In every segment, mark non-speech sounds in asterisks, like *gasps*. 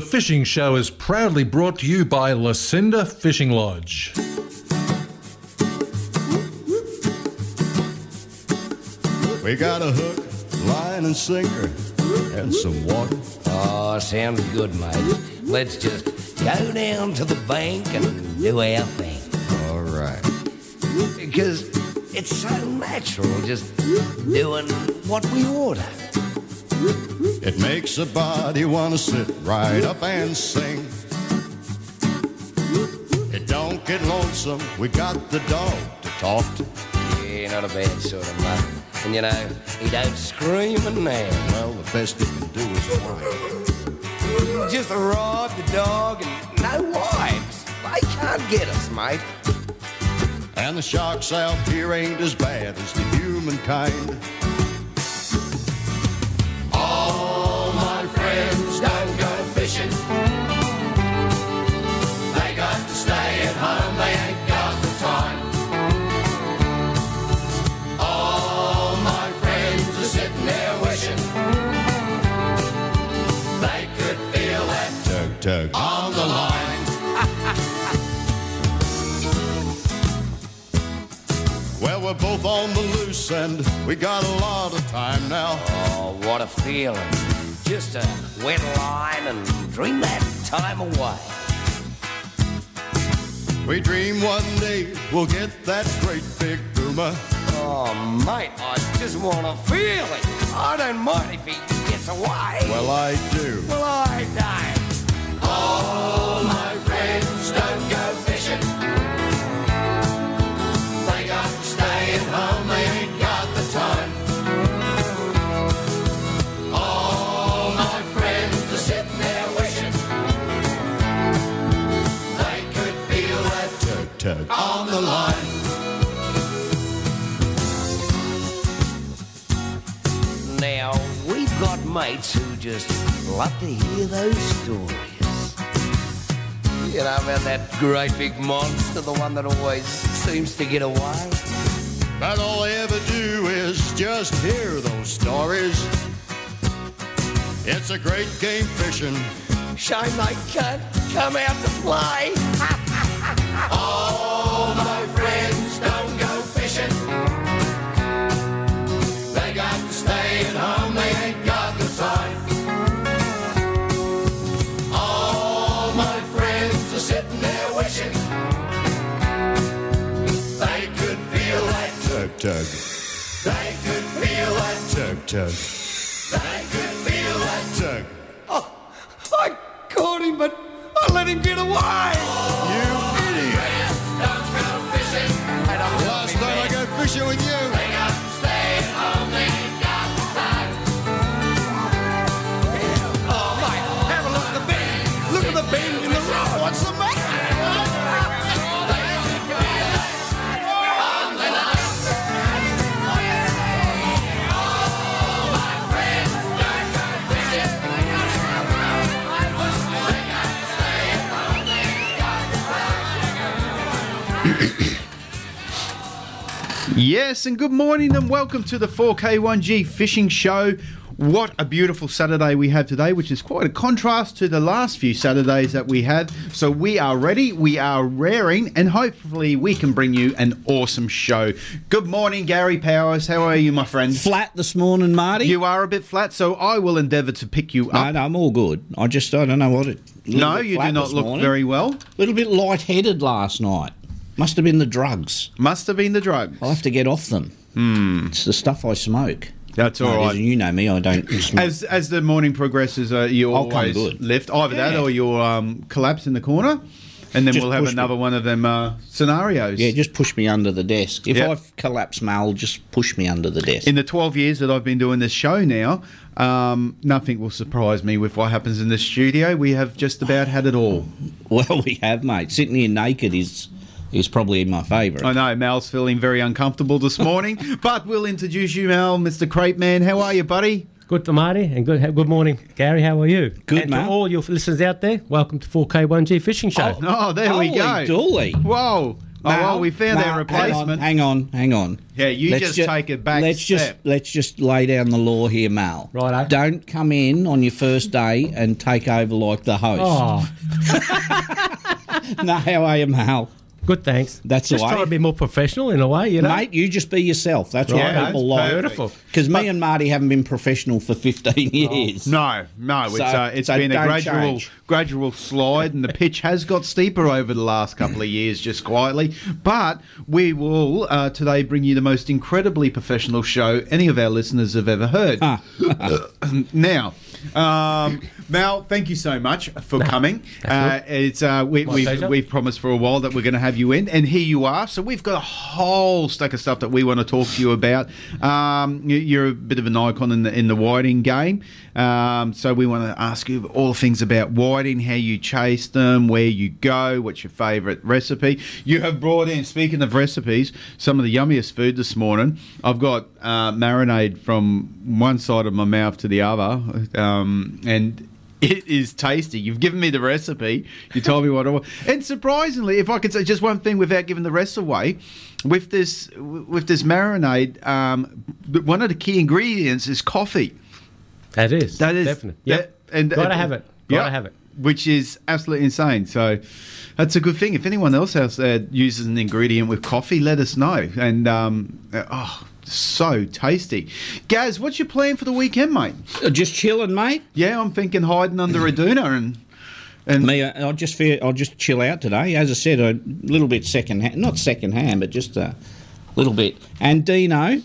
The Fishing Show is proudly brought to you by Lucinda Fishing Lodge. We got a hook, line, and sinker, and some water. Oh, sounds good, mate. Let's just go down to the bank and do our thing. All right. Because it's so natural just doing what we order. It makes a body want to sit right up and sing. It don't get lonesome. We got the dog to talk to. Yeah, not a bad sort of mutton. And you know, he don't scream and now. Well, the best he can do is whine. Just rob the dog and no wives. They can't get us, mate. And the sharks out here ain't as bad as the humankind. All my friends don't go fishing. They got to stay at home, they ain't got the time. All my friends are sitting there wishing they could feel that tug tug on the line. Well, we're both on the loose and we got a lot of time now. Oh, what a feeling. Just a wet line and dream that time away. We dream one day we'll get that great big boomer. Oh, mate, I just want to feel it. I don't mind if he gets away. Well, I do. Well, I know. Oh, Tug, tug. On the line. Now, we've got mates who just love to hear those stories. You know about that great big monster, the one that always seems to get away? But all I ever do is just hear those stories. It's a great game fishing. Shame they can't come out to play. *laughs* Tug, tug. They could feel that tug, tug. They could feel that tug. I caught him, but I let him get away. You idiot! Last night I go fishing with you. Have a look at the bend. Look at the bend in the road. What's the matter? *coughs* Yes, and good morning and welcome to the 4K1G Fishing Show. What a beautiful Saturday we have today, which is quite a contrast to the last few Saturdays that we had. So we are ready, we are raring, and hopefully we can bring you an awesome show. Good morning, Gary Powers. How are you, my friend? flat this morning, Marty. You are a bit flat, so I will endeavour to pick you no, up. no, I'm all good. I just I don't know what it. little No, bit you do flat not this look morning. very well. Little bit lightheaded last night. Must have been the drugs. Must have been the drugs. Hmm. I'll have to get off them. It's the stuff I smoke. That's all Marty, right. as You know me. I don't. smoke. As as the morning progresses, uh, you I'll Oh, come always good. lift either that Yeah. or you'll um, collapse in the corner, and then Just we'll have push me. another one of them uh, scenarios. yeah, just push me under the desk. If Yeah. I collapse, Mal, just push me under the desk. in the twelve years that I've been doing this show now, um, nothing will surprise me with what happens in the studio. We have just about had it all. *laughs* well, we have, mate. Sitting here naked is is probably my favourite. I know Mal's feeling very uncomfortable this morning, *laughs* but we'll introduce you, Mal, Mr. Crepe Man. How are you, buddy? Good to Marty and good good morning, Gary. How are you? Good, and mate. to all your listeners out there, welcome to 4K1G Fishing Show. Oh, there we go. Holy dooly. Whoa. Oh, well, we found our replacement. Hang on, hang on. Yeah, you just ju- take it back Let's just step. let's just lay down the law here, Mal. Righto. Don't come in on your first day and take over like the host. Oh, *laughs* No, how are you, Mal? good. Thanks. That's the just way. trying to be more professional in a way, you know. Mate, you just be yourself. That's Right, what people that's like. Beautiful. Oh. Because me and Marty haven't been professional for 15 years. No, no, it's So- uh, it's so been a don't gradual change. gradual slide, and the pitch has got steeper over the last couple of years, just quietly. But we will uh, today bring you the most incredibly professional show any of our listeners have ever heard. *coughs* now, um, Mal, thank you so much for coming. Uh, it's uh, we, My we've, pleasure. we've promised for a while that we're going to have you in, and here you are. So we've got a whole stack of stuff that we want to talk to you about. Um, you- you're a bit of an icon in the in the whiting game, um, so we want to ask you all things about whiting, how you chase them, where you go, what's your favourite recipe. You have brought in, speaking of recipes, some of the yummiest food this morning. I've got uh, marinade from one side of my mouth to the other, um, and it is tasty. You've given me the recipe. You told me what I want. And surprisingly, if I could say just one thing without giving the rest away, with this with this marinade, um, one of the key ingredients is coffee. that is. That is definite. that- Yep. and gotta and- have it. yeah, Gotta have it. Which is absolutely insane. So that's a good thing. If anyone else out there uses an ingredient with coffee, let us know. And um, uh, oh, so tasty. Gaz, what's your plan for the weekend, mate? Uh, Just chilling, mate. Yeah, I'm thinking hiding under a doona and and Me, uh, I'll just feel, I'll just chill out today. As I said, a little bit second hand, not second hand, but just a little bit. And Dino,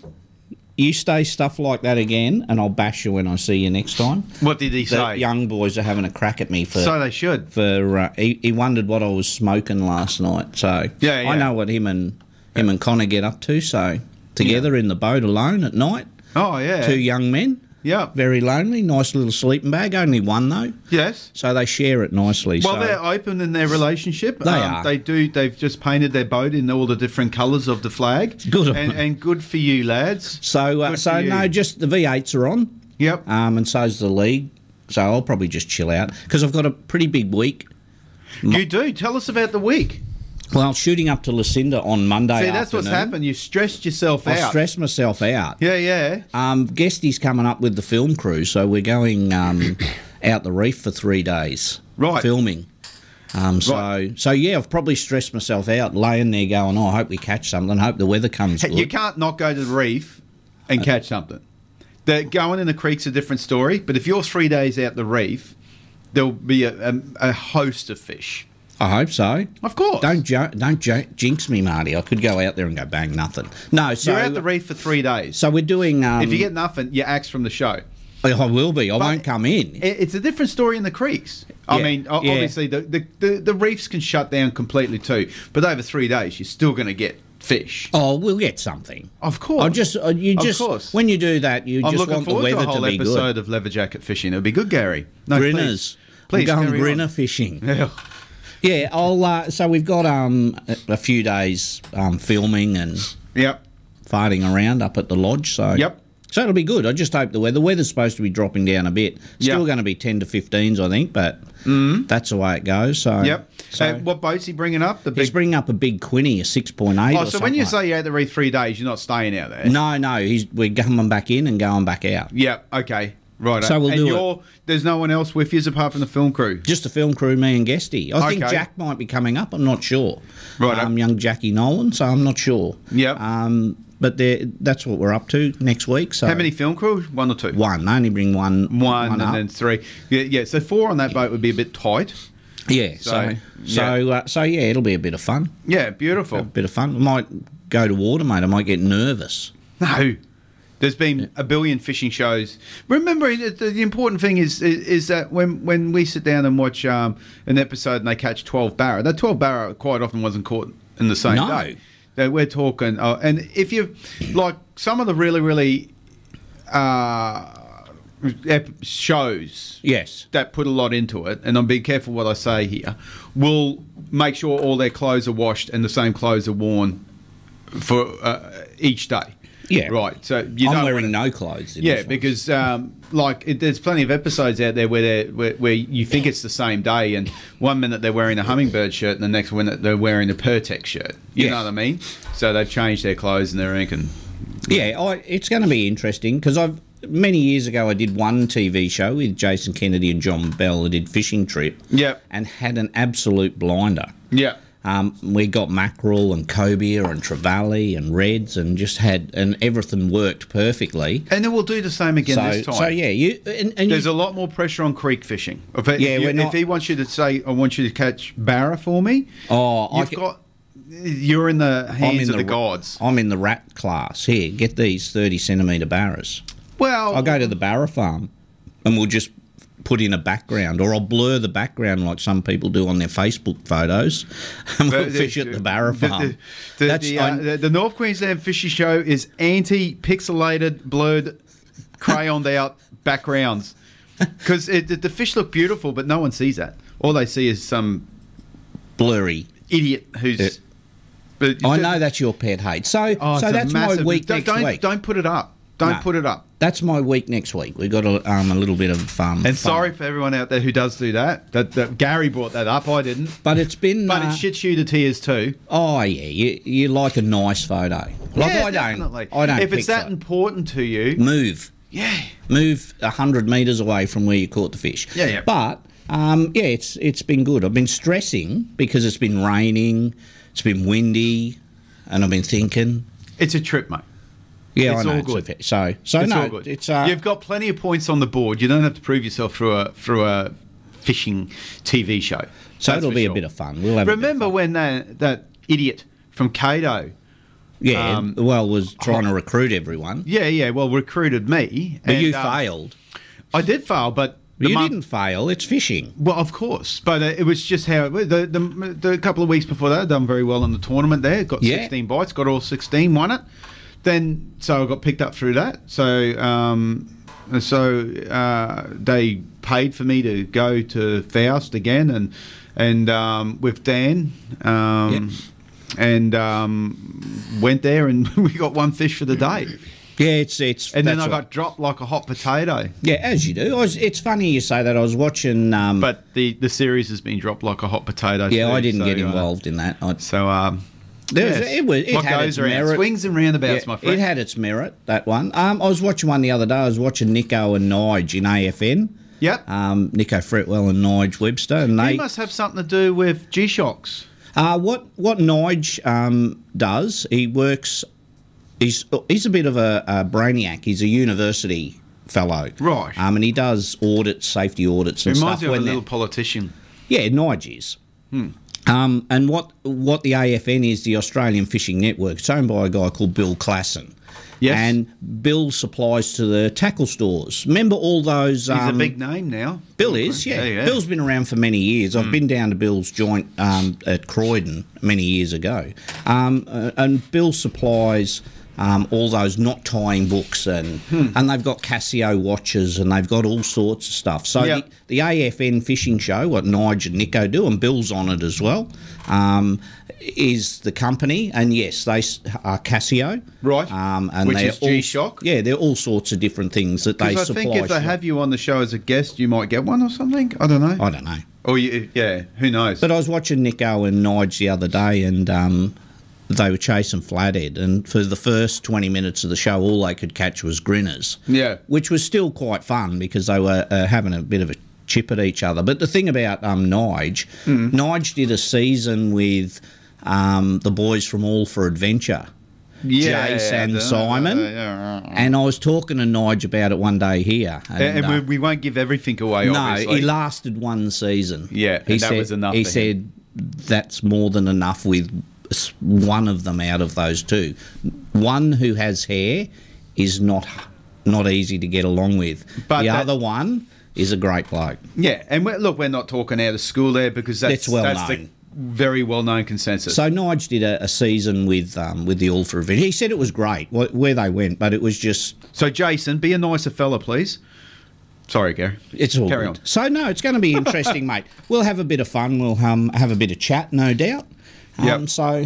you say stuff like that again, and I'll bash you when I see you next time. What did he The say? young boys are having a crack at me for. so they should. for uh, he, he wondered what I was smoking last night. So Yeah, yeah. I know what him and him and Connor get up to. So together in the boat alone at night, Oh yeah. two young men, Yeah. very lonely. Nice little sleeping bag, only one though. Yes. So they share it nicely. Well, so. they're open in their relationship. Um, They are. They do. They've just painted their boat in all the different colours of the flag. Good on And, them. and good for you, lads. So, uh, Good so for you. no, just the V8s are on, Yep. um, and so's the league. So I'll probably just chill out because I've got a pretty big week. you do. Tell us about the week. Well, shooting up to Lucinda on See, Monday. that's what's afternoon. happened. You stressed yourself I out. stressed myself out. Yeah, yeah. Um, Guesty's coming up with the film crew, so we're *coughs* going um, out the reef for three days. Right. Filming. Um, so, Right. so yeah, I've probably stressed myself out laying there going, oh, I hope we catch something. hope the weather comes good. You can't not go to the reef and catch something. The going in the creek's a different story, but if you're three days out the reef, there'll be a, a, a host of fish. I hope so. Of course. Don't jo- don't jo- jinx me, Marty. I could go out there and go bang nothing. No, so You're at the reef for three days. so we're doing. Um, Oh, if you get nothing, you axe from the show. I will be. I But- won't come in. It- It's a different story in the creeks. I Yeah, mean, o- yeah. obviously the, the, the, the reefs can shut down completely too, but over three days you're still going to get fish. oh, we'll get something. Of course. I just uh, you Of just course. when you do that, you I'm just looking want the forward to weather a to, whole be episode good. of leather jacket fishing. It'll be good, Gary. No, Grinners. please. Please I'm going carry on. *laughs* grinner fishing. please. Yeah, I'll. Uh, so we've got um a- a few days um filming and Yep. farting around up at the lodge. So Yep. So it'll be good. I just hope the weather. The weather's supposed to be dropping down a bit. Still Yeah. going to be ten to fifteens, I think, but that's the way it goes. So Mm-hmm. Yep. So Uh, what boat's he bringing up? The he's big. bringing up a big quinny, a six point eight. oh, so when you say you're at the reef three days, you're not staying out there. no, no, he's we're coming back in and going back out. Yep. Okay. Right. So we'll and do it. you're, There's no one else with you apart from the film crew. Just the film crew, me and Guesty. I think Okay. Jack might be coming up. I'm not sure. Right, Um, uh, young Jackie Nolan. So I'm not sure. Yep. Um, but they're- that's what we're up to next week. So How many film crew? One or two. One. They only bring one. One, and up. then three. Yeah, yeah. So four on that boat would be a bit tight. yeah. so, So so yeah. Uh, so yeah, it'll be a bit of fun. Yeah. A Beautiful. bit of fun. I might go to water, mate. I might get nervous. No. There's been a billion fishing shows. Remember, the, the important thing is, is that when, when we sit down and watch um, an episode and they catch 12 barra, that 12 barra quite often wasn't caught in the same No. day. That we're talking, uh, and if you like some of the really really uh, ep- shows, Yes. that put a lot into it, and I'm being careful what I say here, will make sure all their clothes are washed and the same clothes are worn for uh, each day. Yeah. Right. So you I'm don't wearing no clothes. In Yeah, this one. because um, like it, there's plenty of episodes out there where they're where, where you think it's the same day, and one minute they're wearing a hummingbird shirt, and the next minute they're wearing a Pertex shirt. You Yes. know what I mean? So they've changed their clothes and they're inking. Yeah, I, it's going to be interesting because I've many years ago I did one TV show with Jason Kennedy and John Bell. I did fishing trip. Yep. and had an absolute blinder. Yeah. Um, we got mackerel and cobia and trevally and reds and just had and everything worked perfectly. And then we'll do the same again So, this time. so yeah, you and, and There's you, a lot more pressure on creek fishing. If, if Yeah, you- we're if not- he wants you to say, "I want you to catch barra for me," Oh, I you've ca- got you're in the hands of the, ra- *laughs* gods. I'm in the rat class. Here, get these thirty centimetre barras. Well, I'll go to the barra farm and we'll just put in a background or I'll blur the background like some people do on their Facebook photos *laughs* and we'll But uh, the- fish at the barra the- farm. *laughs* The, the, That's- the, uh, I- the- the North Queensland Fishy Show is anti-pixelated, blurred, crayoned out *laughs* backgrounds because the the fish look beautiful, but no one sees that. All they see is some blurry. idiot who's. Yeah. but- I know that's your pet hate. So, Oh, it's so a that's my massive- week don't, next don't, week. Don't put it up. Don't No. put it up. That's my week next week. We got a, um, a little bit of um, fun. And sorry for everyone out there who does do that. That, that Gary brought that up. I didn't. but it's been. But uh, it shits you to tears too. Oh yeah, you, you like a nice photo. Like Yeah, I don't. definitely. I don't. If it's that pixelate. important to you, move. yeah. move a hundred meters away from where you caught the fish. Yeah, yeah. But um, yeah, it's it's been good. I've been stressing because it's been raining, it's been windy, and I've been thinking. It's a trip, mate. Yeah, It's I know. all it's a good. fa- so so it's no, all good. it's uh, You've got plenty of points on the board. You don't have to prove yourself through a through a fishing TV show. so That's it'll for be sure. a bit of fun. We'll have. Remember a when that that idiot from Cato? bit of fun. yeah. um, well, was trying to recruit everyone, Yeah, yeah. Well, recruited me. but you and, uh, failed. I did fail, but the You month- didn't fail. It's fishing. Well, of course, but uh, it was just how the, the the couple of weeks before that, I'd done very well in the tournament. There, got Yeah. sixteen bites, got all sixteen, won it. Then, so I got picked up through that. So, um, so uh, they paid for me to go to Faust again, and and um, with Dan, um, and um, went there, and *laughs* we got one fish for the day, Yeah, it's it's. and then I that's right. got dropped like a hot potato. Yeah, as you do. I was, it's funny you say that. I was watching. Um, But the, the series has been dropped like a hot potato. yeah, too, I didn't so, get uh, involved in that. I, So um, There was- it was- it what had goes its around merit. swings and roundabouts, Yeah, my friend. It had its merit, that one. Um, I was watching one the other day. I was watching Nico and Nige in AFN. Yep. Um, Nico Fretwell and Nige Webster, and he they must have something to do with G shocks. uh, what what Nige um, does. He works. He's he's a bit of a, a brainiac. He's a university fellow, Right. Um, and he does audits, safety audits, and Reminds stuff. me of a when little they're- politician. Hmm. yeah, Nige is. Um, and what what the AFN is, the Australian Fishing Network, it's owned by a guy called Bill Classen. Yes. And Bill supplies to the tackle stores. Remember all those. He's um, a big name now. Bill is, yeah. Yeah, yeah. Bill's been around for many years. Hmm. I've been down to Bill's joint um, at Croydon many years ago. Um, uh, and Bill supplies um, all those not tying books, and, Hmm. and they've got Casio watches and they've got all sorts of stuff. So Yeah. the, the AFN fishing show, what Nige and Nico do, and Bill's on it as well, um, is the company. And yes, they s- are Casio. Right. Um, and Which they're is all- G-Shock. Yeah, they're all sorts of different things that they Because I supply. think if they shop. have you on the show as a guest, you might get one or something. I don't know. I don't know. Or you, yeah, who knows? But I was watching Nico and Nige the other day, and um, they were chasing flathead. And for the first twenty minutes of the show, all they could catch was grinners. Yeah. which was still quite fun because they were uh, having a bit of a chip at each other. But the thing about um, Nige, Hmm. Nige did a season with um, the boys from All for Adventure. Jace and yeah, Simon. yeah, yeah, yeah. Mm-hmm. And I was talking to Nige about it one day here. And, uh, we, we won't give everything away. no, obviously. he lasted one season. Yeah, he and that said, was enough He for him. said that's more than enough with s- one of them out of those two. One who has hair is not not easy to get along with. But the that- other one is a great bloke. yeah, and we're, look, we're not talking out of school there because that's, That's well that's the known. very well known consensus. So Nige did a, a season with um, with the All for Revenge. He said it was great wh- where they went, but it was just So, Jason, be a nicer fella, please. Sorry, Gary. It's all Carry good. on. So no, it's going to be *laughs* interesting, mate. We'll have a bit of fun. We'll um, have a bit of chat, no doubt. Um, Yep. So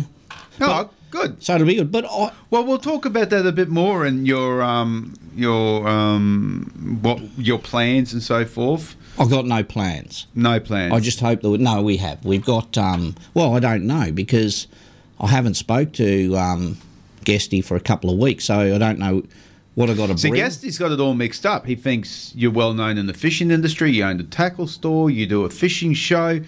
No, Good. So it'll be good. But I, Well, we'll talk about that a bit more and your um, your um, what your plans and so forth. I've got no plans. No plans. I just hope that we, no, we have. We've got. Um, well, I don't know because I haven't spoke to um, Guesty for a couple of weeks, so I don't know what I got to See, bring. Guesty's got it all mixed up. He thinks you're well known in the fishing industry. You own a tackle store. You do a fishing show.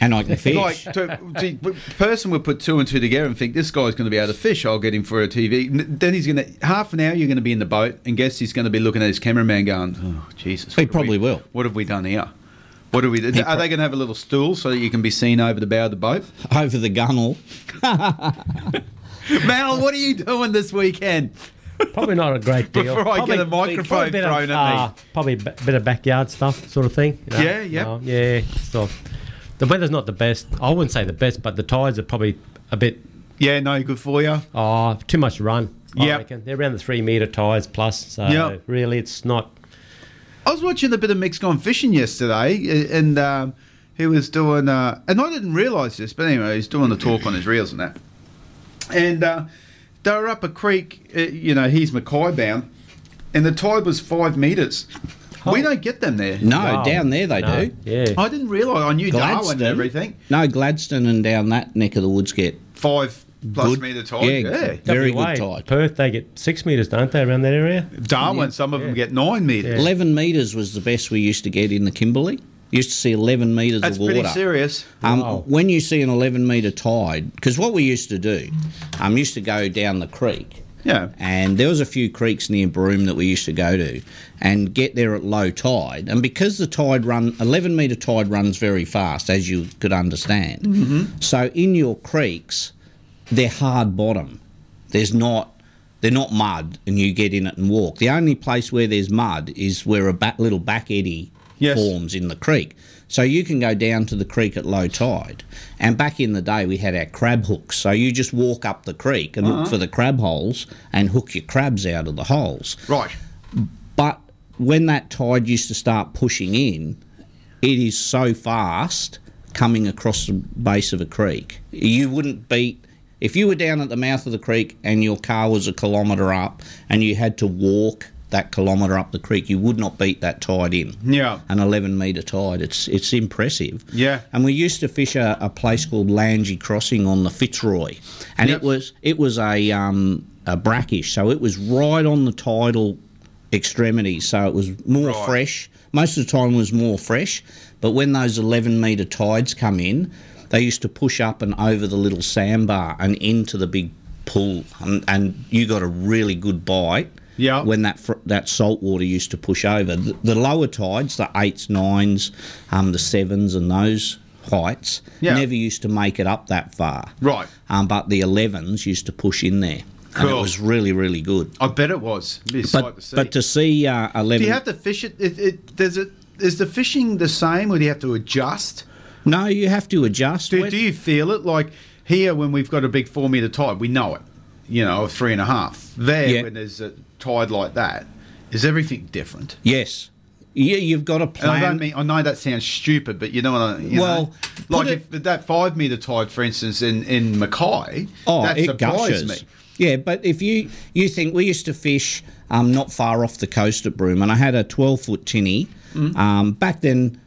and I can fish. Like, to, to- person would put two and two together and think this guy's going to be able to fish. I'll get him for a TV. N- Then he's going to half an hour. You're going to be in the boat, and guess he's going to be looking at his cameraman, going, "Oh Jesus." what He have we- probably will. What have we done here? What do we? Are pro- they going to have a little stool so that you can be seen over the bow of the boat? over the *laughs* gunnel. *laughs* Mal, what are you doing this weekend? Probably not a great deal. Before I probably, get a microphone probably a bit of, thrown at me. uh, Probably a b- bit of backyard stuff, sort of thing. you know? Yeah, yeah. Um, yeah. So the weather's not the best. I wouldn't say the best, but the tides are probably a bit Yeah, no, good for you. oh too much run. I Yep. reckon. they're around the three meter tides plus. So Yep. really, it's not. I was watching a bit of Mick's Gone Fishing yesterday, uh, and um, he was doing, uh, and I didn't realise this, but anyway, he's doing the talk on his reels and that. And uh, they were up a creek, uh, you know, he's Mackay bound, and the tide was five metres. We don't get them there. No, Oh. Wow. down there they No, do. Yeah. I didn't realise. I knew Darwin and Gladstone. everything. No, Gladstone and down that neck of the woods get Five plus good. metre tide. Yeah, Yeah. very WA, good tide. Perth, they get six meters, don't they, around that area? Darwin, some of them get nine metres. Eleven metres was the best we used to get in the Kimberley. Used to see eleven metres That's of water. pretty serious. Um, Wow. When you see an 11 metre tide, because what we used to do, um, used to go down the creek, Yeah. and there was a few creeks near Broome that we used to go to, and get there at low tide. And because the tide run, 11 metre tide runs very fast, as you could understand. So in your creeks, they're hard bottom. There's not. They're not mud, and you get in it and walk. The only place where there's mud is where a ba- little back eddy Yes. forms in the creek. So you can go down to the creek at low tide. And back in the day, we had our crab hooks. So you just walk up the creek and Uh-huh. look for the crab holes and hook your crabs out of the holes. Right. But when that tide used to start pushing in, it is so fast coming across the base of a creek. You wouldn't beat if you were down at the mouth of the creek and your car was a kilometre up and you had to walk that kilometre up the creek, you would not beat that tide in. Yeah. An 11 metre tide. It's it's impressive. Yeah. And we used to fish a, a place called Langy Crossing on the Fitzroy, and Yep. it was it was a um, a brackish, so it was right on the tidal extremity, so it was more Right. fresh. Most of the time was more fresh, but when those eleven metre tides come in, they used to push up and over the little sandbar and into the big pool, and, um, and you got a really good bite. Yeah. When that fr- that salt water used to push over the, the lower tides, the eights, nines, um, the sevens, and those heights Yeah. never used to make it up that far. Right. Um, but the elevens used to push in there, and Cool. it was really really good. I bet it was. It'd be a sight to But see. but to see uh, eleven, Do you have to fish it? it, it does it? Is the fishing the same, or do you have to adjust? no, you have to adjust. Do, When- do you feel it? Like here, when we've got a big four meter tide, we know it. You know, a three and a half. There, Yeah. when there's a tide like that, is everything different? yes, you, you've got to And I plan. don't mean. I know that sounds stupid, but you know what I. You Well, know? put like it- if that five meter tide, for instance, in in Mackay, Oh, that it surprised gushes. me. Yeah, but if you you think we used to fish um, not far off the coast at Broome, and I had a twelve foot tinny. Mm. Um, back then,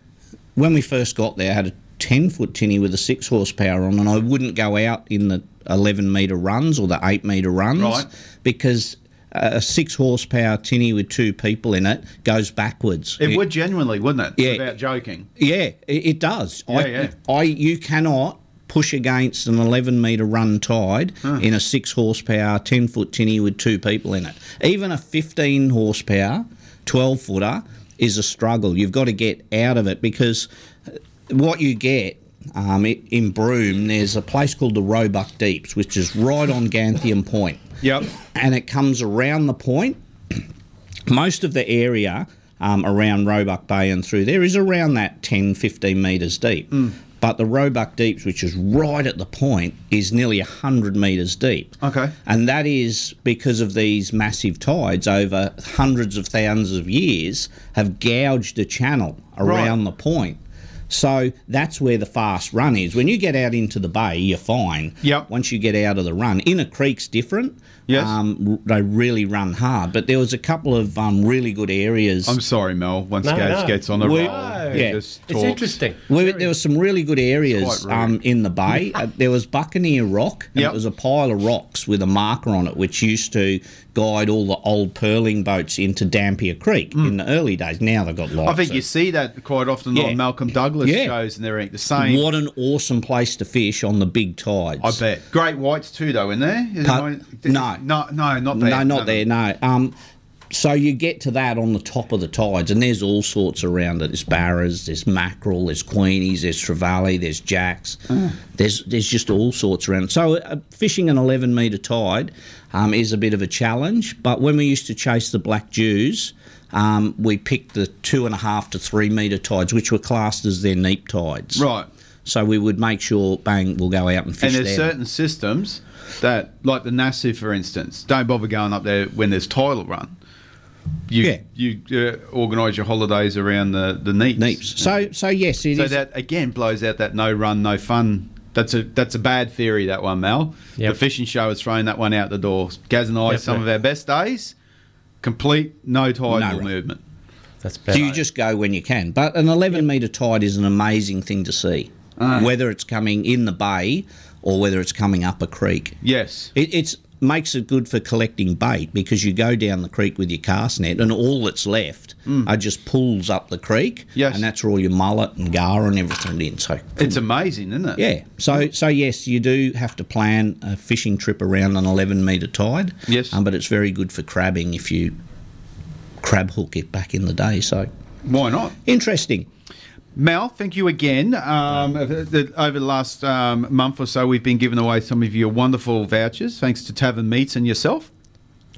when we first got there, I had a ten foot tinny with a six horsepower on, and I wouldn't go out in the eleven meter runs or the eight meter runs Right. because a six horsepower tinny with two people in it goes backwards. It would genuinely, wouldn't it? Yeah. Without joking. Yeah, it, it does. I, Yeah, yeah. I, you cannot push against an 11 metre run tide in a six horsepower, 10 foot tinny with two people in it. Even a 15 horsepower, 12 footer is a struggle. You've got to get out of it because uh, what you get. Um, i in Broome, there's a place called the Roebuck Deeps, which is right on Ganthium Point Yep. and it comes around the point. *clears throat* Most of the area um, around Roebuck Bay and through there is around that 10, 15 metres deep. But the Roebuck Deeps, which is right at the point, is nearly 100 metres deep. Okay. And that is because of these massive tides over hundreds of thousands of years have gouged a channel around the point. So that's where the fast run is. When you get out into the bay, you're fine. Yep. Once you get out of the run, inner creek's different. Yes. Um, r- they really run hard, but there was a couple of um, really good areas. I'm sorry, Mel. Once No, Gage no. gets on a roll, We- he Yeah. just It's talks. interesting. We, there were some really good It's areas quite rude. um, in *laughs* the bay. Uh, there was Buccaneer Rock, and Yep. it was a pile of rocks with a marker on it, which used to guide all the old pearling boats into Dampier Creek in the early days. Now they've got lights. Hmm. I think so- you see that quite often Yeah. on Malcolm Douglas Yeah. shows, and they're the same. What an awesome place to fish on the big tides. I bet. Great Whites too, though, in there. Is Pu- it no. no, no, not there. No, not there. No. Um, so you get to that on the top of the tides, and there's all sorts around it. There's barras, there's mackerel, there's queenies, there's trevally, there's jacks. Ah. There's there's just all sorts around. So uh, fishing an 11 metre tide um, is a bit of a challenge. But when we used to chase the black jews, um, we picked the two and a half to three metre tides, which were classed as their neap tides. Right. So we would make sure, bang, we'll go out and fish And there's them. certain systems that, like the NASU, for instance, don't bother going up there when there's tidal run. You Yeah. you uh, organise your holidays around the the neeps. neaps. So so yes, it is. So that again blows out that no run, no fun. That's a that's a bad theory. That one, Mel. Yep. The fishing show has thrown that one out the door. Gaz and I, some of Definitely. our best days, complete no tidal No run. movement. That's So better. you just go when you can. But an 11 metre tide is an amazing thing to see, whether it's coming in the bay or whether it's coming up a creek. Yes. It it's, makes it good for collecting bait because you go down the creek with your cast net and all that's left are just pulls up the creek. Hmm. Yes. And that's where all your mullet and gar and everything in. So, It's amazing, isn't it? *laughs* yeah. So, so yes, you do have to plan a fishing trip around an 11 metre tide. Yes. Um, but it's very good for crabbing if you crab hook it back in the day. So, Why not? interesting. Mel, thank you again. Um, over the over the last um, month or so, we've been giving away some of your wonderful vouchers, thanks to Tavern Meats and yourself,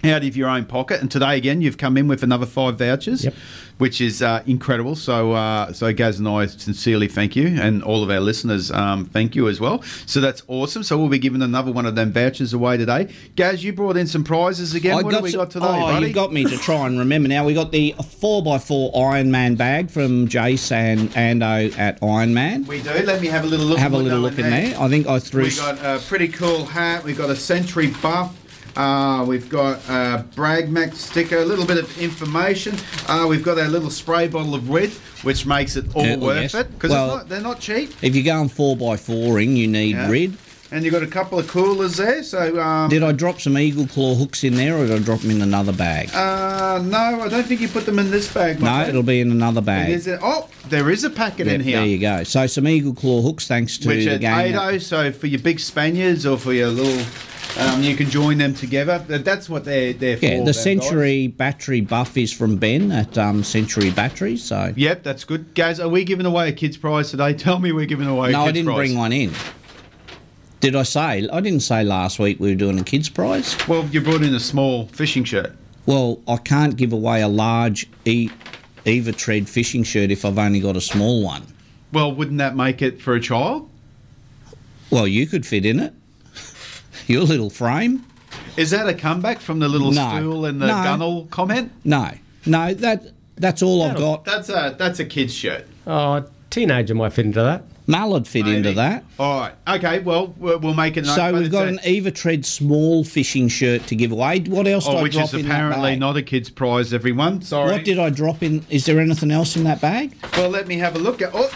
out of your own pocket. And today again, you've come in with another five vouchers, Yep. which is uh, incredible. So, uh, so Gaz and I sincerely thank you, and all of our listeners, um, thank you as well. So that's awesome. So we'll be giving another one of them vouchers away today. Gaz, you brought in some prizes again. what have we so- got today, oh, buddy? you got me to try and remember now. We got the 4x4 Iron Man bag from Jace and Ando at Iron Man. we do. Let me have a little look. Have a We'll little go look in there. I think I threw. We've got a pretty cool hat. We've got a Sentry buff. Uh, we've got a Bragmac sticker, a little bit of information. Uh, we've got our little spray bottle of red, which makes it all Yeah, well, worth Oh, yes. it because Well- not, they're not cheap. if you're going 4x4ing, you need Yeah. red. And you've got a couple of coolers there. So, um, Did I drop some eagle claw hooks in there or did I drop them in another bag? uh, no, I don't think you put them in this bag. my no, friend. it'll be in another bag. Is it- oh, there is a packet Yeah, in here. There you go. So some eagle claw hooks, thanks to which the are gang. Ado. So for your big Spaniards or for your little, um, you can join them together. That- That's what they're they're for. yeah, the those guys. Century battery buff is from Ben at um, Century Battery. So Yep, that's good. Guys, are we giving away a kids' prize today? *laughs* Tell me we're giving away a No, kids' I didn't prize. bring one in. Did I say? I didn't say last week we were doing a kids' prize. Well, you brought in a small fishing shirt. Well, I can't give away a large e- Eva Tread fishing shirt if I've only got a small one. Well, wouldn't that make it for a child? Well, you could fit in it. *laughs* Your little frame. Is that a comeback from the little No. stool and the No. gunnel comment? No, no, that that's all I've got. That's a that's a kid's shirt. oh, a teenager might fit into that. Mallard fit into Maybe. that. All right. Okay. Well, we'll, we'll make it. So but we've it's got a- an Eva Tread small fishing shirt to give away. What else did Oh, I which drop is in apparently that bag? not a kid's prize. Everyone, sorry. What did I drop in? Is there anything else in that bag? Well, let me have a look at. Oh,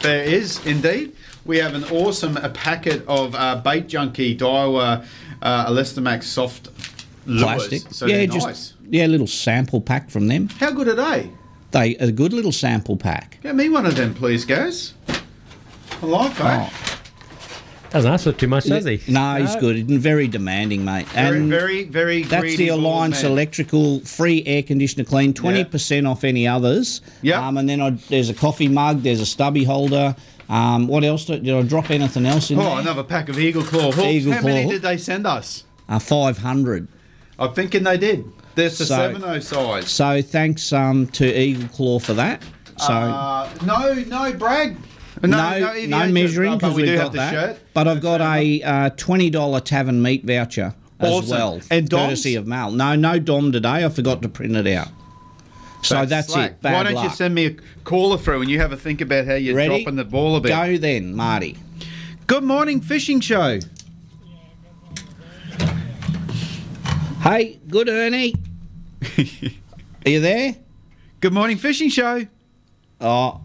there is indeed. We have an awesome uh packet of uh, bait junkie Daiwa uh, Elastamax soft lures. Plastic. So yeah, they're just nice. yeah, little sample pack from them. How good are they? They a good little sample pack. Get me one of them, please, guys. I like that. Oh, Doesn't ask for too much, does he? No, he's good. He's Very demanding, mate. very, and very, very. that's greedy the little Alliance man. Electrical free air conditioner clean, twenty percent off any others. Yeah. Um, and then I, there's a coffee mug. There's a stubby holder. Um, what else did, did I drop? Anything else in Oh, there? another pack of Eagle Claw hooks. Eagle How Claw many hook. did they send us? Oh, Uh, Five hundred. I'm thinking they did. That's a So- 70 size. So thanks um, to Eagle Claw for that. So. Uh, no, no E brag. no, no, Evie, measuring but because we we've do got have the that. shirt. But I've got a uh, twenty dollar tavern meat voucher as Awesome. well, And Dom's? courtesy of Mal. No, no Dom today. I forgot to print it out. So that's, slack. it. Bad Why don't you luck. send me a caller through and you have a think about how you're Ready? dropping the ball a bit? Go then, Marty. Good morning, fishing show. Hey, *laughs* good Ernie. Are you there? Good morning, fishing show. Oh,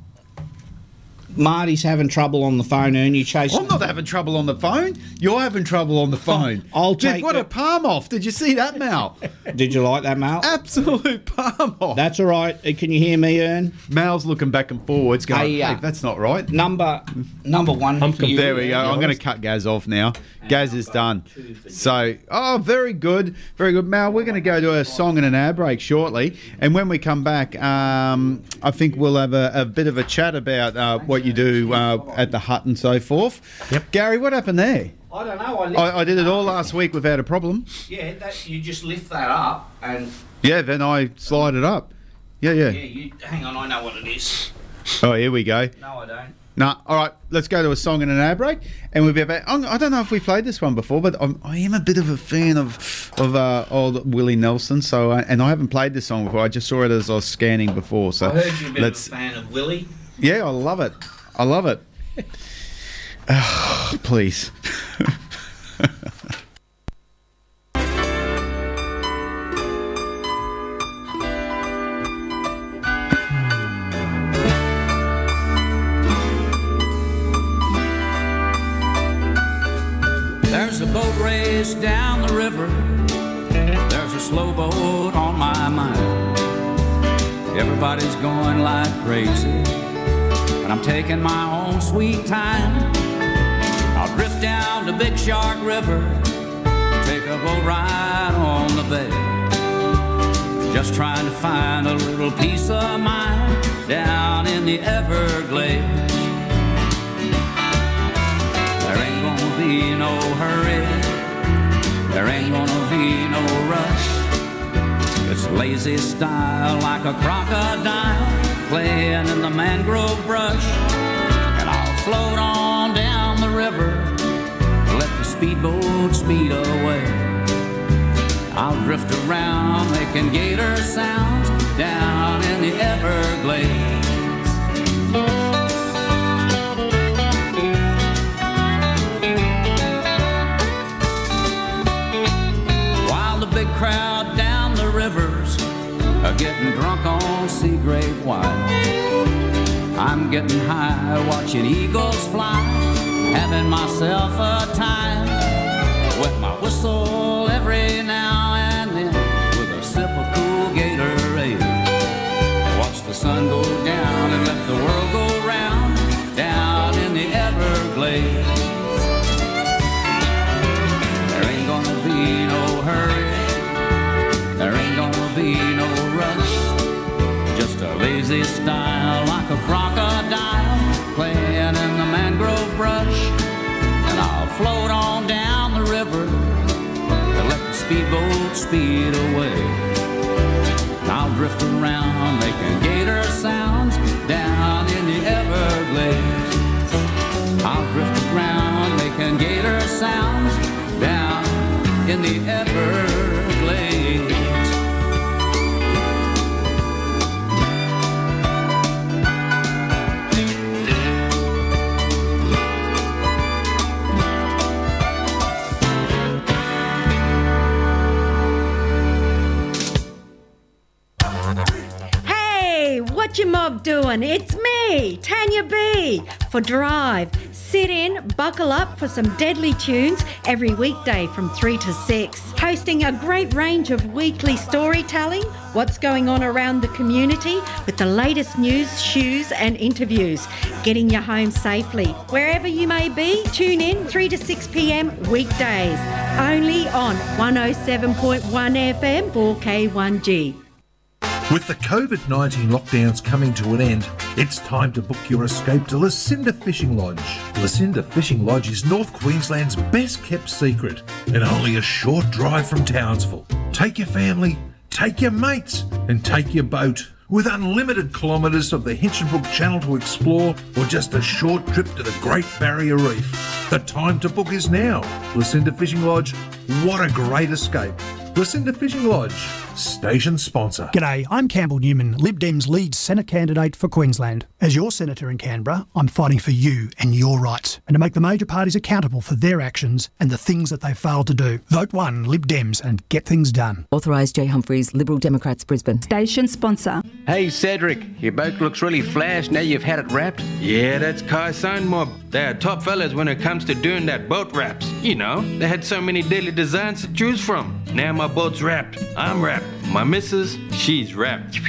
Marty's having trouble on the phone. Ernie chasing. Oh, I'm not having trouble on the phone. You're having trouble on the phone. I'll Dude, take what the- a palm off! Did you see that, Mal? *laughs* Did you like that, Mal? Absolute palm off. That's all right. Uh, Can you hear me, Ern? Oh. Mal's looking back and forwards, going, Hey, uh, "Hey, that's not right." Number number one. I'm for you, There we go. Ern. I'm going to cut Gaz off now. Gaz is done. So, oh, very good. Very good. Mal, we're going to go to a song and an ad break shortly. And when we come back, um, I think we'll have a, a bit of a chat about uh, what you do uh, at the hut and so forth. Yep. Gary, what happened there? I don't know. I, lift, I, I did it all last week without a problem. Yeah, that, you just lift that up and Yeah, then I slide it up. Yeah, yeah. yeah. You hang on. I know what it is. Oh, here we go. No, I don't. Nah, all right, let's go to a song and an ad break, and we'll be back. I'm- I don't know if we played this one before, but I'm, I am a bit of a fan of of uh, old Willie Nelson. So, uh, and I haven't played this song before. I just saw it as I was scanning before. So, I heard you a bit let's. of a fan of Willie. Yeah, I love it. I love *laughs* it. Ah, please. *laughs* There's a boat race down the river. There's a slow boat on my mind. Everybody's going like crazy. And I'm taking my own sweet time. I'll drift down to Big Shark River. Take a boat ride on the bay. Just trying to find a little peace of mind down in the Everglades. There ain't gonna be no hurry. There ain't gonna be no rush. It's lazy style like a crocodile playing in the mangrove brush. And I'll float on down the river, let the speedboat speed away. I'll drift around making gator sounds down in the Everglades. While the big crowd down the rivers are getting drunk on sea grape wine. I'm getting high watching eagles fly, having myself a time with my whistle every now and then with a sip of cool Gatorade. Watch the sun go down and let the world go round down in the Everglades. There ain't gonna be no hurry. There ain't gonna be no rush. Just a lazy style like a crocodile playing in the mangrove brush. And I'll float on down the river and let the speedboat speed away. I'll drift around making gator sounds down in the Everglades. I'll drift around making gator sounds down in the Everglades. Hey, what your mob doing? It's me, Tanya B, for Drive. Sit in, buckle up for some deadly tunes every weekday from 3 to 6. Hosting a great range of weekly storytelling, what's going on around the community with the latest news, shoes, and interviews. Getting you home safely. Wherever you may be, tune in 3 to 6 p.m. weekdays. Only on 107.1 FM 4K1G. With the COVID 19 lockdowns coming to an end, it's time to book your escape to Lucinda Fishing Lodge. Lucinda Fishing Lodge is North Queensland's best kept secret and only a short drive from Townsville. Take your family, take your mates, and take your boat. With unlimited kilometres of the Hinchinbrook Channel to explore, or just a short trip to the Great Barrier Reef, the time to book is now. Lucinda Fishing Lodge, what a great escape! Lucinda Fishing Lodge, station sponsor. G'day, I'm Campbell Newman, Lib Dem's lead Senate candidate for Queensland. As your Senator in Canberra, I'm fighting for you and your rights, and to make the major parties accountable for their actions and the things that they failed to do. Vote one, Lib Dems, and get things done. Authorised Jay Humphreys, Liberal Democrats, Brisbane. Station sponsor. Hey, Cedric, your boat looks really flash now you've had it wrapped. Yeah, that's Kai Mob. They are top fellas when it comes to doing that boat wraps. You know, they had so many deadly designs to choose from. Now my boat's wrapped. I'm wrapped. My missus, she's wrapped.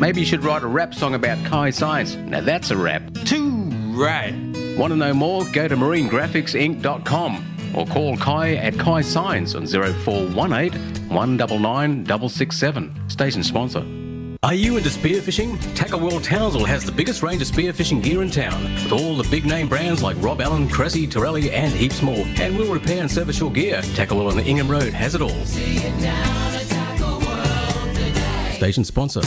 Maybe you should write a rap song about Kai Science. Now that's a rap. Too right. Want to know more? Go to marinegraphicsinc.com or call Kai at Kai Science on 0418 199 667. Station sponsor. Are you into spearfishing? Tackleworld Townsville has the biggest range of spearfishing gear in town, with all the big name brands like Rob Allen, Cressy, Torelli, and heaps more. And we'll repair and service your gear. Tackleworld on the Ingham Road has it all. Station sponsor.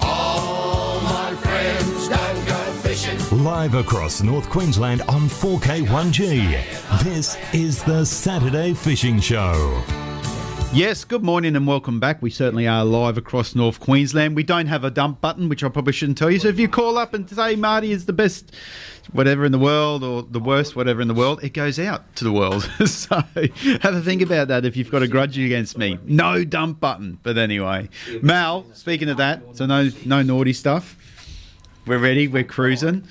All my friends don't go fishing. Live across North Queensland on 4K1G. This is the Saturday Fishing Show. Yes, good morning and welcome back. We certainly are live across North Queensland. We don't have a dump button, which I probably shouldn't tell you. So if you call up and say Marty is the best whatever in the world or the worst whatever in the world, it goes out to the world. *laughs* so have a think about that if you've got a grudge against me. No dump button. But anyway, Mal, speaking of that, so no no naughty stuff. We're ready. We're cruising.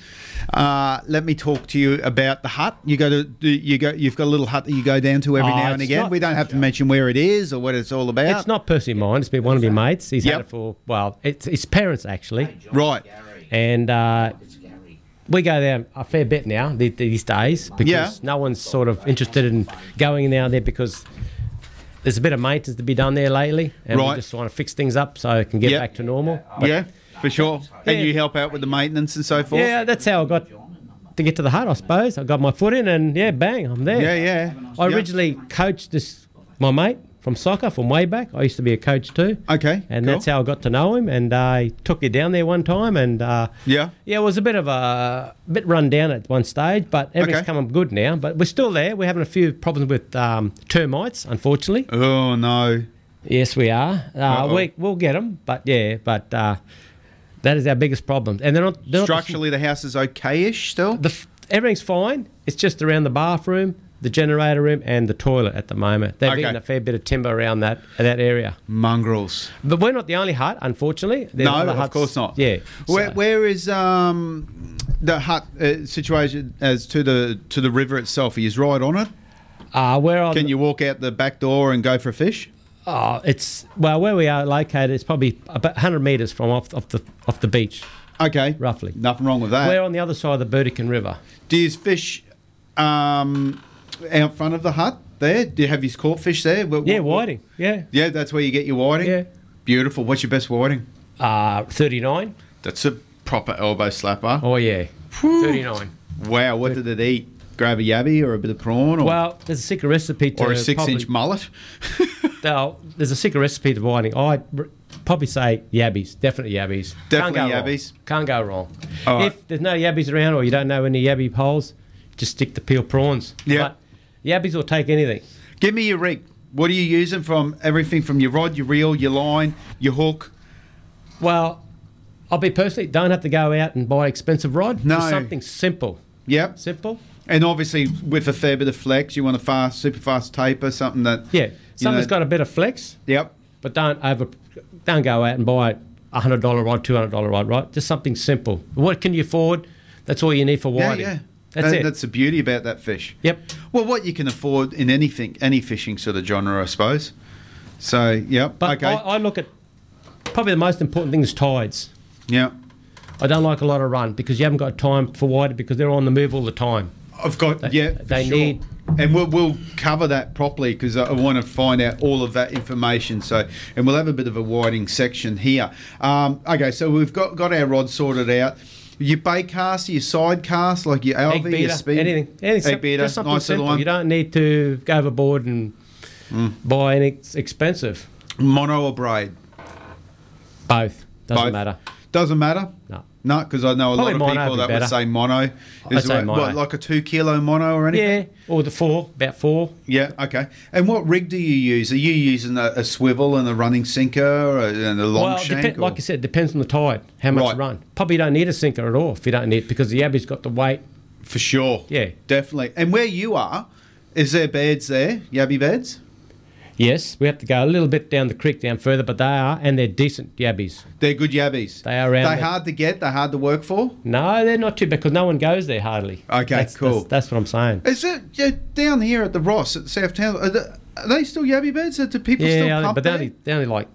Uh, let me talk to you about the hut. You go to do- you go. You've got a little hut that you go down to every Oh, now and it's again. not- we don't have to mention where it is or what it's all about. It's not personally mine. It's been one of your mates. He's had it for well, it's his parents actually. Right. And uh, we go there a fair bit now th- these days because Yeah. no one's sort of interested in going down there because there's a bit of maintenance to be done there lately, and Right. we just want to fix things up so it can get back to normal. yeah, for sure. And Yeah. you help out with the maintenance and so forth. Yeah, that's how I got to get to the hut, I suppose. I got my foot in, and yeah, bang, I'm there. Yeah, yeah. I Yeah. originally coached this my mate from soccer from way back. I used to be a coach too. Okay, and that's how I got to know him. And I took you down there one time, and uh, Yeah. yeah, it was a bit of a, a bit run down at one stage, but everything's Okay. come up good now. But we're still there. We're having a few problems with um, termites, unfortunately. Oh no. Yes, we are. Uh, Uh-oh. we we'll get them, but yeah, but. Uh, that is our biggest problem, and they're not they're not the- Structurally, the house is okay-ish still. the f- everything's fine. It's just around the bathroom, the generator room, and the toilet at the moment. They've Okay. eaten a fair bit of timber around that that area. Mongrels. But we're not the only hut, unfortunately. There's no, other of huts- course not. Yeah. Where, so- where is um, the hut uh, situation as to the to the river itself? Are you right on it? Uh, where on Can you walk out the back door and go for a fish? Oh, it's well where we are located. It's probably about 100 meters from off, off the off the beach. Okay. Roughly. Nothing wrong with that. We're on the other side of the Burdekin River. Do you fish um, out front of the hut there? Do you have you caught fish there? What- Yeah, what- whiting. Yeah. Yeah, that's where you get your whiting. Yeah. Beautiful. What's your best whiting? Uh, 39. That's a proper elbow slapper. Oh yeah. 39. Wow, what did it eat? Grab a yabby or a bit of prawn or, Well, there's a secret recipe to or a six probably- inch mullet? *laughs* Now, there's a secret recipe to whiting. I'd r- probably say yabbies, definitely yabbies. Can't Definitely go wrong. yabbies. Can't go wrong. All right. If there's no yabbies around or you don't know any yabby poles, just stick to peel prawns. Yeah. But yabbies will take anything. Give me your rig. What are you using from everything from your rod, your reel, your line, your hook? Well, I'll be personally, don't have to go out and buy expensive rod. No. Just something simple. Yep. Simple? And obviously, with a fair bit of flex, you want a fast, super fast taper, something that. Yeah. you know- Something's got a bit of flex, Yep. but don't over, don't go out and buy a $100 rod, $200 rod, right? Just something simple. What can you afford? That's all you need for Yeah, whiting. yeah. That's That- it. That's the beauty about that fish. yep. Well, what you can afford in anything, any fishing sort of genre, I suppose. So, yep. But okay. I, I look at probably the most important thing is tides. yeah. I don't like a lot of run because you haven't got time for wider because they're on the move all the time. I've got yeah. for they sure. need- and we'll, we'll cover that properly because I, I want to find out all of that information. So, and we'll have a bit of a whiting section here. Um, okay, so we've got got our rod sorted out. Your bait cast, your side cast, like your alvy, Egg your beater, speed, anything, anything, egg beater, just something nice little simple. one, You Mm. don't need to go overboard and buy anything ex- expensive. mono or braid. Both doesn't Both. matter. Doesn't matter. No, No, because I know a lot Probably of mono people would be that better. would say mono. I'd say what- mono. What, like a two kilo mono or anything? Yeah, or the four, about four. Yeah, okay. And what rig do you use? Are you using a, a swivel and a running sinker or a, and a long well, shank? depen- or- like you said, depends on the tide, how much Right. run. Probably don't need a sinker at all if you don't need because the abbey's got the weight. For sure. Yeah. Definitely. And where you are, is there beds there? Yabby beds? Yes, we have to go a little bit down the creek, down further, but they are, and they're decent yabbies. They're good yabbies. They are around. They the- hard to get. They hard to work for. No, they're not too bad because no one goes there hardly. Okay, That's- cool. That's, that's what I'm saying. Is it yeah, down here at the Ross at South Town? Are the- are they still yabby beds? Or do people yeah, still I think- pump but they're there? only, they're only like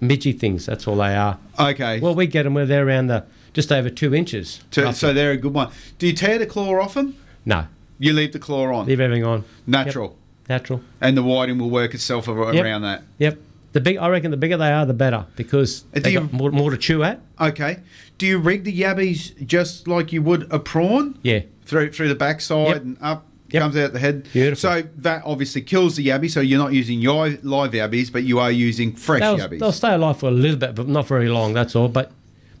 midgy things. That's all they are. Okay. Well, we get them where they're around the just over two inches. To, roughly. so they're a good one. Do you tear the claw off them? no, You leave the claw on. leave everything on. Natural. Yep, natural. And the whiting will work itself ar- Yep. around that. Uh, Yep. The big, I reckon, the bigger they are, the better because they you- got more, more to chew at. Okay. Do you rig the yabbies just like you would a prawn? Yeah. Through through the backside Yep. and up comes out the head. Beautiful. So that obviously kills the yabby. So you're not using yi- live yabbies, but you are using fresh they'll, yabbies. they'll stay alive for a little bit, but not very long. That's all. But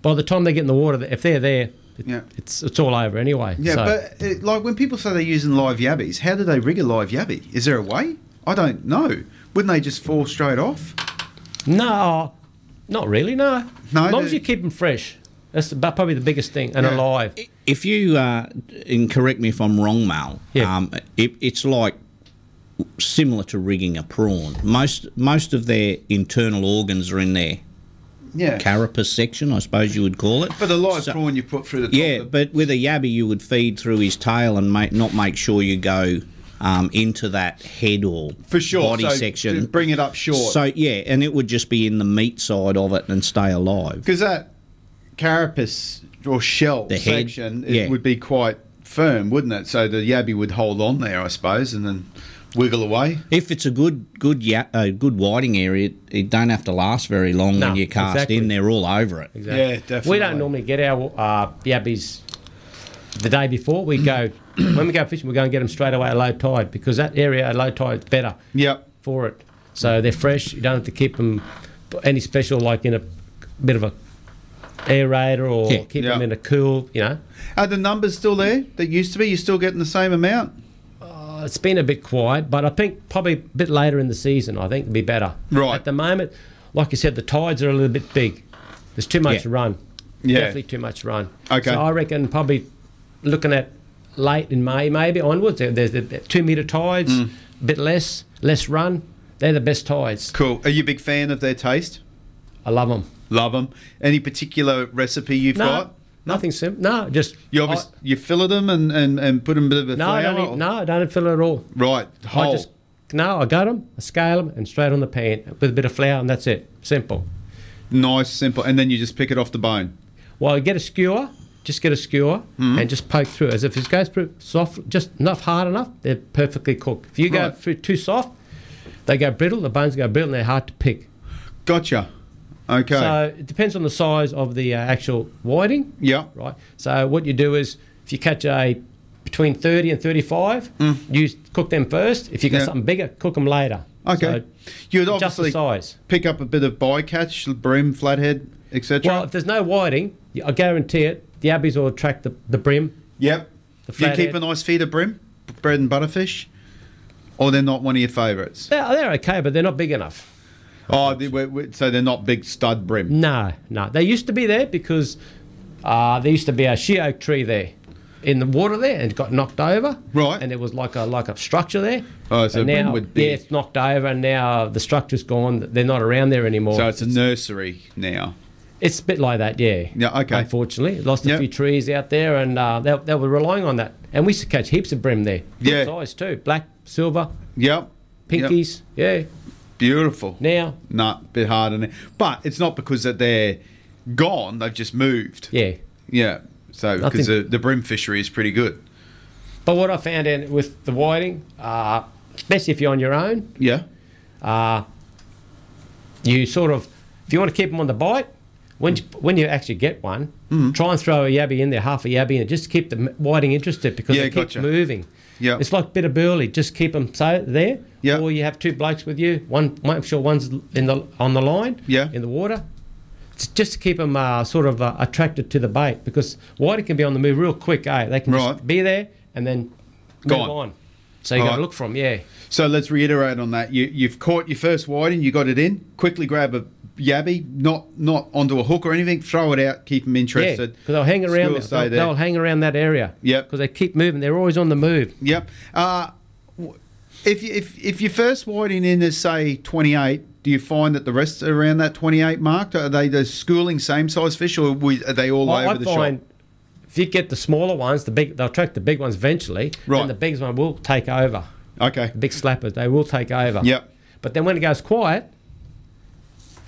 by the time they get in the water, if they're there, it, it's it's all over anyway. Yeah, So- but uh, like when people say they're using live yabbies, how do they rig a live yabby? Is there a way? I don't know. Wouldn't they just fall straight off? No, not really. No, no. As long as the- you keep them fresh, that's the, but probably the biggest thing and Yeah. alive. If you, uh, and correct me if I'm wrong, Mal, um, it, it's like similar to rigging a prawn. Most most of their internal organs are in their Yeah. carapace section, I suppose you would call it. But the live prawn you put through the top. Yeah, but with a yabby, you would feed through his tail and make, not make sure you go um, into that head or For sure, body so section. to bring it up short. So yeah, and it would just be in the meat side of it and stay alive. Because that carapace or shell The head, section yeah. it would be quite firm, wouldn't it? So the yabby would hold on there, I suppose, and then wiggle away. If it's a good good ya- a good whiting area, it, it don't have to last very long No, when you cast exactly. in. They're all over it. Exactly. We don't normally get our uh, yabbies the day before. We go *clears throat* when we go fishing. We go and get them straight away at low tide because that area at low tide is better. Yep. For it, so they're fresh. You don't have to keep them any special like in a bit of a aerator or Yeah. keep Yeah. them in a cool. You know, Are the numbers still there that used to be? You're still getting the same amount? Uh, it's been a bit quiet, but I think probably a bit later in the season, I think it'd be better. Right. At the moment, like you said, the tides are a little bit big. There's too much Yeah. run. Yeah. Definitely too much run. Okay. So I reckon probably looking at late in May, maybe onwards, there- there's the two metre tides, Mm. a bit less, less run. They're the best tides. Cool. Are you a big fan of their taste? I love them. Love them. Any particular recipe you've No, got? Nothing simple. No, just you obvious you fillet them and, and, and put them a bit of a No, flour. I don't, or- eat, no, I don't fill it at all. Right, I whole. just, no, I gut them, I scale them, and straight on the pan with a bit of flour, and that's it. Simple. Nice, simple, and then you just pick it off the bone. Well, get a skewer, just get a skewer Mhm. and just poke through. As if it goes through soft, just enough hard enough, they're perfectly cooked. If you go Right. through too soft, they go brittle, the bones go brittle, and they're hard to pick. Gotcha. Okay. So it depends on the size of the uh, actual whiting. Yeah. Right. So what you do is if you catch a between 30 and 35, you cook them first. If you got Hmm. Yeah. something bigger, cook them later. Okay. So You'd adjust the obviously size. pick up a bit of bycatch, bream, flathead, etc. Well, if there's no whiting, I guarantee it, the abbeys will attract the, the brim. Yep. The Do you keep flathead. a nice feed of bream, bread and butterfish, or they're not one of your favourites? They're, they're okay, but they're not big enough. Oh, they, we- we- so they're not big stud bream. No, no. They used to be there because uh, there used to be a sheer oak tree there in the water there and it got knocked over. Right. And there was like a like a structure there. Oh, so But when now, would be- yeah, it's knocked over and now the structure's gone. They're not around there anymore. So it's a nursery now. It's a bit like that, yeah. Yeah, okay. Unfortunately, lost a few trees out there, and uh, they, they were relying on that. And we used to catch heaps of brim there. Good Yeah. size too, black, silver, Yep. pinkies. Yeah. Beautiful. Now. Nah, bit harder now. But it's not because that they're gone, they've just moved. Yeah. Yeah. So Nothing- because the, the bream fishery is pretty good. But what I found in with the whiting, uh, especially if you're on your own, yeah, uh, you sort of if you want to keep them on the bite, when you, when you actually get one, Hmm. try and throw a yabby in there, half a yabby, and just to keep the m- whiting interested because Yeah, they keep gotcha. moving. Yeah. it's like bit of burley, just keep them so there. Yeah, or you have two blokes with you. One, make sure one's in the on the line. Yeah, in the water. t- just to keep them uh, sort of uh, attracted to the bait because whiting can be on the move real quick, eh? They can just be there and then move Gone. on. So you got Alright. to look for them, yeah. So let's reiterate on that. You, you've caught your first whiting, you got it in. Quickly grab a yabby, not not onto a hook or anything. Throw it out, keep them interested. Yeah, because they'll hang around. Still that- stay They'll, there. they'll hang around that area. Yep. Because they keep moving. They're always on the move. Yep. Uh, w- if, you, if if your first whiting in is say twenty eight, do you find that the rest are around that twenty eight mark? Are they the schooling same size fish, or we- are they all I, over I the find shop? if you get the smaller ones, the big they'll attract the big ones eventually. Right. And the big one will take over. Okay. The big slappers, they will take over. Yep. But then when it goes quiet,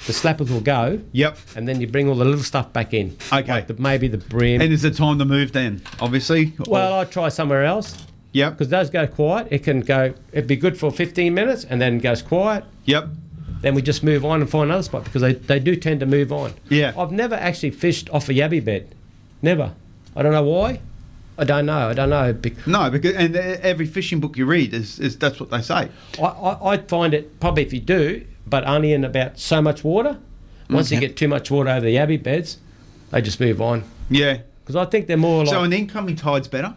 the slappers will go. Yep. And then you bring all the little stuff back in. Okay. maybe the brim. And is it time to move then? Obviously. Well, I'd try somewhere else. Yep. Because those go quiet. It can go, it'd be good for 15 minutes and then it goes quiet. Yep. Then we just move on and find another spot because they, they do tend to move on. Yeah. I've never actually fished off a yabby bed. Never. I don't know why. I don't know. I don't know. No, because and uh, every fishing book you read is, is that's what they say. I, I, I'd find it probably if you do, but only in about so much water. Once you Okay. get too much water over the yabby beds, they just move on. Yeah. Because I think they're more like. So an incoming tide's better.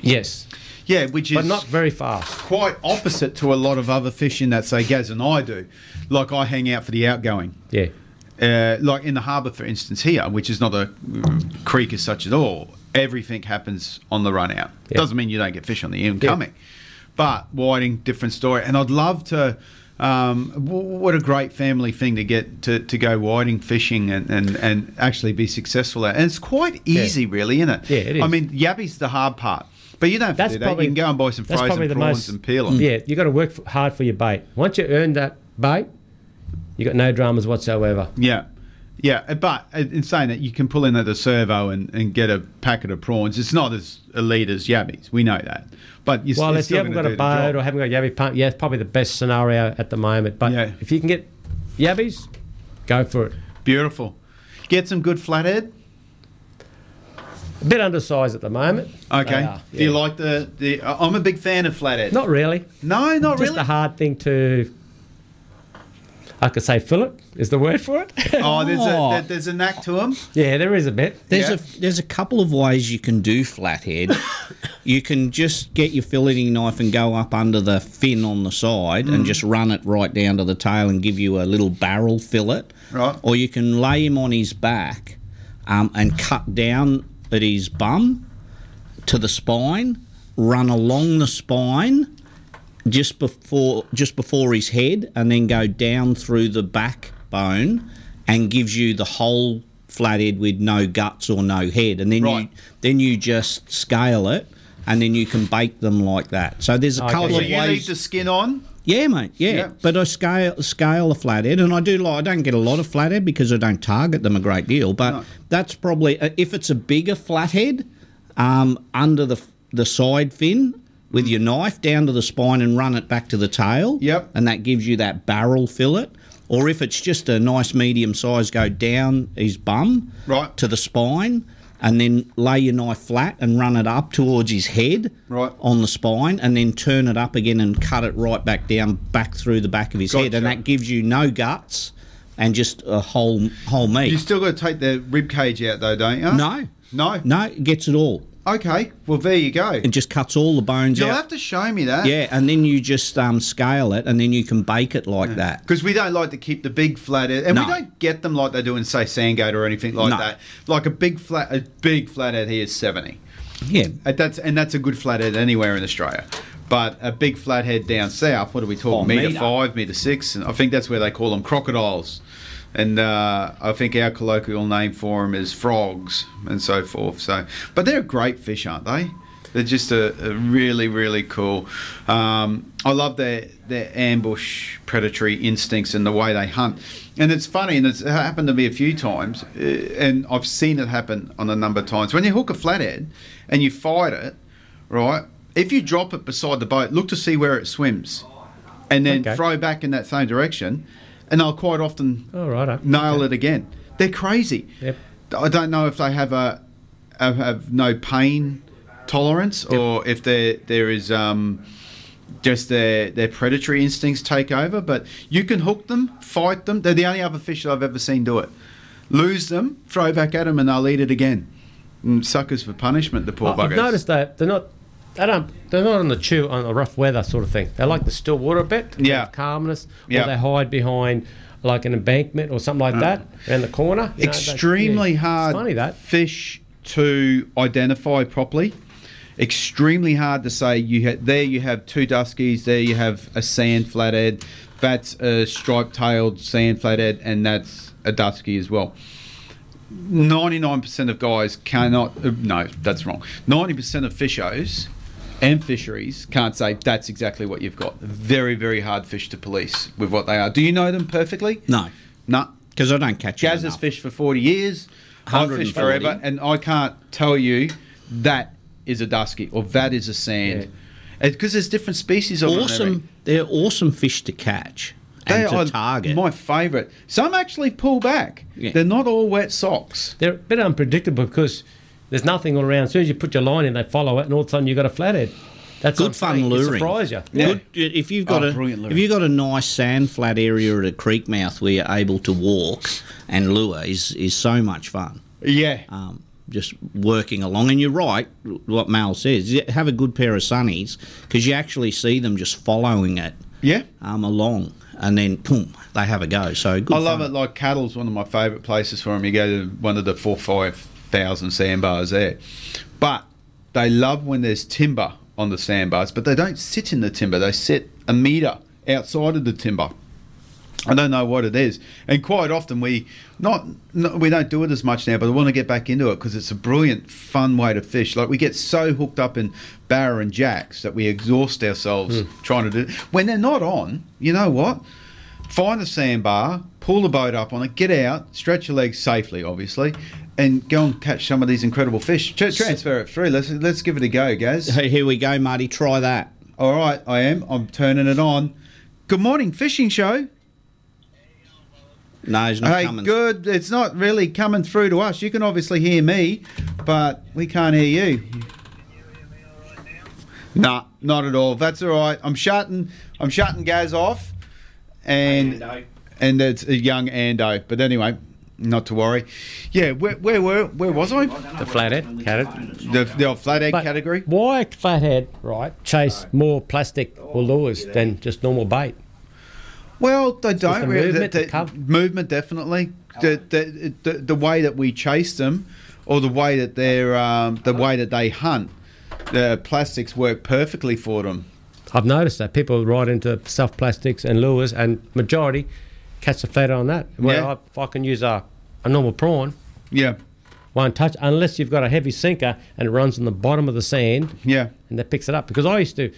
Yes. Yeah, which is But not very fast. Quite opposite to a lot of other fishing that say Gaz and I do. Like I hang out for the outgoing. Yeah. Uh, like in the harbour, for instance, here, which is not a mm, creek as such at all. Everything happens on the run out. Doesn't mean you don't get fish on the incoming, but whiting, different story. And I'd love to. Um, w- what a great family thing to get to, to go whiting fishing and, and, and actually be successful at. And it's quite Yeah. easy, really, isn't it? Yeah, it is. I mean, yabbie's the hard part, but you don't have to do that. you can go and buy some that's frozen probably the prawns most- Mm. and peel them. Yeah, you got to work f- hard for your bait. Once you earn that bait, you got no dramas whatsoever. Yeah. Yeah, uh, but uh, in saying that, you can pull in at a servo and, and get a packet of prawns. It's not as elite as Yabbies. We know that. But you well, if you haven't got a boat or haven't got a yabby pump, yeah, it's probably the best scenario at the moment. But if you can get yabbies, go for it. Beautiful. Get some good flathead. A bit undersized at the moment. Okay. They are, Do you yeah. like the, the. I- I'm a big fan of flathead. Not really. No, not Just really. a hard thing to. I could say Philip is the word for it. *laughs* Oh, there's a, *laughs* there- there's a knack to them. Yeah, there is a bit. There's Yeah. a there's a couple of ways you can *laughs* do flathead. you can just get your filleting knife and go up under the fin on the side and Mm. just run it right down to the tail and give you a little barrel fillet. Right. Or you can lay him on his back um, and cut down at his bum to the spine, run along the spine just before just before his head, and then go down through the backbone, and gives you the whole flathead with no guts or no head, and then you then you just scale it, and then you can bake them like that. So there's a couple Well, of you leave ways. the skin on. Yeah, mate. Yeah. Yeah. but I scale scale a flathead, and I do like. I don't get a lot of flathead because I don't target them a great deal. But that's probably uh, if it's a bigger flathead, um, under the the side fin with your knife down to the spine and run it back to the tail. Yep. And that gives you that barrel fillet. Or if it's just a nice medium size, go down his bum right to the spine, and then lay your knife flat and run it up towards his head Right. on the spine and then turn it up again and cut it right back down back through the back of his head and that gives you no guts and just a whole whole meat. You still got to take the rib cage out though, don't you? No. No. No, it gets it all. Okay. Well, there you go. It just cuts all the bones You'll out. have to show me that. yeah, and then you just um, scale it and then you can bake it like that. Because we don't like to keep the big flathead, and we No. don't get them like they do in say Sandgate or anything like No. that. Like a big flat, a big flathead here is seventy. Yeah, and that's and that's a good flathead anywhere in Australia. But a big flathead down south, what are we talking? Oh, meter, meter. five, meter six, and I think that's where they call them crocodiles. And uh, I think our colloquial name for them is frogs and so forth. So, but they're great fish, aren't they? They're just a, a really, really cool. Um, I love their their ambush predatory instincts and the way they hunt. And it's funny, and it's happened to me a few times, uh, and I've seen it happen on a number of times. When you hook a flathead and you fight it, right? If you drop it beside the boat, look to see where it swims, and then Okay. throw back in that same direction, and they'll quite often All right. nail it again. They're crazy. Oh, Yep. I don't know if they have a have, have no pain tolerance or if there there is um, just their their predatory instincts take over. But you can hook them, fight them. They're the only other fish that I've ever seen do it. Lose them, throw back at them, and they'll eat it again. Mm, suckers for punishment, the poor I- I've buggers. noticed that they're not. They don't. They're not on the chew on the rough weather sort of thing. They like the still water a bit. Yeah. Calmness. Yeah. Or they hide behind like an embankment or something like Uh, that around the corner. you know, they- extremely yeah. It's hard funny that. fish to identify properly. Extremely hard to say. You ha- there you have two duskies. There you have a sand flathead. That's a striped-tailed sand flathead, and that's a dusky as well. Ninety-nine percent of guys cannot. uh, No, that's wrong. Ninety percent of fishers and fisheries can't say that's exactly what you've got. Very, very hard fish to police with what they are. Do you know them perfectly? No. No. Because I don't catch Jazz has fished for 40 years. I've fished 140. forever. And I can't tell you that is a dusky or that is a sand. Because there's different species of them, Mary. Awesome. They're awesome fish to catch They and are to target. my favourite. Some actually pull back. Yeah. They're not all wet socks. They're a bit unpredictable because there's nothing all around. As soon as you put your line in, they follow it, and all of a sudden you've got a flathead. That's good fun luring. Surprise you. Good, if you've got Oh, brilliant a luring. if you've got a nice sand flat area at a creek mouth where you're able to walk and lure is is so much fun. Yeah. Um, just working along, and you're right. What Mal says, you have a good pair of sunnies because you actually see them just following it. Yeah. Um, along, and then boom, they have a go. So good. I love fun. it. Like Cattle's one of my favourite places for them. You go to one of the four, five thousand sandbars there, but they love when there's timber on the sandbars. But they don't sit in the timber. They sit a metre outside of the timber. I don't know what it is, and quite often we not, no we don't do it as much now, but I want to get back into it because it's a brilliant, fun way to fish. Like we get so hooked up in barra and jacks that we exhaust ourselves Hmm. trying to do. When they're not on, you know what? Find a sandbar, pull the boat up on it, get out, stretch your legs safely, obviously, and go and catch some of these incredible fish. Tr- transfer it through. Let's let's give it a go, guys. Here we go, Marty. Try that. All right, I am. I'm turning it on. Good morning, fishing show. No, it's not hey, coming. good. It's not really coming through to us. You can obviously hear me, but we can't hear you. Nah, not at all. That's all right. I'm shutting. I'm shutting Gaz off, and and it's a young Ando. But anyway, not to worry. Yeah, where where were where was I? The flathead category. The, the old flathead category. Why flathead, right, chase more plastic Oh, or lures than just normal bait? Well, they It's just don't the really. movement, the, the cov- movement definitely. The, the, the, the way that we chase them, or the way that they're um, the way that they hunt, the plastics work perfectly for them. I've noticed that people ride into stuff plastics and lures, and majority catch the flathead on that. Well, Yeah. if I can use a, a normal prawn, yeah, won't touch unless you've got a heavy sinker and it runs on the bottom of the sand. Yeah, and that picks it up because I used to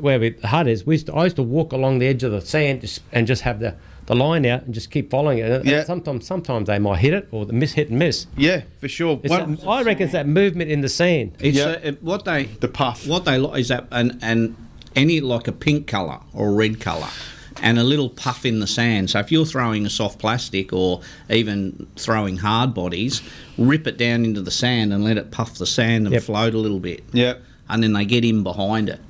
where we, the hut is. We used to, I used to walk along the edge of the sand just, and just have the the line out and just keep following it. And Yeah. Sometimes, sometimes they might hit it or the miss hit and miss. Yeah, for sure. It's One- that- I reckon it's that movement in the sand. It's uh, it- what they the puff. What they like is that and and any like a pink color or a red color. And a little puff in the sand. So if you're throwing a soft plastic or even throwing hard bodies, rip it down into the sand and let it puff the sand and float a little bit. Yep. And then they get in behind it.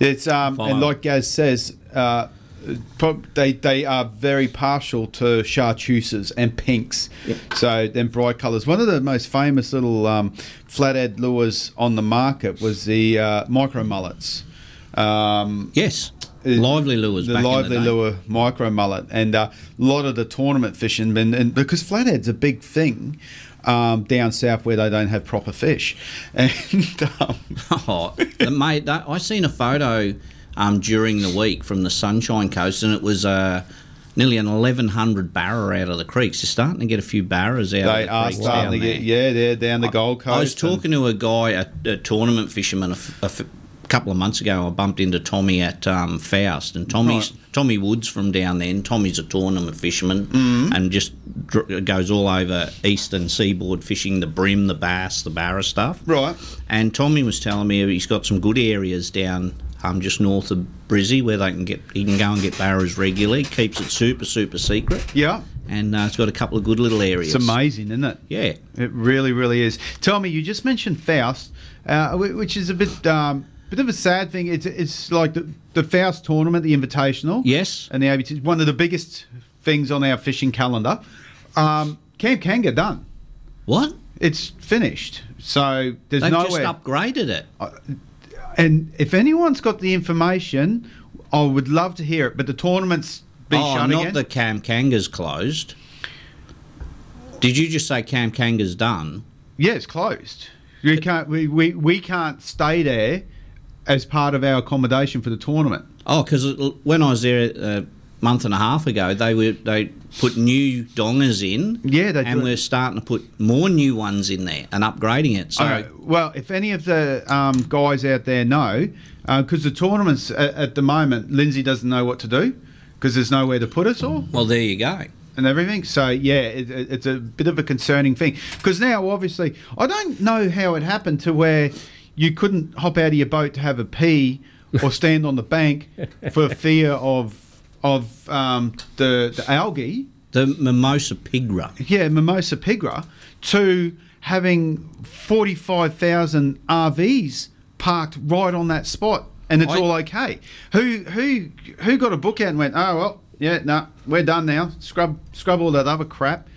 It's um, Follow. and like Gaz says, uh, prob- they they are very partial to chartreuses and pinks. So then bright colours. One of the most famous little um, flathead lures on the market was the uh, micro mullets. Um, yes, lively lures. The back in the lively day. lure micro mullet, and uh, a lot of the tournament fishing, and, and because flathead's a big thing. Um, down south where they don't have proper fish, *laughs* and um, *laughs* Oh, mate, that, I seen a photo um, during the week from the Sunshine Coast, and it was uh, nearly an eleven hundred barra out of the creeks. They're starting to get a few barras out. of They the are creeks starting to down get yeah, they're down the Gold there. Coast. I was talking to a guy, a, a tournament fisherman, a, f- a f- couple of months ago. I bumped into Tommy at um, Faust, and Tommy's Tommy Woods from down there. And Tommy's a tournament fisherman, Mm-hmm. and just dr- goes all over eastern seaboard fishing the brim, the bass, the barra stuff. Right. And Tommy was telling me he's got some good areas down um, just north of Brizzy where they can get he can go and get barras regularly. Keeps it super super secret. Yeah. And uh, it's got a couple of good little areas. It's amazing, isn't it? Yeah. It really, really is. Tell me, you just mentioned Faust, uh, whi- which is a bit um, Bit of a sad thing. It's it's like the, the Faust tournament, the Invitational. Yes. And the ABT is one of the biggest things on our fishing calendar. Um, Camp Kanga done. What? It's finished. So there's They've nowhere. Uh, just upgraded it. and if anyone's got the information, I would love to hear it. But the tournament's been oh, shut not again. the Cam Kanga's closed. Did you just say Cam Kanga's done? Yeah, it's closed. We can't we, we, we can't stay there as part of our accommodation for the tournament. Oh, because when I was there a month and a half ago, they were they put new dongers in. Yeah, they and do. we're starting to put more new ones in there and upgrading it. So All right. Uh, well, if any of the um, guys out there know, because the tournaments at, at the moment, Lindsay doesn't know what to do because there's nowhere to put us all. Well, there you go. And everything. So, yeah, it, it- it's a bit of a concerning thing. Because now, obviously, I don't know how it happened to where you couldn't hop out of your boat to have a pee or stand on the *laughs* bank for fear of of um, the, the algae. The mimosa pigra. Yeah, mimosa pigra. To having 45,000 RVs parked right on that spot and it's I- all okay. Who who who got a book out and went, oh, well, yeah, no, we're done now. Scrub scrub all that other crap.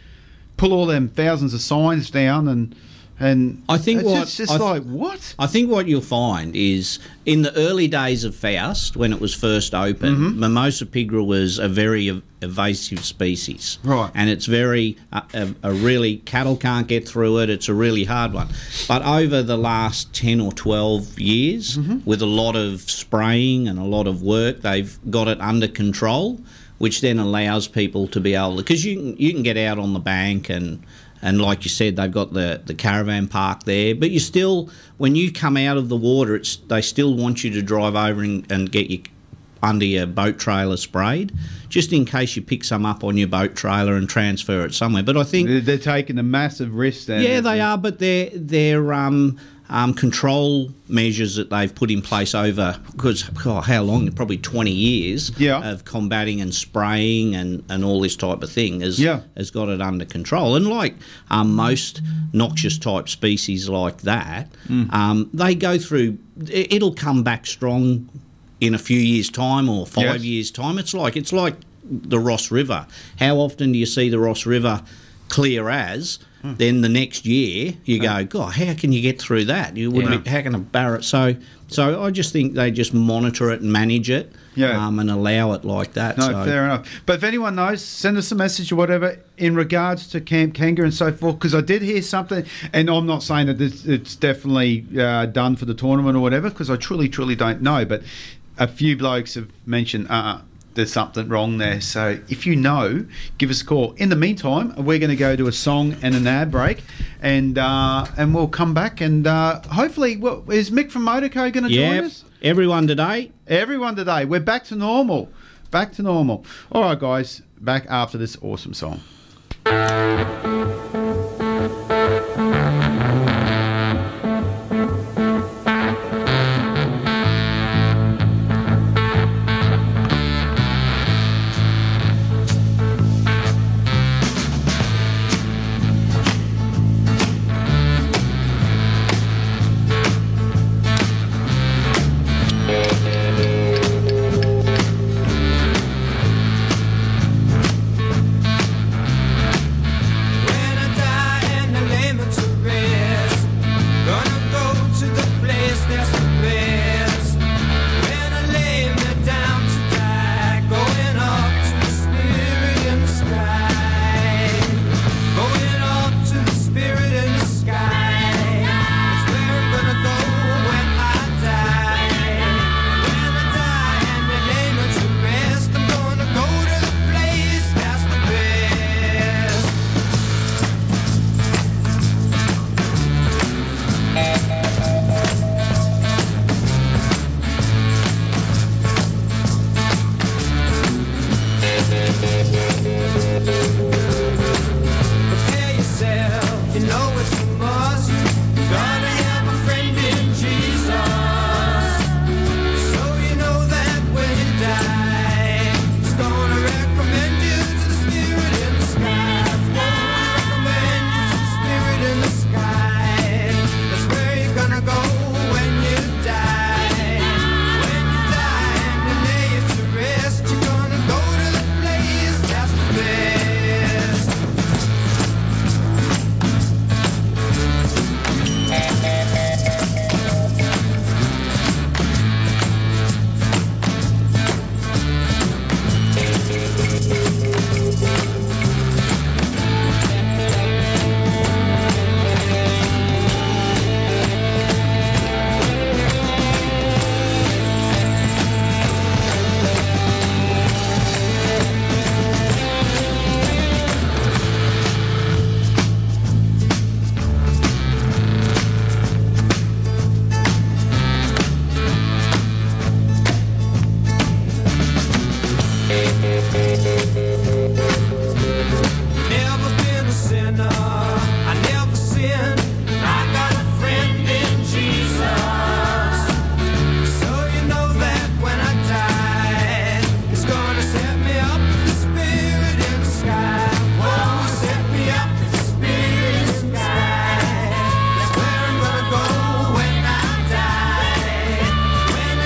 Pull all them thousands of signs down and and I think it's what just, it's I th- like what I think what you'll find is in the early days of Faust, when it was first open, Mm-hmm. Mimosa pigra was a very ev- invasive species, right? And it's very uh, a, a really cattle can't get through it. It's a really hard one. But over the last ten or twelve years, with a lot of spraying and a lot of work, they've got it under control, which then allows people to be able because you can, you can get out on the bank and and like you said, they've got the, the caravan park there. But you still, when you come out of the water, it's they still want you to drive over and, and get your under your boat trailer sprayed, just in case you pick some up on your boat trailer and transfer it somewhere. But I think they're taking a massive risk. Then yeah, they are, but they're they're um, um, control measures that they've put in place over because how long? Probably twenty years. Yeah. of combating and spraying and, and all this type of thing has Yeah. has got it under control. And like um, most noxious type species like that, um, they go through. it- It'll come back strong in a few years' time or five Yes. years' time. It's like it's like the Ross River. How often do you see the Ross River clear as? Hmm. Then the next year you go, God, how can you get through that? You wouldn't. Yeah. be- how can a barrel? So, so I just think they just monitor it and manage it, Yeah. um, and allow it like that. No, so. fair enough. But if anyone knows, send us a message or whatever in regards to Camp Kanga and so forth. Because I did hear something, and I'm not saying that this, it's definitely uh, done for the tournament or whatever, because I truly, truly don't know. But a few blokes have mentioned, uh, there's something wrong there. So if you know, give us a call. In the meantime, we're going to go to a song and an ad break, and uh, and we'll come back and uh, hopefully, well, is Mick from Motorco going to Yep. join us? Everyone today. Everyone today. We're back to normal. Back to normal. All right, guys. Back after this awesome song. When I Oh,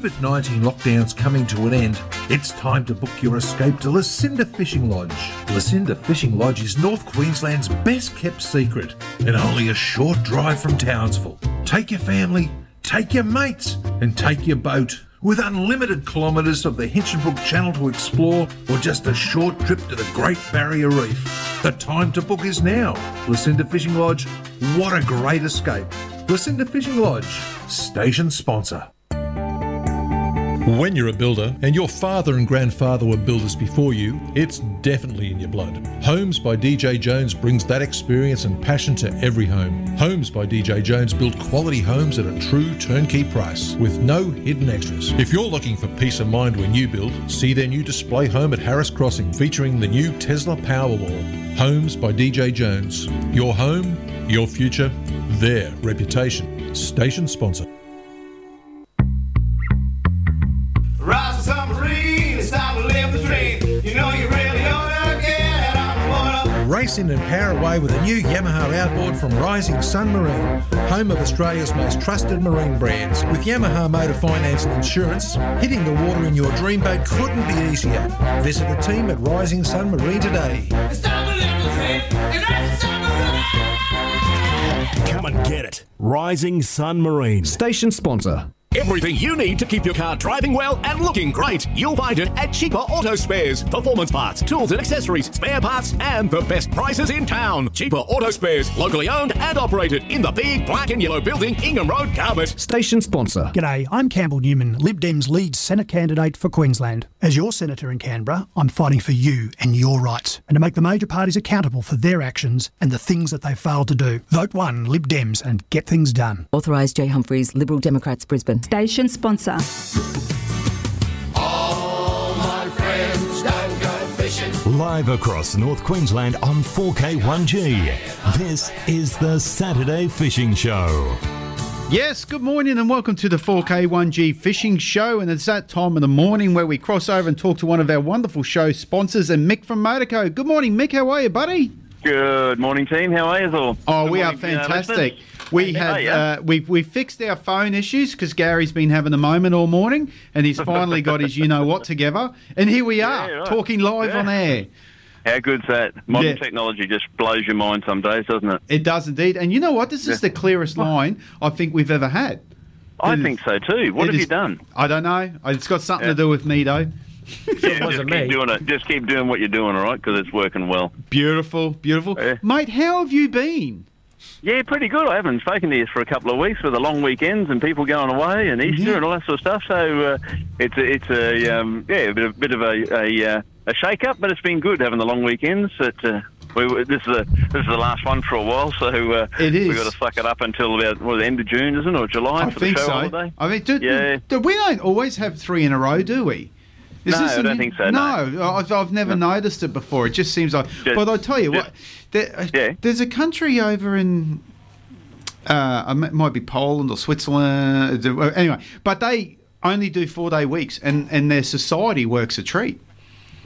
COVID 19 lockdown's coming to an end, it's time to book your escape to Lucinda Fishing Lodge. Lucinda Fishing Lodge is North Queensland's best kept secret and only a short drive from Townsville. Take your family, take your mates, and take your boat. With unlimited kilometres of the Hinchinbrook Channel to explore, or just a short trip to the Great Barrier Reef, the time to book is now. Lucinda Fishing Lodge, what a great escape! Lucinda Fishing Lodge, station sponsor. When you're a builder and your father and grandfather were builders before you, it's definitely in your blood. Homes by DJ Jones brings that experience and passion to every home. Homes by DJ Jones build quality homes at a true turnkey price with no hidden extras. If you're looking for peace of mind when you build, see their new display home at Harris Crossing featuring the new Tesla Powerwall. Homes by DJ Jones. Your home, your future, their reputation. Station sponsor. Rise to submarine, it's time to live the dream. You know you really ought to get out on the water. Racing and power away with a new Yamaha outboard from Rising Sun Marine, home of Australia's most trusted marine brands. With Yamaha Motor Finance and Insurance, hitting the water in your dream boat couldn't be easier. Visit the team at Rising Sun Marine today. It's time to live the dream, and that's the submarine. Come and get it. Rising Sun Marine. Station sponsor. Everything you need to keep your car driving well and looking great, you'll find it at Cheaper Auto Spares. Performance parts, tools and accessories, spare parts, and the best prices in town. Cheaper Auto Spares, locally owned and operated in the big black and yellow building, Ingham Road, Carpet. Station sponsor. G'day, I'm Campbell Newman, Lib Dem's lead Senate candidate for Queensland. As your senator in Canberra, I'm fighting for you and your rights, and to make the major parties accountable for their actions and the things that they failed to do. Vote one, Lib Dems, and get things done. Authorised Jay Humphreys, Liberal Democrats, Brisbane. Station sponsor. All my friends don't go fishing. Live across North Queensland on 4K1G. This is the Saturday Fishing Show. Yes, good morning and welcome to the 4K1G Fishing Show. And it's that time in the morning where we cross over and talk to one of our wonderful show sponsors and Mick from Motorco. Good morning, Mick. How are you, buddy? Good morning, team. How are you all? Oh, Good we are morning, uh, fantastic. listeners. we How have are you? uh, we've we fixed our phone issues because Gary's been having a moment all morning, and he's finally got his you know what together. And here we are *laughs* Yeah, right. talking live Yeah. on air. How good's that? Modern Yeah. technology just blows your mind some days, doesn't it? It does indeed. And you know what? This is Yeah. the clearest line I think we've ever had. I It is- think so too. What it have you is- done? I don't know. It's got something Yeah. to do with me though. Yeah, just keep doing it. Just keep doing what you're doing, all right? Because it's working well. Beautiful, beautiful, mate. How have you been? Yeah, pretty good. I haven't spoken to you for a couple of weeks with the long weekends and people going away and Mm-hmm. Easter and all that sort of stuff. So uh, it's a, it's a um, yeah a bit of, bit of a a, uh, a shake up, but it's been good having the long weekends. That uh, we were- this is a, this is the last one for a while, so uh, It is. We've got to suck it up until about what, the end of June, isn't it, or July I for think the show so. holiday? I mean, do, Yeah. do- we don't always have three in a row, do we? No, a I don't new- think so, no. I've, I've never noticed it before. It just seems like. but I tell you what, there, uh, there's a country over in. Uh, I m- it might be Poland or Switzerland. uh, Anyway, but they only do four day weeks, and, and their society works a treat.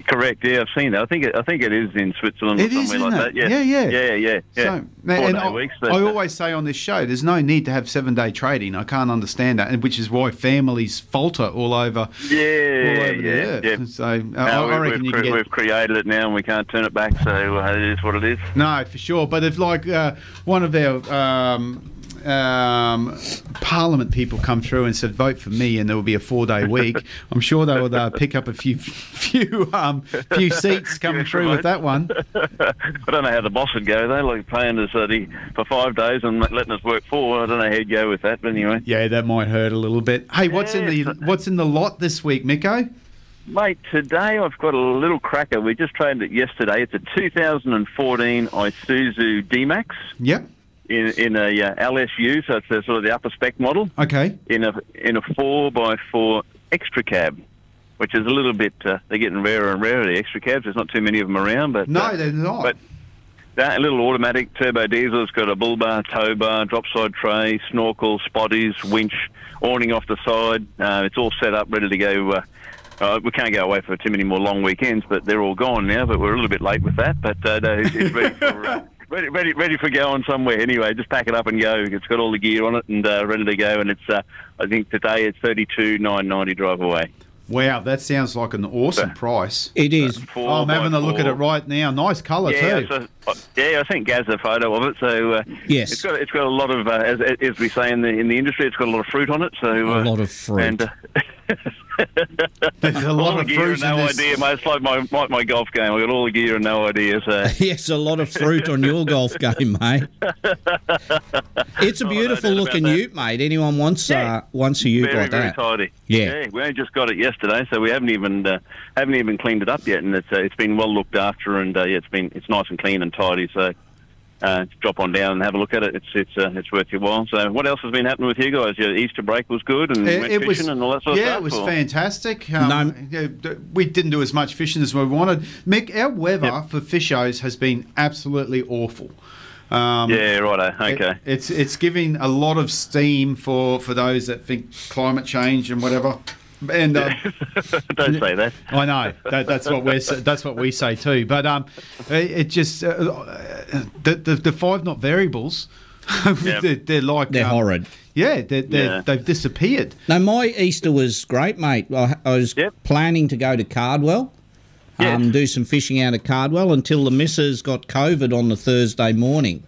Correct. Yeah, I've seen that. I think it, I think it is in Switzerland It or is, somewhere isn't it? like that. Yeah, Yeah, yeah. yeah, yeah. yeah. So, Four and day I, weeks. I But, always say on this show, there's no need to have seven day trading. I can't understand that, and which is why families falter all over. all yeah, over the yeah, earth. yeah. So uh, No, I, I we- reckon we've, you cre- can get we've created it now and we can't turn it back. So uh, it is what it is. *laughs* no for sure. But if like uh, one of our um, um, Parliament people come through and said vote for me, and there will be a four day *laughs* week, I'm sure they would uh, pick up a few few um, few seats coming Extra through with votes. that one. I don't know how the boss would go though, like paying us uh, the- for five days and letting us work four. I don't know how he'd go with that, but anyway. Yeah, that might hurt a little bit. Hey, what's in the what's in the lot this week, Miko? Mate, today I've got a little cracker. We just traded it yesterday. It's a 2014 Isuzu D-Max Yep. in, in a uh, LSU, so it's a, sort of the upper spec model. Okay. in a in a four by four extra cab, which is a little bit. Uh, they're getting rarer and rarer. The extra cabs. There's not too many of them around, but No, uh, they're not. But that little automatic turbo diesel. It's got a bull bar, tow bar, drop side tray, snorkel, spotties, winch, awning off the side. Uh, it's all set up, ready to go. Uh, uh, we can't go away for too many more long weekends, but they're all gone now. But we're a little bit late with that. But uh, *laughs* no, it's, it's ready for uh, ready, ready, ready for going somewhere. Anyway, just pack it up and go. It's got all the gear on it and uh, ready to go. And it's, uh, I think today it's thirty two nine ninety drive away. Wow, that sounds like an awesome price. It is. Four I'm by having a look at four. it right now. Nice colour yeah, too. so- uh, yeah, I think Gaz a photo of it. So uh, yes, it's got it's got a lot of uh, as, as we say in the in the industry, it's got a lot of fruit on it. So uh, a lot of fruit. and uh, there's a lot of gear fruit and in no this. idea. Mate. It's like my, my my golf game. I got all the gear and no idea. So *laughs* yes, a lot of fruit on your golf game, *laughs* mate. It's Oh, a beautiful looking ute, mate. Anyone wants uh, wants a ute very like very that? tidy. Yeah. we only just got it yesterday, so we haven't even uh, haven't even cleaned it up yet, and it's uh, it's been well looked after, and uh, yeah, it's been it's nice and clean and tidy. So. Uh, drop on down and have a look at it. It's it's uh, it's worth your while. So, what else has been happening with you guys? Your Easter break was good, and went fishing and all that sort yeah, of stuff. it was or- fantastic. Um, yeah, d- We didn't do as much fishing as we wanted. Mick, our weather for fishers has been absolutely awful. Um, yeah, righto. it- Okay. it's it's giving a lot of steam for, for those that think climate change and whatever. And uh, *laughs* Don't say that. I know that, that's what we're s- that's what we say too. But um, it, it just uh, uh, the, the the five not variables, *laughs* they're, they're like They're um, horrid. Yeah, they're, they're, Yeah. they've disappeared. No, my Easter was great, mate. I, I was planning to go to Cardwell, um, do some fishing out of Cardwell until the missus got COVID on the Thursday morning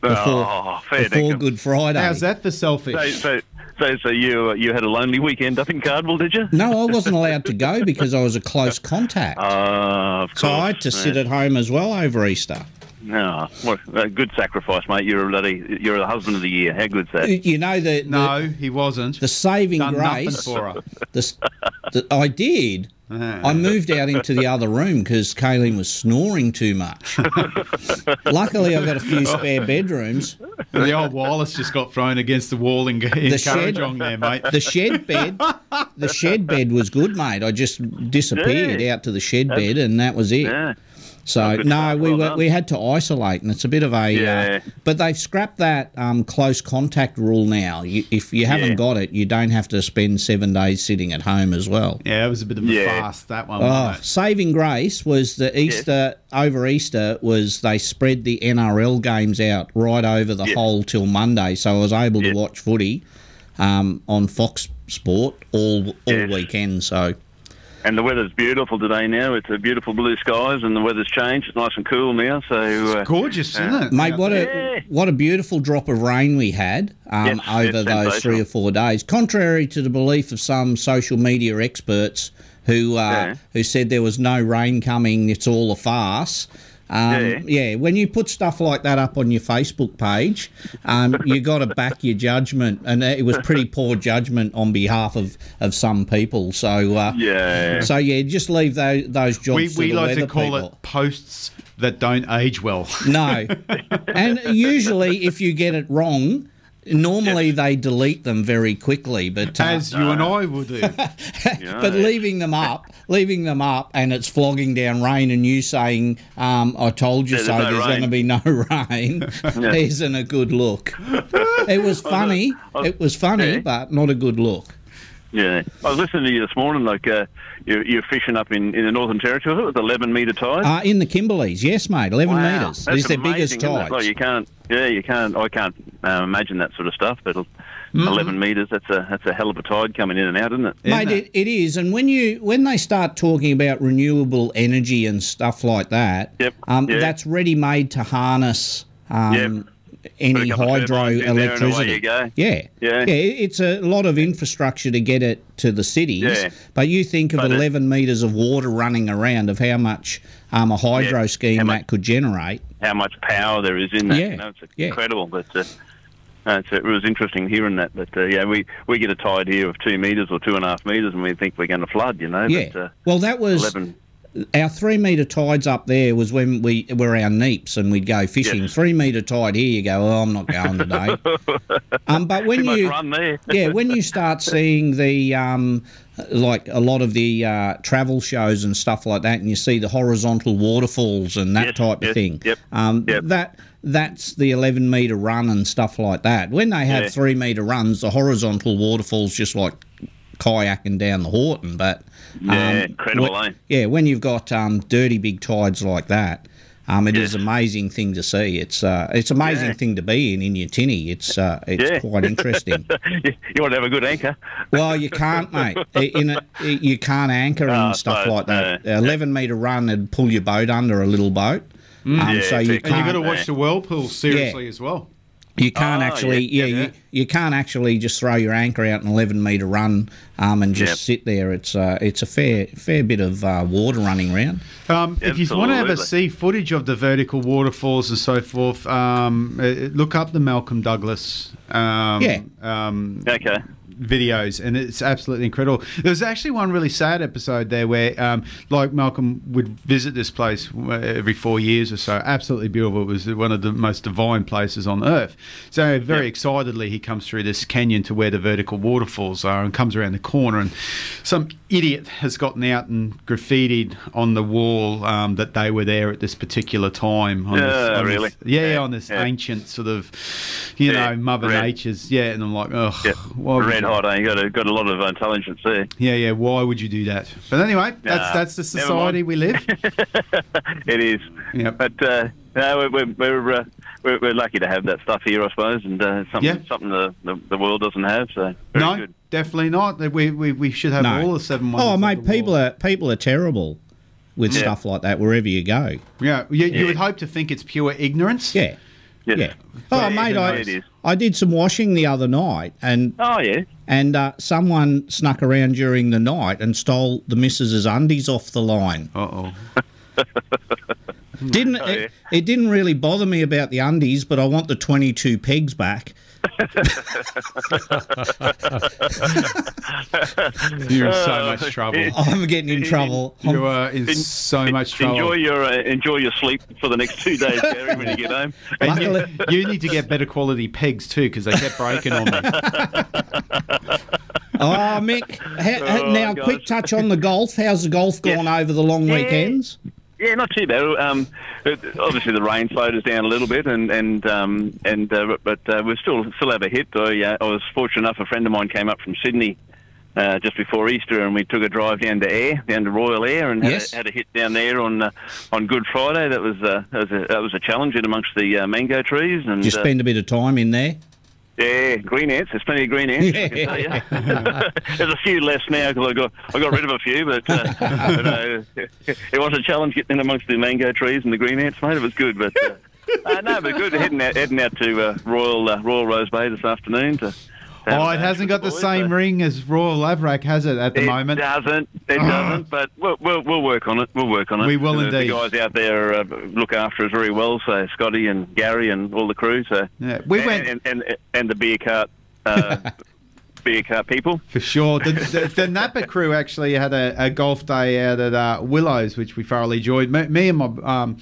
before, Oh, fair before dinkum. Good Friday. How's that for selfish? So, so, so, so you uh, you had a lonely weekend up in Cardwell, did you? No, I wasn't allowed to go because I was a close contact. *laughs* Uh, of so I had course, to sit yeah. at home as well over Easter. No, well, a good sacrifice, mate. You're a bloody, you're the husband of the year. How good's that? You know the no, he wasn't. The saving Done nothing grace for her. *laughs* The, s- the, I did. Uh-huh. I moved out into the other room because Kayleen was snoring *laughs* too much. Luckily, I got a few spare bedrooms. The old Wallace just got thrown against the wall in, *laughs* in The shed- Currajong there, mate. The shed bed, *laughs* the shed bed was good, mate. I just disappeared Yeah. out to the shed bed, and that was it. So no, we were, we had to isolate, and it's a bit of a. Yeah. Uh, but they've scrapped that um, close contact rule now. You, if you haven't Yeah. got it, you don't have to spend seven days sitting at home as well. Yeah, it was a bit of a farce that one. Oh, wasn't saving grace was the Easter over Easter was they spread the NRL games out right over the whole till Monday, so I was able to watch footy um, on Fox Sport all all weekend. So And the weather's beautiful today now. It's a beautiful blue skies, and the weather's changed. It's nice and cool now. So uh, gorgeous, isn't it? Mate, what a what a beautiful drop of rain we had um, Yes, over it's those three sensational. or four days. Contrary to the belief of some social media experts who uh, Yeah. who said there was no rain coming, it's all a farce. Um, Yeah. yeah. when you put stuff like that up on your Facebook page, um, *laughs* you got to back your judgment, and it was pretty poor judgment on behalf of, of some people. So uh, Yeah. so yeah, just leave those those it? jobs. We, to we the like to weather call people. it posts that don't age well. *laughs* No. and usually, if you get it wrong, normally they delete them very quickly. But uh, As you and I will do. *laughs* but leaving them up, leaving them up, and it's flogging down rain, and you saying, um, "I told you Yeah, there's so." no There's rain. going to be no *laughs* rain. Yeah. Isn't a good look. It was funny. It was funny, but not a good look. yeah, I was listening to you this morning. Like uh, you're, you're fishing up in, in the Northern Territory was it, with eleven metre tide. Uh, in the Kimberleys, yes, mate. Eleven metres. That's It's their amazing, biggest isn't it? tide. Like you can't, yeah, you can't. I can't um, imagine that sort of stuff. But Mm-hmm. eleven meters, that's a that's a hell of a tide coming in and out, isn't it? Mate, it, it is, and when you when they start talking about renewable energy and stuff like that, um, yeah. that's ready made to harness um, any in there and away hydroelectricity. you go. Yeah. Yeah. yeah, it- It's a lot of infrastructure to get it to the cities, Yeah. but you think of But it- eleven meters of water running around of how much um, a hydro scheme that could generate. How much power there is in that? Yeah, You know, it's incredible. But uh, no, it's, it was interesting hearing that. But uh, yeah, we we get a tide here of two meters or two and a half meters, and we think we're going to flood. You know. Yeah. But, uh, well, that was 11. our three metre tides up there was when we were our neeps and we'd go fishing. Three metre tide here, you go, oh, I'm not going *laughs* today. um, but when Too much you run there. *laughs* yeah, when you start seeing the um, like a lot of the uh, travel shows and stuff like that, and you see the horizontal waterfalls and that type of yes, thing. Um, That that's the 11 metre run and stuff like that. When they have Yeah. three metre runs, the horizontal waterfalls just like kayaking down the Horton, but um, Yeah, incredible, when- eh? Yeah, when you've got um, dirty big tides like that, Um, it is an amazing thing to see. It's uh, it's amazing thing to be in in your tinny. It's uh, it's quite *laughs* interesting. you, *laughs* you want to have a good anchor. Well, you can't, mate. I- In a, you can't anchor and stuff no, like that. Eleven meter run and pull your boat under a little boat. Um, so you Mm. and can't. you've got to watch the whirlpool seriously as well. You can't Oh, actually, Ah, yeah, You, you can't actually just throw your anchor out an eleven meter run um, and just Yep. sit there. It's uh, it's a fair fair bit of uh, water running around. Um, if you want to ever Absolutely. see footage of the vertical waterfalls and so forth, um, uh, look up the Malcolm Douglas. Um, Yeah. Um, okay. Videos and it's absolutely incredible. There was actually one really sad episode there where, um, like Malcolm would visit this place uh, every four years or so. Absolutely beautiful. It was one of the most divine places on earth. So very excitedly he comes through this canyon to where the vertical waterfalls are and comes around the corner and some idiot has gotten out and graffitied on the wall um, that they were there at this particular time. On this, Yeah, on this- really? yeah, on this ancient sort of, you know, Mother red. Nature's. Yeah, and I'm like, oh, Red hot, eh? You got a, got a lot of intelligence there. Yeah, yeah. Why would you do that? But anyway, that's Nah, that's the never society we live. It is. But uh, no, we're we're we're, uh, we're we're lucky to have that stuff here, I suppose, and uh, something Yeah. something the, the the world doesn't have. So *laughs* very no, good. definitely not. That We, we we should have No. all the seven Oh, wonders. mate, people are people are terrible with Yeah. stuff like that wherever you go. yeah, you, you Yeah. would hope to think it's pure ignorance. Yeah. Yeah. Oh, But mate, it I, is. I did some washing the other night, and oh yeah, and uh, someone snuck around during the night and stole the missus's undies off the line. Uh oh. *laughs* didn't it, it? Didn't really bother me about the undies, but I want the twenty-two pegs back. *laughs* You're in *laughs* so Uh, much *laughs* trouble. I'm getting in trouble. You are in so much trouble. Enjoy your uh, enjoy your sleep for the next two days, Gary, when you get home. And you, you need to get better quality pegs too, because they kept breaking *laughs* on me. Oh, Mick, ha- ha- Oh, now gosh. quick touch on the golf. How's the golf gone over the long Yeah. weekends? Yeah, not too bad. Um, it- obviously, the rain slowed us down a little bit, and and um, and uh, but uh, we still still have a hit. I, uh, I was fortunate enough. A friend of mine came up from Sydney uh, just before Easter, and we took a drive down to Air, down to Royal Air, and had a- Yes. had, a, hit down there on uh, on Good Friday. That was uh, that was a, that was a challenge in amongst the uh, mango trees. And Did you uh, spend a bit of time in there? yeah, green ants. There's plenty of green ants. I can tell you. *laughs* There's a few less now because I got I got rid of a few, but, uh, but uh, it was a challenge getting in amongst the mango trees and the green ants, mate. It was good, but uh, uh, no, but good heading out heading out to uh, Royal uh, Royal Rose Bay this afternoon to. to have Oh, a it match hasn't with got the boys. same ring as Royal Laverack, has it? At the It moment, Oh. doesn't. It doesn't. But we'll, we'll, we'll work on it. We'll work on it. We will The- indeed. The guys out there uh, look after us very well. So Scotty and Gary and all the crew. So Yeah, we and, went- and, and and the beer cart *laughs* uh, beer cart people. For sure. The, the, the Napa crew actually had a, a golf day out at uh, Willows, which we thoroughly enjoyed. Me, me and my um,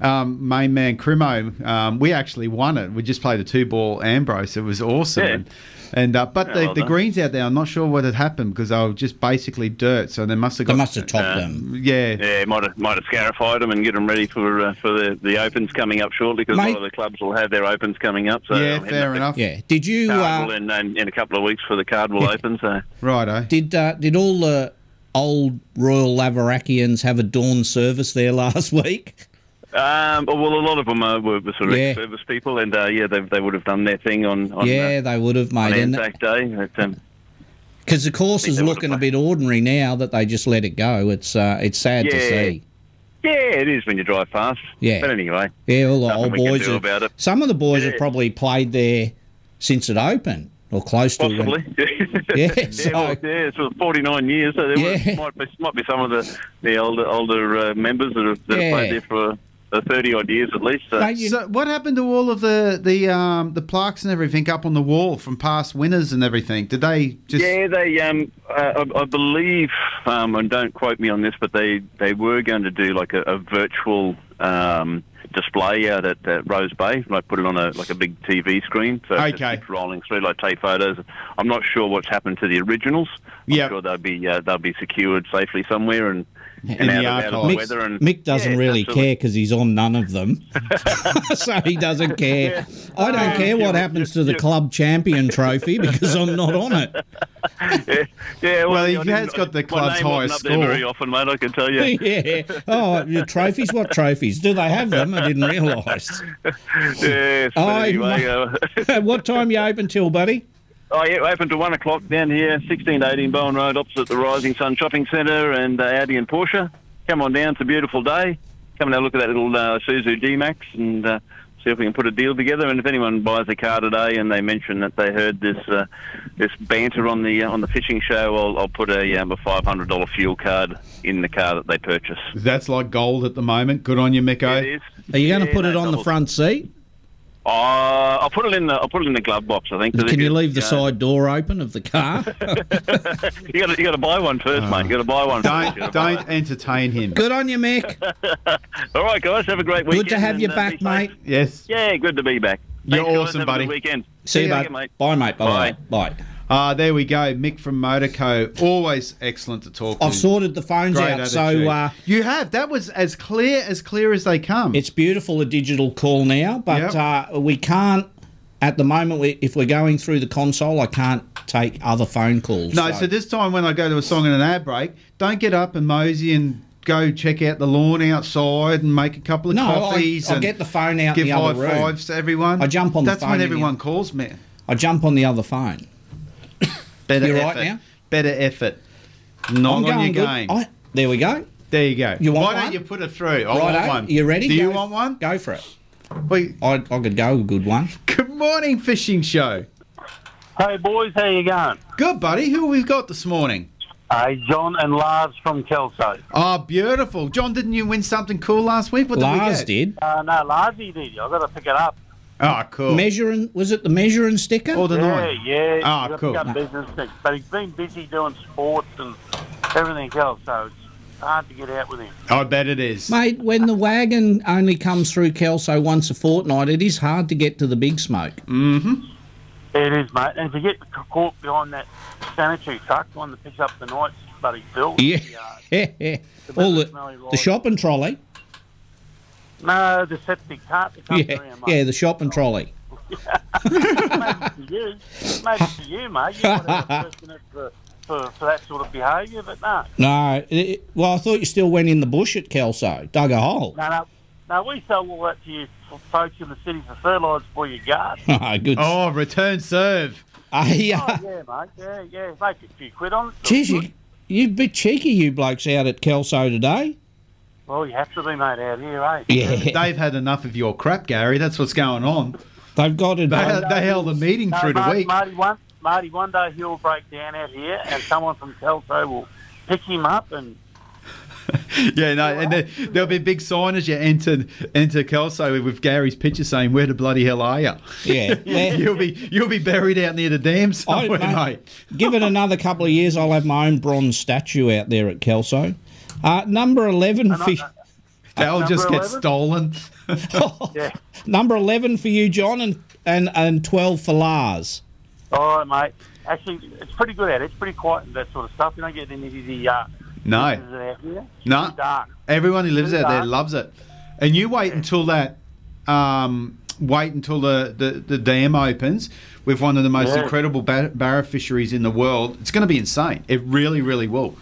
um, main man, Crimo, um, we actually won it. We just played a two ball Ambrose. It was awesome. Yeah. And, and, uh, But Yeah, the, well the done. greens out there, I'm not sure what had happened because they were just basically dirt. So they must have got. They must have topped them. Yeah. Yeah, might have might have scarified them and get them ready for uh, for the, the opens coming up shortly because a Mate. lot of the clubs will have their opens coming up. So Yeah, I'm heading fair up to enough. Yeah. Did you, uh, Cardwell in, in, in a couple of weeks for the Cardwell Open? So Righto. Did uh, did all the old Royal Laverackians have a dawn service there *laughs* last week? Um, oh, well, a lot of them uh, were, were sort of Yeah. ex-service people, and uh, yeah, they, they would have done their thing on, on yeah, uh, they would have on made it Anzac Day. But, um, because the course is looking a bit ordinary now that they just let it go. It's uh, it's sad to Yeah. see. yeah, it is when you drive fast. Yeah. But anyway, Yeah, all the Nothing old we can boys. do have- about it. Some of the boys Yeah. have probably played there since it opened or close to when- possibly. *laughs* Yeah, yeah, so- well, yeah, it's for 49 years, so there Yeah. were, might, be, might be some of the, the older older uh, members that have, that Yeah. have played there for uh, 30 odd years at least. So. so what happened to all of the the um, the plaques and everything up on the wall from past winners and everything? Did *laughs* they just yeah, they. Um, uh, I, I believe, um, and don't quote me on this, but they, they were going to do like a, a virtual um, display out at, at Rose Bay, like put it on a like a big TV screen, so it just Okay. keeps rolling through like take photos. I'm not sure what's happened to the originals. I'm Yep. sure they'll be uh, they'll be secured safely somewhere and. and out about the Mick, weather. And Mick doesn't Yeah, really absolutely. care because he's on none of *laughs* them, so he doesn't care. I don't care what happens to the club champion trophy because I'm not on it. Yeah, Well, he has I didn't- got the my club's name wasn't highest up score. there very often, mate. I can tell you. *laughs* *laughs* yeah. Oh, your trophies? What trophies? Do they have them? I didn't realise. *laughs* Yes, but I- anyway, uh, what time you open till, buddy? Oh, yeah, open to one o'clock down here, 1618 Bowen Road, opposite the Rising Sun Shopping Centre and uh, Audi and Porsche. Come on down, it's a beautiful day. Come and have a look at that little uh, Suzu D Max and uh, see if we can put a deal together. And if anyone buys a car today and they mention that they heard this uh, this banter on the uh, on the fishing show, I'll, I'll put a, um, a $500 fuel card in the car that they purchase. That's like gold at the moment. Good on you, Micko. It is. Are you going to Yeah, put no it on the trouble. front seat? Uh, I'll put it in the I'll put it in the glove box. I think. 'cause Can if you leave the uh, side door open of the car? *laughs* You got you got to buy one first, Ah. mate. You got to buy one. first. You Don't gotta buy don't entertain him. Good on you, Mick. All right, guys. Have a great weekend. and, uh, be safe. Yes. Yeah, good to be back. You're Thanks, guys. awesome, Have buddy. A good weekend. See you, ya, bud. Bye, mate. Bye. Bye. Bye. Uh, there we go. Mick from Motorco. Always excellent to talk to. I've sorted the phones Great out, so attitude. uh, you have. That was as clear as clear as they come. It's beautiful a digital call now, but uh, we can't at the moment. We, if we're going through the console, I can't take other phone calls. No, so. this time when I go to a song and an ad break, don't get up and mosey and go check out the lawn outside and make a couple of No, I- coffees. I'll and get the phone out Give the other high room. fives to everyone. I jump on the That's phone when and everyone you- calls me. I jump on the other phone. Better You all right effort. now? Better effort. Not I'm on going your good. game. I- there we go. There you go. You want Why don't one? you put it through? I Righto. want one. You ready? Do you Go- want one? Go for it. Wait. I, I could go a good one. Good morning, fishing show. Hey boys, how you going? Good, buddy. Who have we got this morning? Uh, John and Lars from Kelso. Oh, beautiful. John, didn't you win something cool last week? What did we get? Uh, no, Lars he did. I've got to pick it up. Oh, cool. Measuring was it the measuring sticker Or the yeah, nine? Yeah, he's Ah, got cool. some business things. But he's been busy doing sports and everything else, so it's hard to get out with him. I bet Oh, it is. Mate, when the wagon only comes through Kelso once a fortnight, it is hard to get to the big smoke. Mm-hmm. It is, mate. And if you get c- caught behind that sanitary truck, the one that picks up the nights, buddy, Bill. Yeah, the, uh, *laughs* yeah. All the, the shopping trolley. no, the septic cart that comes Yeah, around, mate. yeah, the shopping trolley. *laughs* Maybe to you. Maybe to you, mate. You're not *laughs* a person for, for, for that sort of behaviour, but no. No, it- it, well, I thought you still went in the bush at Kelso, dug a hole. No, no. No, we sell all that to you f- folks in the city for fertiliser for your *laughs* garden. Good. Oh, return serve. yeah. Oh, yeah, mate. Yeah, yeah. Make a few quid on it. Geez, you, you bit cheeky, you blokes out at Kelso today. Well, you have to be, mate, out here, eh? *laughs* They've had enough of your crap, Gary. That's what's going on. They've got it. They, they held a meeting No, through the Marty, week. Marty one, Marty, one day he'll break down out here and someone from Kelso will pick him up and... *laughs* Yeah, no, and there, there'll be big sign as you enter enter Kelso with Gary's picture saying, "Where the bloody hell are you?" *laughs* Yeah. you'll be you'll be buried out near the dam somewhere, mate. Give it another couple of years, I'll have my own bronze statue out there at Kelso. Uh, number 11 for That'll Number just get 11? stolen. *laughs* Number 11 for you, John, and, and, and 12 for Lars. All right, mate. Actually, it's pretty good out here. It's pretty quiet and that sort of stuff. You don't get any of the... Uh, noises No, out here. no. Too dark. Everyone who lives Too out there dark. loves it, and you wait until that. Um, wait until the, the, the dam opens with one of the most Yeah. incredible bar- barra fisheries in the world. It's going to be insane. It really, really will.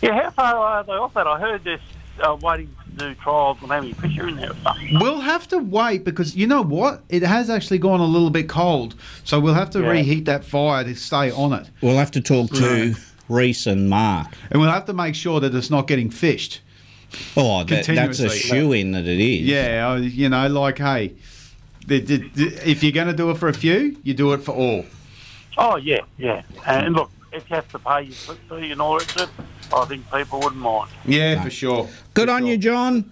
Yeah, how far are they off that? I heard they're uh, waiting to do trials on how many fish are in there or something. We'll have to wait because you know what? It has actually gone a little bit cold, so we'll have to Yeah. reheat that fire to stay on it, We'll have to talk to Reese and Mark. and we'll have to make sure that it's not getting fished. Oh, that, that's a Continuously. shoe in that it is. Yeah, I- you know, like hey, the- the- the- if you're going to do it for a few, you do it for all. Oh yeah, yeah. And look, if you have to pay your slip fee and all that stuff, I think people wouldn't mind. Yeah, for sure. Good on you, John.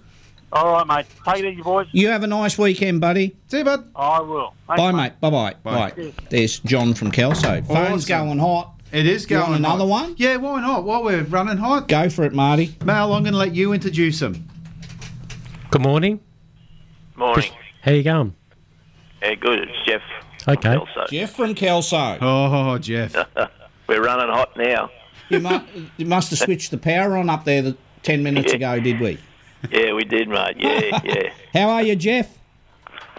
All right, mate. Take it easy, boys. You have a nice weekend, buddy. See you, bud. I will. Thanks, Bye, mate. Bye bye. Bye. Bye. There's John from Kelso. Phone's Oh, going hot. It is You going. want another hot. one? Yeah, why not? While we're running hot, go for it, Marty. Mal, I'm going to let you introduce him. Good morning. Morning. How you going? Yeah, good. It's Jeff. Okay. Also. Jeff from Kelso. Oh, *laughs* Jeff. We're running hot now. You, mu- you must have switched the power on up there th- ten minutes ago, did we? Yeah, we did, mate. *laughs* Yeah, yeah. How are you, Jeff?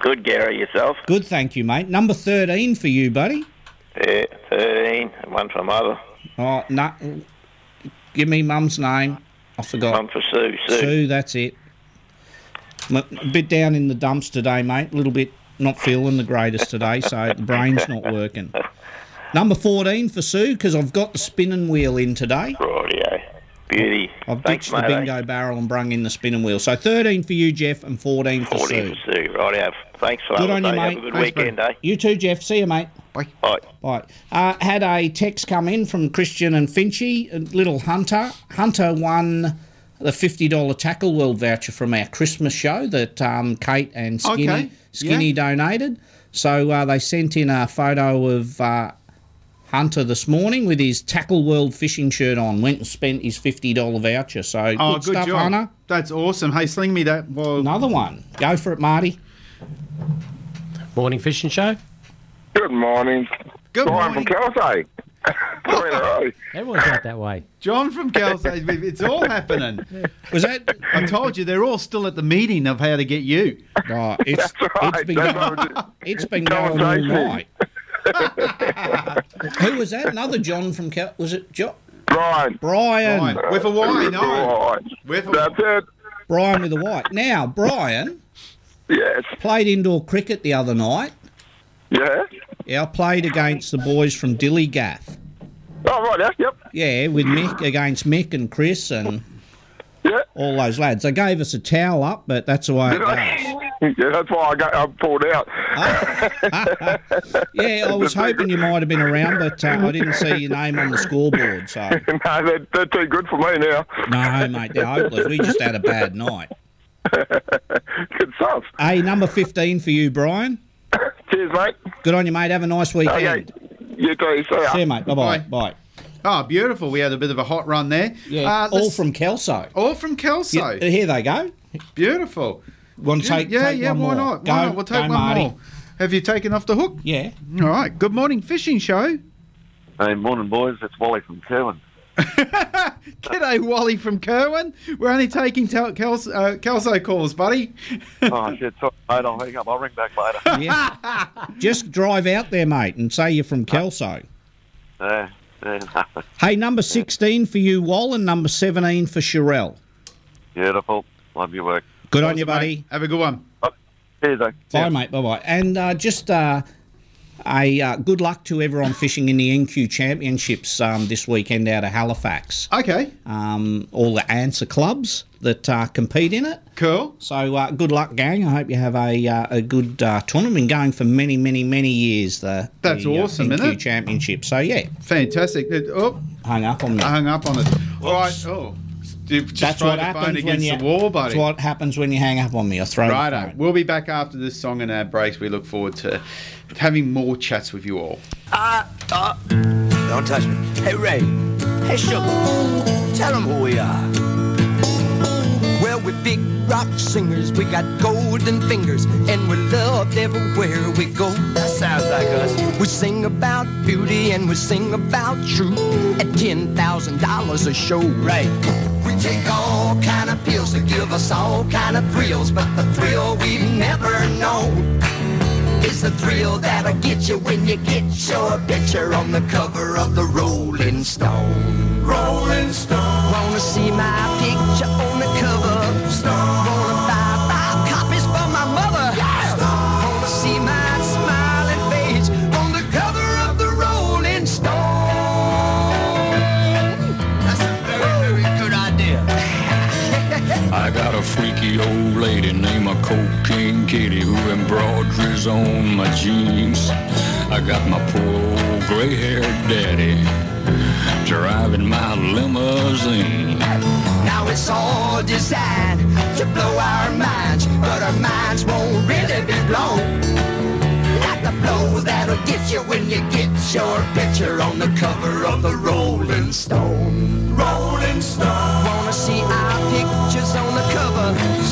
Good, Gary, yourself? Good, thank you, mate. Number thirteen for you, buddy. Yeah, 13, and one for Mother. Oh no, give me Mum's name. I forgot. One for Sue. Sue. Sue, that's it. M- A bit down in the dumps today, mate. A little bit not feeling the greatest today, so the brain's not working. Number 14 for Sue, because I've got the spinning wheel in today. Rightio. Beauty. I've Thanks, ditched the mate. eh? bingo barrel and brung in the spinning wheel. So 13 for you, Jeff, and 14 for 14 for Sue. Sue. Rightio. Thanks, for Good on you, Have mate. a good Thanks, weekend, mate. eh? You too, Jeff. See you, mate. Bye. Bye. Bye. Uh, had a text come in from Christian and Finchy, a little Hunter. Hunter won the $50 Tackle World voucher from our Christmas show that um, Kate and Skinny, Okay, Skinny donated. So uh, they sent in a photo of uh, Hunter this morning with his Tackle World fishing shirt on. Went and spent his $50 voucher. So Oh, good, good, stuff, job. Hunter. That's awesome. Hey, sling me that. Well, another one. Go for it, Marty. Morning fishing show. Good morning. Good Brian morning. from Kelsey. Three in a row. Everyone's out that way. John from Kelsey. It's all happening. *laughs* Was that? I told you they're all still at the meeting of how to get you. Oh, it's, it's been going, *laughs* it's been going all night. Who was that? Another John from Cal- was it John? Brian. Brian. Brian, with a Y, no. With a That's it. Brian with a white. Now, Brian. Yes. Played indoor cricket the other night. Yeah. Yeah, I played against the boys from Dillygaff. Oh, right, yeah, yep. Yeah, with Mick against Mick and Chris and all those lads. They gave us a towel up, but that's the way it Did I? *laughs* Yeah, that's why I got I pulled out. Oh, Yeah, I was hoping you might have been around, but uh, I didn't see your name on the scoreboard. So *laughs* no, they're, they're too good for me now. no, mate, they're hopeless. We just had a *laughs* bad night. Good stuff. Hey, number fifteen for you, Brian. Cheers, mate. Good on you, mate. Have a nice weekend. You too. See ya. See you, mate. Bye-bye. Bye. Oh, beautiful. We had a bit of a hot run there. Yeah, all let's- from Kelso. All from Kelso. Yeah, here they go. Beautiful. Want to Yeah, take? yeah, take yeah, one why more. not? Go, why not? We'll go, take one Marty. more. Have you taken off the hook? Yeah. All right. Good morning, fishing show. *laughs* Hey, morning, boys. It's Wally from Kerwin. G'day, Wally from Kerwin. We're only taking tel- Kelso, uh, Kelso calls, buddy. oh, shit. Sorry, mate. I'll hang up. I'll ring back later. Yeah. Just drive out there, mate, and say you're from Kelso. yeah, yeah, no. Hey, number sixteen for you, Wall, and number seventeen for Sherelle. Beautiful. Love your work. Good on you, buddy. Have a good one. Cheers, eh? Bye, mate. Bye, bye. And uh, just uh, a uh, good luck to everyone fishing in the NQ Championships um, this weekend out of Halifax. Okay. Um, all the answer clubs that uh, compete in it. Cool. So uh, good luck, gang. I hope you have a uh, a good uh, tournament going for many, many, many years. The That's the, uh, awesome, NQ isn't it? Championship. So yeah, fantastic. Oh, hung up on me. I hung up on it. All right. Oh, you just That's throw what the phone happens when against you. the wall, buddy. That's what happens when you hang up on me. I throw. the phone. Righto. We'll be back after this song and our breaks. We look forward to having more chats with you all. Ah, ah. Don't touch me. Hey, Ray. Hey, Sugar. Tell them who we are. Well, we're big rock singers, we got golden fingers, and we're loved everywhere we go. That sounds like us. We sing about beauty and we sing about truth at ten thousand dollars a show, right? We take all kind of pills to give us all kind of thrills, but the thrill we never know is the thrill that'll get you when you get your picture on the cover of the Rolling Stone. Rolling Stone. Wanna see my picture on the cover? Stone. Wanna buy five copies for my mother? Stone. Wanna see my smiling face on the cover of the Rolling Stone? That's a very, very good idea. I got a freaky old lady named a cocaine kitty who embroideries on my jeans. I got my poor old gray-haired daddy driving my limousine. *laughs* Now it's all designed to blow our minds, but our minds won't really be blown. Like the blow that'll get you when you get your picture on the cover of the Rolling Stone. Rolling Stone. Wanna see our pictures on the cover?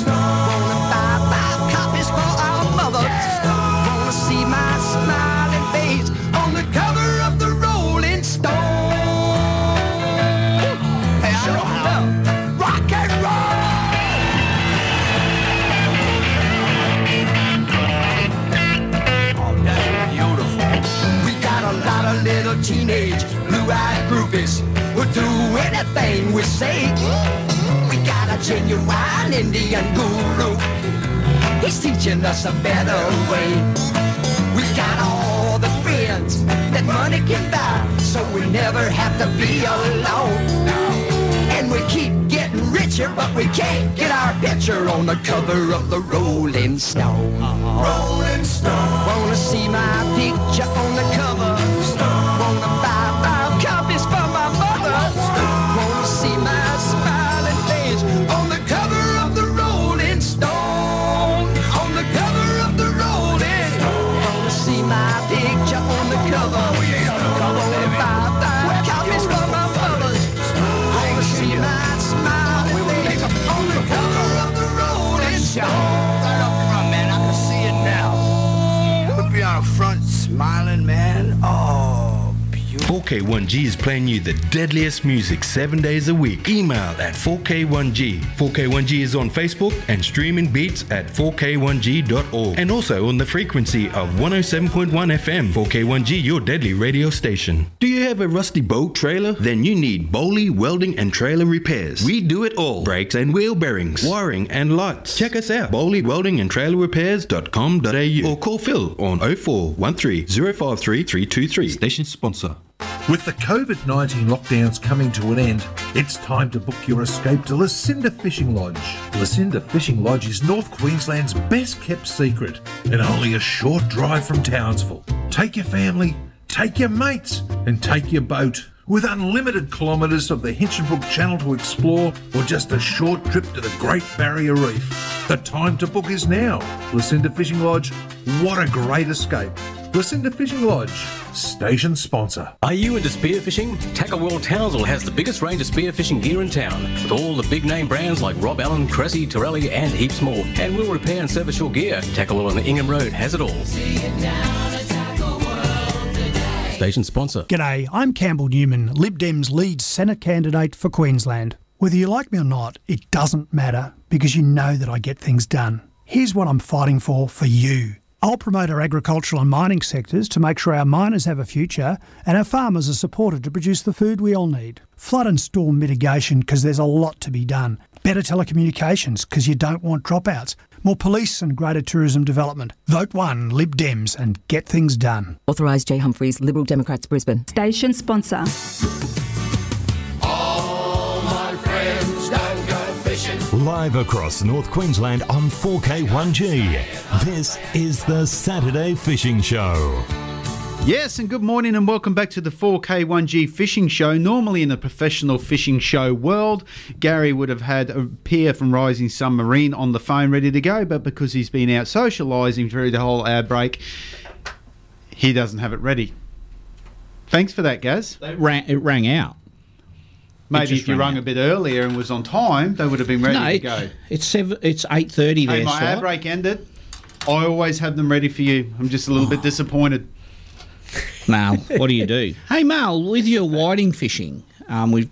Wanna buy five copies for our mother. Wanna see my smiling face on the cover of the Rolling Stone. Hey, I don't know. Rock and Oh, anything we say. We got a genuine Indian guru. He's teaching us a better way. We got all the friends that money can buy, so we never have to be alone. And we keep getting richer, but we can't get our picture on the cover of the Rolling Stone. Rolling Stone. Wanna see my picture on the cover? Wanna buy five copies for my mother? Wanna see my smiling face on the cover of the Rolling Stone? On the cover of the Rolling Stone. Wanna see my picture on the cover? Wanna buy five copies for my mother? Wanna see my smiling face on the cover of the Rolling Stone? Right up front, man. I can see it now. Put me on the front, smiling man. Oh. 4K1G is playing you the deadliest music seven days a week. Email at 4K1G. 4K1G is on Facebook and streaming beats at 4K1G.org and also on the frequency of 107.1 FM. 4K1G, your deadly radio station. Do you have a rusty boat trailer? Then you need Bowley welding and trailer repairs. We do it all brakes and wheel bearings, wiring and lights. Check us out Bowley welding and trailer repairs.com.au or call Phil on 0413 053 323. Station sponsor. With the COVID 19 lockdowns coming to an end, it's time to book your escape to Lucinda Fishing Lodge. Lucinda Fishing Lodge is North Queensland's best kept secret and only a short drive from Townsville. Take your family, take your mates, and take your boat. With unlimited kilometres of the Hinchinbrook Channel to explore, or just a short trip to the Great Barrier Reef, the time to book is now. Lucinda Fishing Lodge, what a great escape! Lucinda Fishing Lodge, station sponsor. Are you into spearfishing? Tackle World Townsville has the biggest range of spearfishing gear in town, with all the big name brands like Rob Allen, Cressy, Torelli, and heaps more. And we'll repair and service your gear. Tackle World on the Ingham Road has it all. Station sponsor. G'day, I'm Campbell Newman, Lib Dem's lead Senate candidate for Queensland. Whether you like me or not, it doesn't matter because you know that I get things done. Here's what I'm fighting for for you. I'll promote our agricultural and mining sectors to make sure our miners have a future and our farmers are supported to produce the food we all need. Flood and storm mitigation because there's a lot to be done. Better telecommunications because you don't want dropouts. More police and greater tourism development. Vote one, Lib Dems, and get things done. Authorised Jay Humphreys, Liberal Democrats, Brisbane. Station sponsor. All my friends don't go fishing. Live across North Queensland on 4K1G. This is the Saturday Fishing Show. Yes, and good morning, and welcome back to the 4K1G Fishing Show. Normally, in the professional fishing show world, Gary would have had a peer from Rising Sun Marine on the phone ready to go, but because he's been out socialising through the whole outbreak, he doesn't have it ready. Thanks for that, Gaz. It rang, it rang out. Maybe just if you rang rung a bit earlier and was on time, they would have been ready no, to it- go. it's seven, it's eight thirty Hey, there. my Scott. ad break ended. I always have them ready for you. I'm just a little Oh. bit disappointed. Mal, what do you do? *laughs* hey, Mal, with your whiting fishing, um, we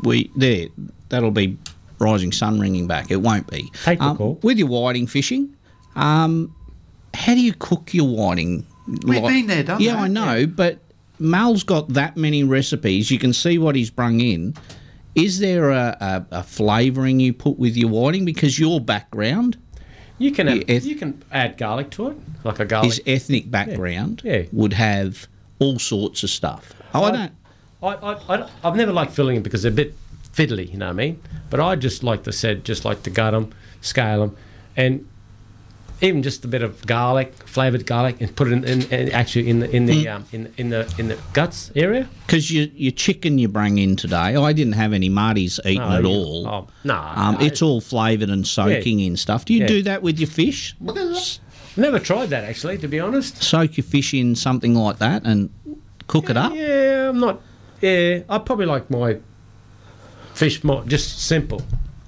we there that'll be rising sun ringing back. It won't be Um, with your whiting fishing. Um, how do you cook your whiting? We've been there, done Yeah, that, I know, but Mal's got that many recipes. You can see what he's brung in. Is there a, a, a flavouring you put with your whiting because your background? You can have, Yeah, Eth- you can add garlic to it, like a garlic. his ethnic background would have all sorts of stuff. Oh, I, don't. I, I, I, I've never liked filling them because they're a bit fiddly, you know what I mean? But I just like the said, just like to gut them, scale them, and even just a bit of garlic, flavored garlic, and put it in, in, in actually in the in the Mm. um, in, in the in the guts area. Because your, your chicken you bring in today, I didn't have any Marty's eaten No, at you- all. oh, no, um, no. it's all flavoured and soaking in stuff. Do you Yeah. do that with your fish? Never tried that actually, to be honest. Soak your fish in something like that and cook it up? Yeah, I'm not. Yeah, I probably like my fish more just simple.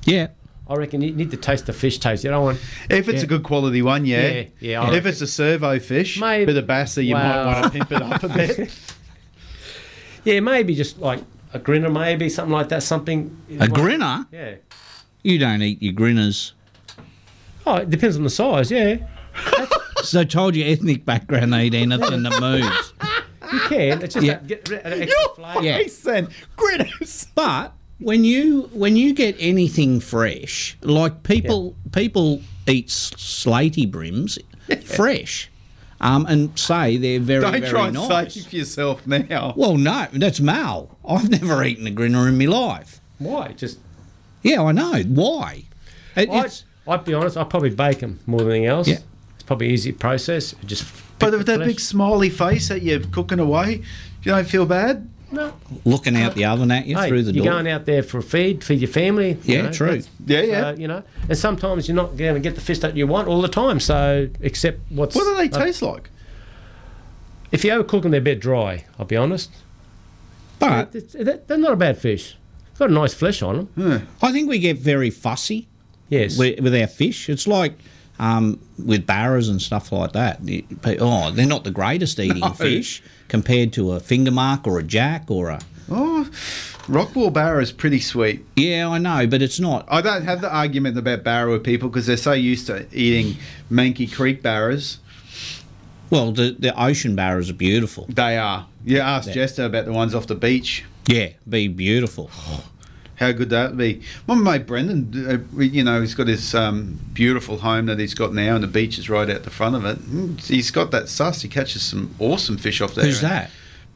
Yeah. I reckon you need to taste the fish taste. You don't want If it's a good quality one, yeah. Yeah, yeah, I if reckon. it's a servo fish, bit of bass, you Wow. might want to pimp it up a bit. *laughs* Yeah, maybe just like a grinner, maybe something like that. Something A grinner? Yeah. You don't eat your grinners. Oh, it depends on *laughs* the size. Yeah. so I told your ethnic background they eat anything that moves. You can. It's just Yeah. that get rid of that Your extra flavour. face then. *laughs* Gritters. But when you when you get anything fresh, like people people eat s- slaty brims fresh, um, and say they're very Don't very try and nice. save yourself now. Well, no, that's mal. I've never eaten a grinner in my life. Why? Just yeah, I know why. It- I'd, it's- I'd be honest. I'd probably bake them more than anything else. Yeah. It's probably easy process. Just But with that big smiley face that you're cooking away, you don't feel bad? No. looking out the oven at you Hey, through the you're door. going out there for a feed, feed your family. you Yeah, know, true. that's- Yeah, yeah. so, you know, and sometimes you're not going to get the fish that you want all the time. So, except what's uh, What do they taste like? If you overcook them, they're a bit dry. I'll be honest. But they're they're not a bad fish. Got a nice flesh on them. I think we get very fussy. Yes. With, with our fish, it's like um, with barras and stuff like that. You- pe- Oh, they're not the greatest eating No. fish compared to a finger mark or a jack or a. Oh, Rockwall Barra is pretty sweet. Yeah, I know, but it's not. I don't have the argument about Barra with people because they're so used to eating Mankey Creek Barras. Well, the, the ocean barras are beautiful. They are. You asked Jester about the ones off the beach. Yeah, be beautiful. *sighs* How good that would be. My mate Brendan, uh, you know, he's got his um, beautiful home that he's got now, and the beach is right out the front of it. Mm, He's got that suss. He catches some awesome fish off there. Who's that?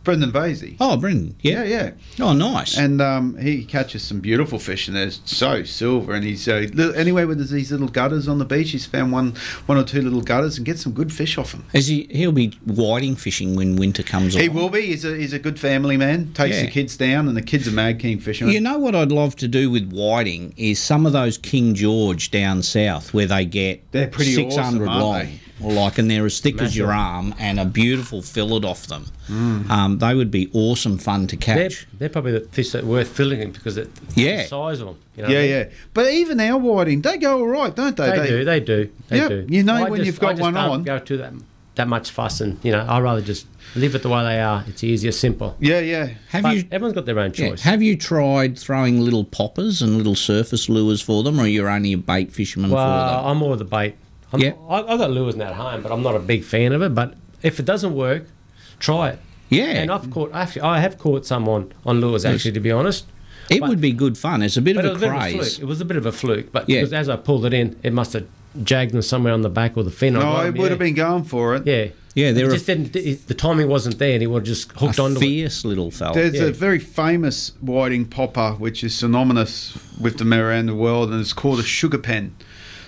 Brendan Vasey. Oh, Brendan. Yeah. yeah, Oh, nice. And um, he catches some beautiful fish, and they're so silver. And he's uh, li- anyway with his- these little gutters on the beach. He's found one, one or two little gutters, and gets some good fish off them. Is he? He'll be whiting fishing when winter comes on. He will be. He's a he's a good family man. Takes Yeah. the kids down, and the kids are mad keen fishermen. You know what I'd love to do with whiting is some of those King George down south where they get They're pretty awesome, 600 aren't long, or like, and they're as thick as your arm, and a beautiful fillet off them. Mm. Um, they would be awesome fun to They're, catch. they're probably the fish that are worth filling in because it, Yeah. the size of them. You know yeah, yeah. But even our whiting, they go all right, don't they? They do, they do, they Yep, do. You know I when just- you've I got just one don't on. go to that that much fuss, and you know, I'd rather just leave it the way they are. It's easier, simple. Yeah, yeah. Have But you- Everyone's got their own Yeah. choice. Have you tried throwing little poppers and little surface lures for them, or you're only a bait fisherman Well, for them? I'm more the bait. I'm, Yeah. I, I got lures now at home, but I'm not a big fan of it. But if it doesn't work, try it. Yeah. And I've caught actually, I have caught someone on lures actually. To be honest, it would be good fun. It's a bit of a but it was a bit of a craze. fluke. It was a bit of a fluke, but Yeah. because as I pulled it in, it must have jagged them somewhere on the back or the fin. No, I I would have been going for it. Yeah. Yeah, there it are- just didn't. It, the timing wasn't there, and he would have just hooked a onto it. fierce little fella. There's Yeah. a very famous whiting popper, which is synonymous with them around the world, and it's called a sugar pen.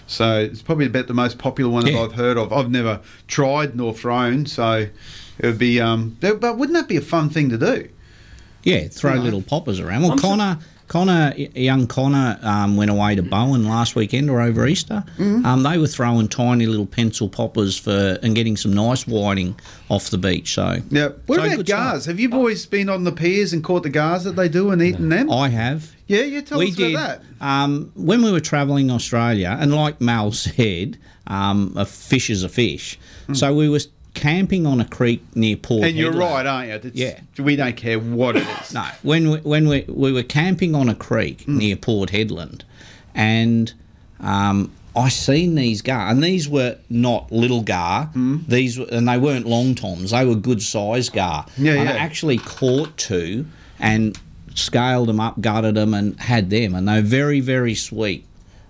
So it's probably about the most popular one that I've heard of. I've never tried nor thrown, so it would be. Um, that- but wouldn't that be a fun thing to do? Yeah, throw Right. little poppers around. Well, I'm so- Connor, Connor, y- young Connor um, went away to Bowen last weekend or over Easter. Um, they were throwing tiny little pencil poppers for and getting some nice whiting off the beach. So Yeah. What So about good gars? Have you boys been on the piers and caught the gars that they do and eaten them? I have. Yeah, yeah. Tell us about that. Um, when we were travelling Australia, and like Mal *laughs* said, um, a fish is a fish. So we was camping on a creek near Port. Mm. And you're Hedland. right, aren't you? It's- We don't care what it is. No, when we, when we, we were camping on a creek Hmm. near Port Headland, and um, I seen these gar, and these were not little gar. Hmm. These were, and they weren't long toms; they were good sized gar. Yeah, and yeah. I actually caught two and scaled them up, gutted them, and had them, and they're very very sweet.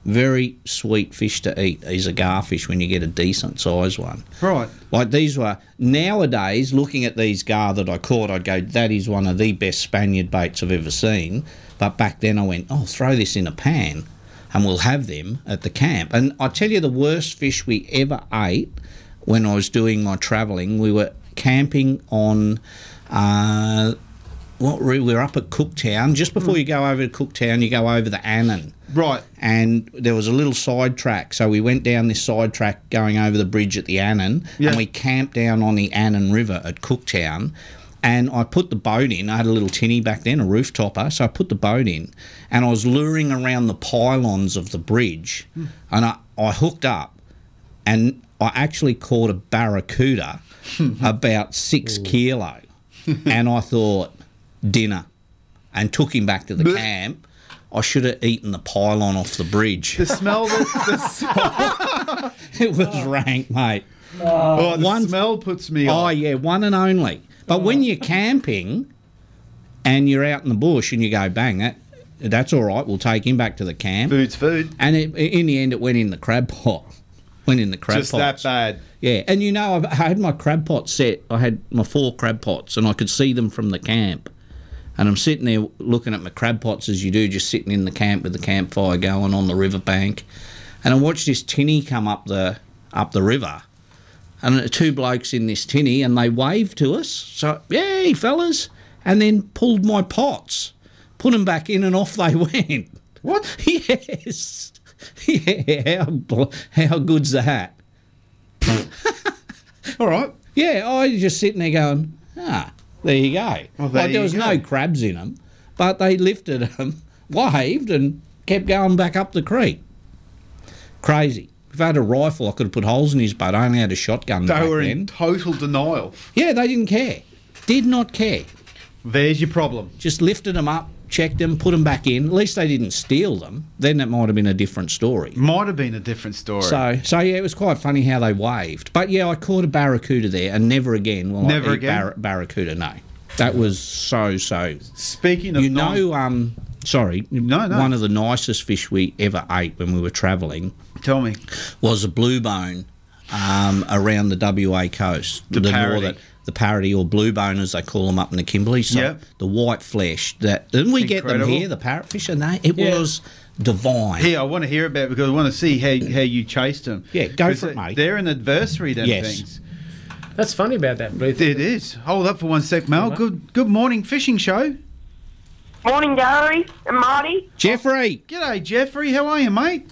Very sweet fish to eat. These are garfish when you get a decent sized one. Right. Like these were nowadays, looking at these gar that I caught, I'd go, that is one of the best Spaniard baits I've ever seen. But back then I went, oh, throw this in a pan and we'll have them at the camp. And I tell you, the worst fish we ever ate when I was doing my travelling, we were camping on. Uh, what route? We were up at Cooktown. Just before you go over to Cooktown, you go over the Annan. Right. And there was a little side track. So we went down this side track going over the bridge at the Annan. Yeah. And we camped down on the Annan River at Cooktown. And I put the boat in. I had a little tinny back then, a roof topper. So I put the boat in. And I was luring around the pylons of the bridge. Hmm. And I, I hooked up. And I actually caught *laughs* a barracuda about six kilo. and I thought, dinner. And took him back to the camp. I should have eaten the pylon off the bridge. The smell that the *laughs* smell. *laughs* it was rank, mate. Oh, the smell puts me Oh off. Oh. yeah, one and only. But when you're camping and you're out in the bush and you go, bang, that that's all right. We'll take him back to the camp. Food's food. And it, in the end, it went in the crab pot. *laughs* Went in the crab Just pot. that bad. Yeah, and you know, I've, I had my crab pot set. I had my four crab pots, and I could see them from the camp. And I'm sitting there looking at my crab pots as you do, just sitting in the camp with the campfire going on the riverbank. And I watched this tinny come up the up the river, and there were two blokes in this tinny, and they waved to us. So yay, fellas! And then pulled my pots, put them back in, and off they *laughs* went. What? yes. *laughs* Yeah, how, bl- how good's that? All right. Yeah, I was just sitting there going, ah, there you go. Oh, there like, there you was no crabs in them, but they lifted them, *laughs* waved, and kept going back up the creek. Crazy. If I had a rifle, I could have put holes in his butt. I only had a shotgun. They back were then. in total denial. Yeah, they didn't care. Did not care. There's your problem. Just lifted them up, checked them, put them back in. At least they didn't steal them. Then that might have been a different story. Might have been a different story. So, so yeah, it was quite funny how they waved. But yeah, I caught a barracuda there, and never again will Never I eat again? barra- barracuda. No, that was so so. Speaking of you non- know, um, sorry, no, no. one of the nicest fish we ever ate when we were travelling. Tell me, was a bluebone um, around the WA coast, The parody. northern- the parody or bluebone as they call them up in the Kimberley. So Yep. the white flesh that didn't we get them Incredible. here, the parrotfish, and they it Yeah. was divine. Here, I want to hear about it because I want to see how, how you chased them. Yeah, go for it, mate. They're an adversary, them Yes. things. That's funny about that, Bluetooth. It is. Hold up for one sec, Mel. Good good morning, fishing show. Morning, Gary and Marty. Jeffrey. G'day, Jeffrey. How are you, mate?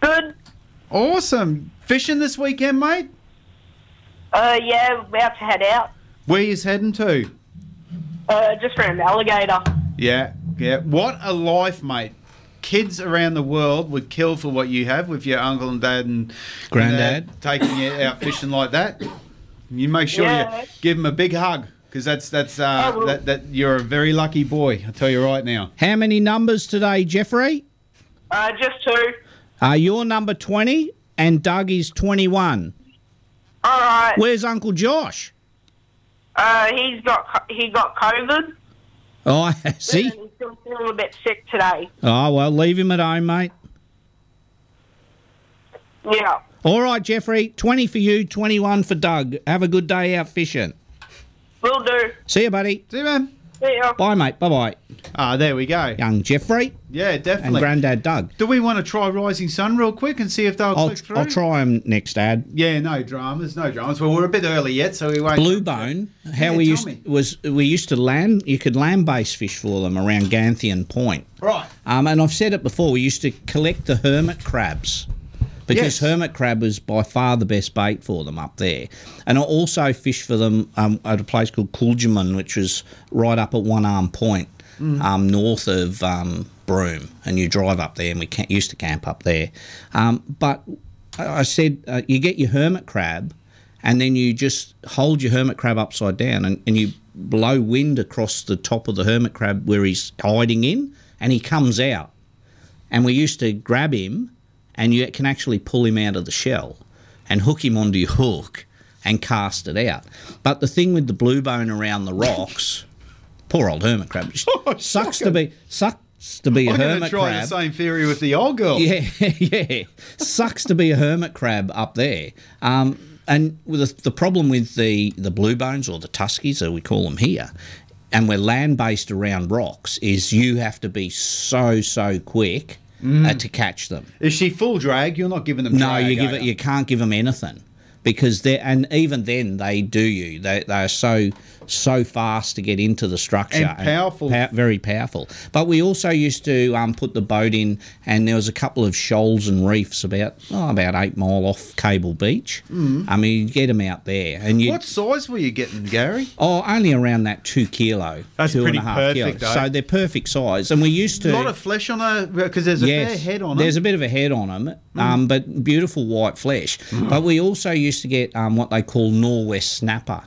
Good. Awesome. Fishing this weekend, mate? Uh, yeah, about to head out. Where you heading to? Uh, just around alligator. Yeah, yeah. What a life, mate. Kids around the world would kill for what you have with your uncle and dad and Grandad. granddad taking you out fishing like that. You make sure Yeah. you give them a big hug because that's that's uh, that, that you're a very lucky boy. I tell you right now. How many numbers today, Jeffrey? Uh, just two. Uh, you're number 20 and Doug is 21. All right. Where's Uncle Josh? Uh, he's got co- he got COVID. Oh, *laughs* see? And he's still feeling a bit sick today. Oh, well, leave him at home, mate. Yeah. All right, Jeffrey, 20 for you, 21 for Doug. Have a good day out fishing. Will do. See you, buddy. See you, man. See ya. Bye, mate. Bye bye. Ah, there we go. Young Jeffrey Yeah, and definitely. Grandad Doug. Do we want to try Rising Sun real quick and see if they'll I'll, click through? I'll try him next, Dad. Yeah, no dramas, no dramas. Well, we're a bit early yet, so we won't. Bluebone, how Yeah, we tell used me. was we used to land. You could land base fish for them around Ganthian Point. Right. Um, and I've said it before. We used to collect the hermit crabs because Yes. hermit crab was by far the best bait for them up there. And I also fished for them um, at a place called Cooljamin, which was right up at One Arm Point, Mhm. um, north of um, Broome. And you drive up there, and we ca- used to camp up there. Um, but I I said uh, you get your hermit crab, and then you just hold your hermit crab upside down, and, and you blow wind across the top of the hermit crab where he's hiding in, and he comes out and we used to grab him and you can actually pull him out of the shell and hook him onto your hook and cast it out. But the thing with the blue bone around the rocks, poor old hermit *laughs* crab, sucks to be sucks to be a Oh, I'm going to hermit try crab. the same theory with the old girl. *laughs* Yeah, yeah. Sucks to be a hermit crab up there. Um, and with the, the problem with the, the blue bones or the tuskies, as we call them here, and we're land based around rocks, is you have to be so, so quick uh, to catch them. Is she full drag? You're not giving them. No, drag, you give are it. You can't give them anything because they are and even then they do you. They they are so so fast to get into the structure And powerful. pow- very powerful. But we also used to um, put the boat in, and there was a couple of shoals and reefs about oh, about eight mile off Cable Beach. Mm. I mean, you get them out there, and you What size were you getting, Gary? oh only around that two kilo. That's two and pretty a half perfect, kilos. though. So they're perfect size, and we used to a lot of flesh on her because there's a fair head on Mm. her. there's a bit of a head on them, um, but beautiful white flesh. Mm. But we also used to get um, what they call Norwest snapper,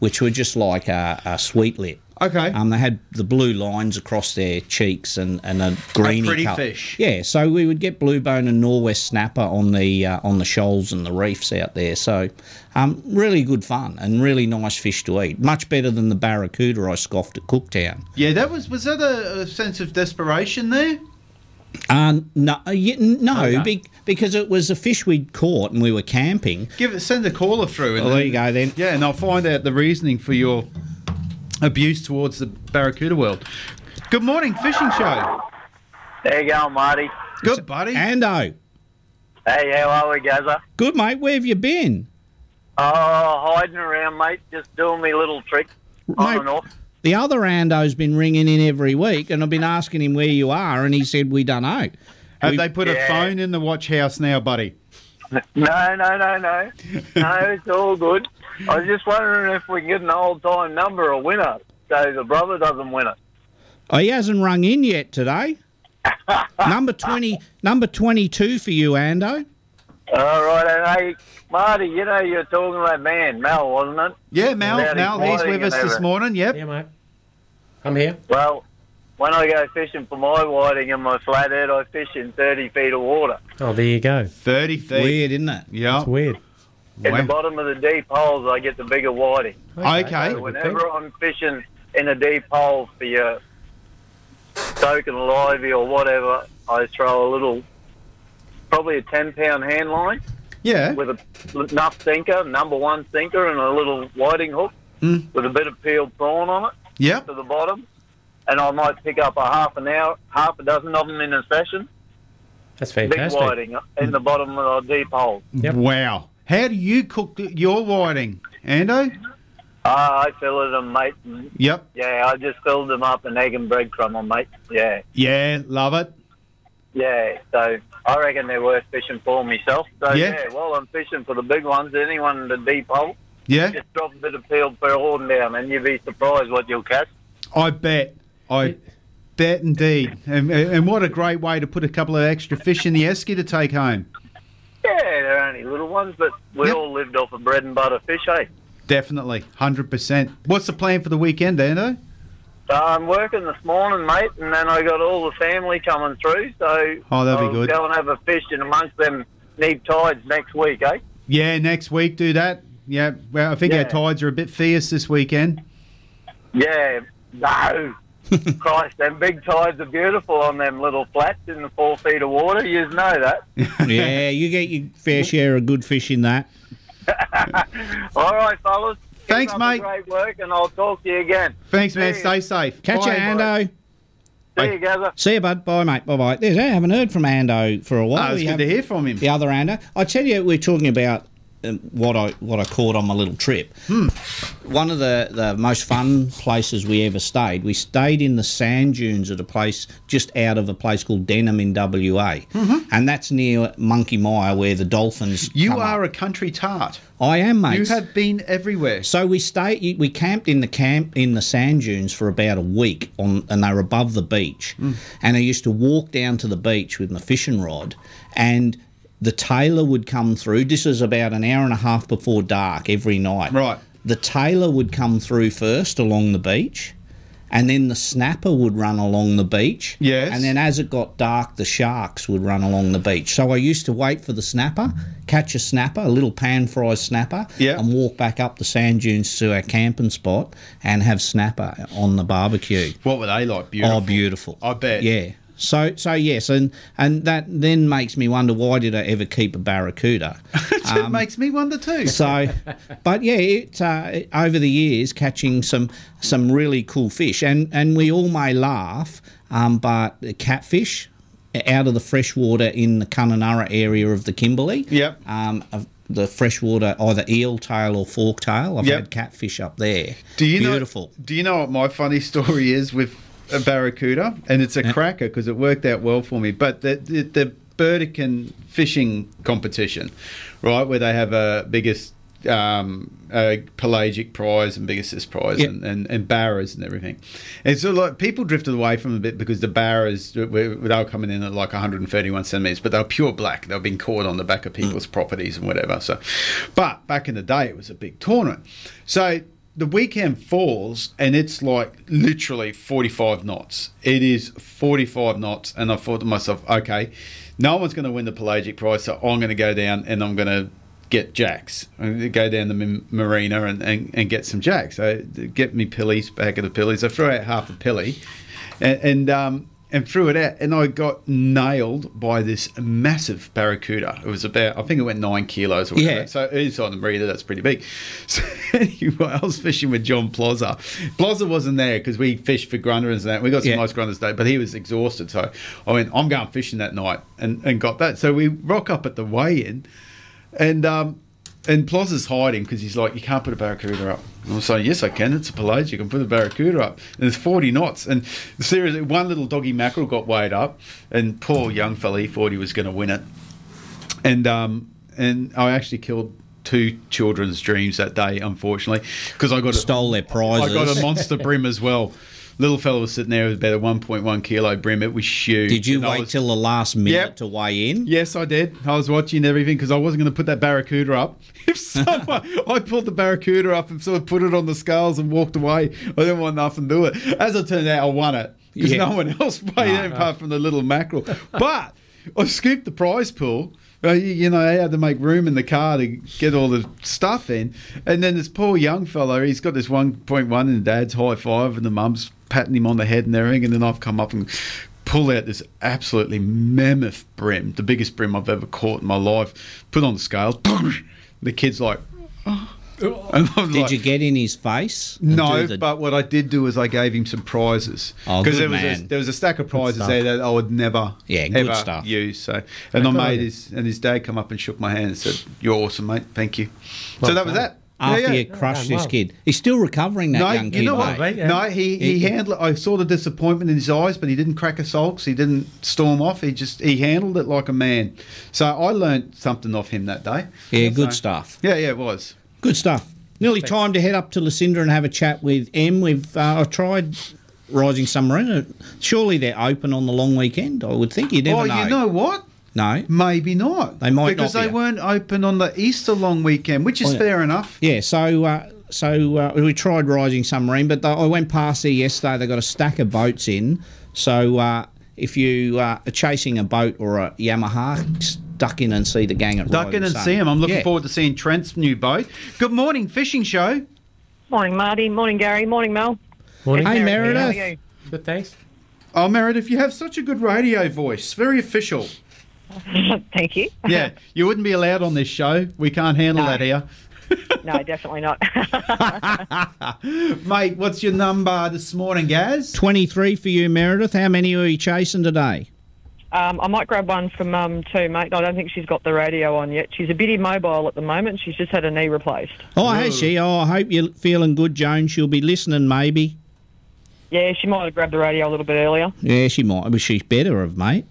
which were just like a, a sweet lip. Okay. Um, they had the blue lines across their cheeks and, and a greeny pretty colour. fish. Yeah, so we would get bluebone and norwest snapper on the uh, on the shoals and the reefs out there. So, um, really good fun and really nice fish to eat. Much better than the barracuda I scoffed at Cooktown. Yeah, that was was that a, a sense of desperation there? Um, no, uh, ye- no, Okay. be- because it was a fish we'd caught and we were camping. Give it, send a caller through. And Well, there you go then. Yeah, and I'll find out the reasoning for your abuse towards the barracuda world. Good morning, fishing show. There you go, Marty. Good buddy. Ando. Hey, how are we, Gazza? Good mate, where have you been? Oh, hiding around, mate. Just doing me little trick on Mate, and off. The other Ando's been ringing in every week, and I've been asking him where you are, and he said we don't know. Have We- they put a phone in the watch house now, buddy? No, no, no, *laughs* no. No, it's all good. I was just wondering if we can get an old time number or winner so the brother doesn't win it. Oh, he hasn't rung in yet today. number twenty, number twenty-two for *laughs* you, Ando. All right, and hey, Marty, you know you're talking about man, Mel, wasn't it? Yeah, Mal. About his Mal, he's fighting with and us this everything. morning. Yep. Yeah, mate. I'm here. Well, when I go fishing for my whiting and my flathead, I fish in 30 feet of water. Oh, there you go. 30 feet. Weird, isn't it? Yeah. It's weird. In the bottom of the deep holes, I get the bigger whiting. Okay. Okay. So whenever I'm fishing in a deep hole for your soaking livey or whatever, I throw a little, probably a 10 pound hand line. Yeah. With a enough sinker, number one sinker, and a little whiting hook Mm. with a bit of peeled prawn on it Yep. to the bottom. And I might pick up a half an hour, half a dozen of them in a session. That's Big whiting in the bottom of the deep hole. Wow. How do you cook your whiting, Ando? Ah, I filled them, mate. and- Yep. Yeah, I just filled them up and egg and breadcrumb them, mate. Yeah, Yeah, love it. yeah. So I reckon they're worth fishing for myself. So Yeah. yeah, while I'm fishing for the big ones, anyone in the deep hole, Yeah. just drop a bit of peeled prawn down, and you'd be surprised what you'll catch. I bet. I bet indeed. And, and and what a great way to put a couple of extra fish in the esky to take home. Yeah, they're only little ones, but we all lived off of bread and butter fish, eh? Definitely, hundred percent. What's the plan for the weekend, Ando? So I'm working this morning, mate, and then I got all the family coming through. So Oh, that'd be I'll good. Go and have a fish in amongst them neap tides next week, eh? Yeah, next week do that. Yeah, well, I think our Yeah. tides are a bit fierce this weekend. Yeah, *laughs* no. Christ, them big tides are beautiful on them little flats in the four feet of water. You know that. yeah, you get your fair share of good fish in that. All right, fellas. keep Thanks, up the mate. Great work, and I'll talk to you again. Thanks, man. See Stay safe. Catch Bye. you, Ando. See you, Gazza. See you, bud. Bye, mate. Bye, bye. There's, I haven't heard from Ando for a while. Ah, it's We good have- to hear from him. The other Ando. I tell you, we're talking about um, what I what I caught on my little trip. Hmm. One of the, the most fun places we ever stayed. We stayed in the sand dunes at a place just out of a place called Denham in WA, and that's near Monkey Mire where the dolphins. Mm-hmm. You come up. are a country tart. I am, mate. You have been everywhere. So we stayed. We camped in the camp in the sand dunes for about a week, on, and they were above the beach. Mm. And I used to walk down to the beach with my fishing rod, and the tailor would come through. This is about an hour and a half before dark every night. Right. The tailor would come through first along the beach. And then the snapper would run along the beach. Yes. And then as it got dark, the sharks would run along the beach. So I used to wait for the snapper, catch a snapper, a little pan fry snapper, yeah. and walk back up the sand dunes to our camping spot and have snapper on the barbecue. What were they like? Oh, beautiful. I bet. Yeah. So so yes, and and that then makes me wonder why did I ever keep a *laughs* barracuda? *laughs* Um, it makes me wonder too. *laughs* *laughs* So, but yeah, it, uh, over the years catching some some really cool fish, and and we all may laugh, um, but catfish out of the freshwater in the Kununurra area of the Kimberley. Yep. Um, of the freshwater either eel tail or fork tail. I've Yep. had catfish up there. Do you Beautiful. Know, do you know what my funny *laughs* story is with a barracuda? And it's a cracker because it worked out well for me. But the the, the Burdekin fishing competition, right, where they have a biggest um, uh pelagic prize and biggest this prize Yeah. and, and, and barras and everything. And so like people drifted away from it a bit because the barras were, they were coming in at like 131 centimeters, but they were pure black. They've been caught on the back of people's properties and whatever. So, but back in the day, it was a big tournament. So the weekend falls and it's like literally 45 knots. It is 45 knots. And I thought to myself, okay, no one's going to win the pelagic prize, so I'm going to go down and I'm going to get jacks. I'm going to go down the m- marina and, and, and get some jacks. So get me pillies, back of the pillies. I threw out half a pilly and, and um, and threw it out, and I got nailed by this massive barracuda. It was about, I think it went nine kilos or whatever. Yeah. So inside the marina, that's pretty big. *laughs* So anyway, I was fishing with John Plaza. Plaza wasn't there because we fished for grunners and that. We got some Yeah. nice grunners day, but he was exhausted. So I went, I'm going fishing that night, and, and got that. So we rock up at the weigh-in, and um, and Plaza's hiding because he's like, you can't put a barracuda up. And I'm saying, yes, I can. It's a pelagic. I can put a barracuda up. And it's 40 knots. And seriously, one little doggy mackerel got weighed up, and poor young fella, he thought he was going to win it. And um, and I actually killed two children's dreams that day, unfortunately, because I got Stole their I got prizes. a monster brim as well. Little fella was sitting there with about a 1.1 kilo brim. It was huge. Did you And I wait was- till the last minute Yep. to weigh in? Yes, I did. I was watching everything because I wasn't going to put that barracuda up. *laughs* *laughs* If someone, I pulled the barracuda up and sort of put it on the scales and walked away. I didn't want nothing to do with it. As it turned out, I won it because Yeah. no one *laughs* else played No, it no. apart from the little mackerel. But I scooped the prize pool. Uh, You you know, I had to make room in the car to get all the stuff in. And then this poor young fellow, he's got this 1.1 and dad's high five and the mum's patting him on the head and everything. And then I've come up and pull out this absolutely mammoth brim, the biggest brim I've ever caught in my life, put on the scales. the kid's like, *gasps* Did you get in his face? and no, do the- but what I did do is I gave him some prizes Oh, good there was a, man. there was a stack of prizes stuff. there that I would never Yeah, good ever stuff. use. So, and I Good made idea. his and his dad come up and shook my hand and said, "You're awesome, mate. Thank you." so Well that was done. that. After Yeah, yeah. you crushed this kid, he's still recovering. That No, young kid. you know what? mate. No, he, he handled. I saw the disappointment in his eyes, but he didn't crack a sulks. He didn't storm off. He just he handled it like a man. So I learned something off him that day. Yeah, good So- stuff. Yeah, yeah, it was. Good stuff. Nearly time to head up to Lucinda and have a chat with M. We've uh, I tried Rising Submarine. Surely they're open on the long weekend. I would think you never oh, know. you know what? No, maybe not. They might because not be they weren't open on the Easter long weekend, which is Oh, yeah. fair enough. Yeah, so uh, so uh, we tried Rising Submarine, but I went past there yesterday. They got a stack of boats in. So uh, if you uh, are chasing a boat or a Yamaha, duck in and see the gang at Duck in Rising and Sun. see him. I'm looking Yeah. forward to seeing Trent's new boat. Good morning, fishing show. Morning, Marty. Morning, Gary. Morning, Mel. Morning. Hey, Meredith, Meredith. how are you? Good, thanks. Oh, Meredith, you have such a good radio voice. Very *laughs* official. Thank you. *laughs* Yeah, you wouldn't be allowed on this show. We can't handle that here. No, definitely not. *laughs* *laughs* Mate, what's your number this morning, Gaz? 23 for you, Meredith. How many are you chasing today? Um, I might grab one from Mum too, mate. I don't think she's got the radio on yet. She's a bit immobile at the moment. She's just had a knee replaced. Oh, has she? Oh, I hope you're feeling good, Joan. She'll be listening, maybe. Yeah, she might have grabbed the radio a little bit earlier. Yeah, she might. Well, she's better of, mate.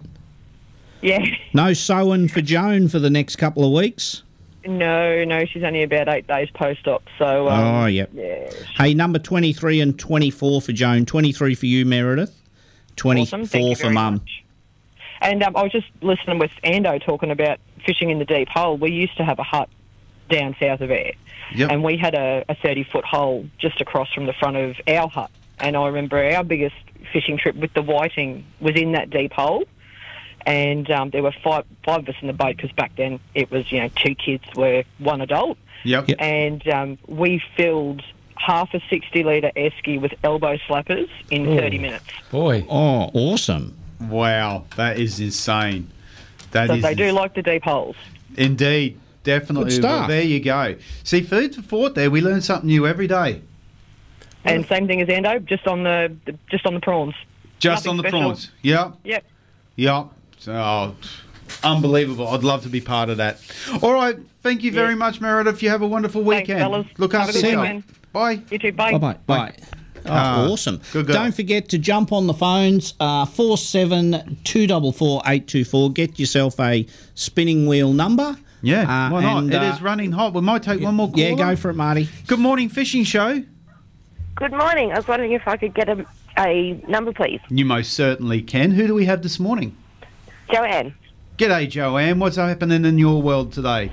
Yeah. *laughs* No sewing for Joan for the next couple of weeks. No, no, she's only about eight days post-op, so... Um, oh, yep. Yeah. Hey, number 23 and 24 for Joan. 23 for you, Meredith. 24 Awesome. Thank you for very Mum. And um, I was just listening with Ando talking about fishing in the deep hole. We used to have a hut down south of there, Yep. and we had a, a 30 foot hole just across from the front of our hut. And I remember our biggest fishing trip with the whiting was in that deep hole. And um, there were five, five of us in the boat because back then it was, you know, two kids were one adult. Yep. And um, we filled half a 60 litre esky with elbow slappers in Ooh. 30 minutes. Boy. Oh, awesome. Wow, that is insane. That so is they do like the deep holes. Indeed, definitely. Good Well, stuff. there you go. See, food for thought there. We learn something new every day. And same thing as Ando, just on the the- just on the prawns. Just Nothing on the special. prawns. Yep. Yep. Yep. So, oh, unbelievable. I'd love to be part of that. All right. Thank you very much, Meredith. You have a wonderful weekend. Look Have a after good yourself. weekend. Bye. You too. Bye. Bye-bye. Bye. Oh, Ah, awesome. good girl. Don't forget to jump on the phones, uh, 47 244 824. Get yourself a spinning wheel number. Yeah, Uh, why not? and, it uh, is running hot. We might take one more call. yeah, go for it, Marty. Good morning, fishing show. Good morning. I was wondering if I could get a, a number, please. You most certainly can. Who do we have this morning? Joanne. G'day, Joanne. What's happening in your world today?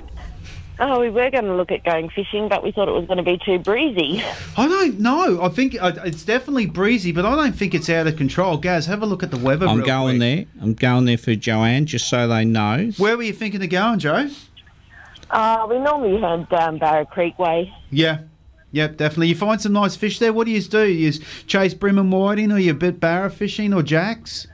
Oh, we were going to look at going fishing, but we thought it was going to be too breezy. I don't know. I think uh, it's definitely breezy, but I don't think it's out of control. Gaz, have a look at the weather. I'm real going quick. there. I'm going there for Joanne, just so they know. Where were you thinking of going, Joe? Uh, we normally head down Barrow Creek Way. Yeah. Yep, definitely. You find some nice fish there. What do you do? You chase brim and whiting, or you bit barra fishing, or jacks?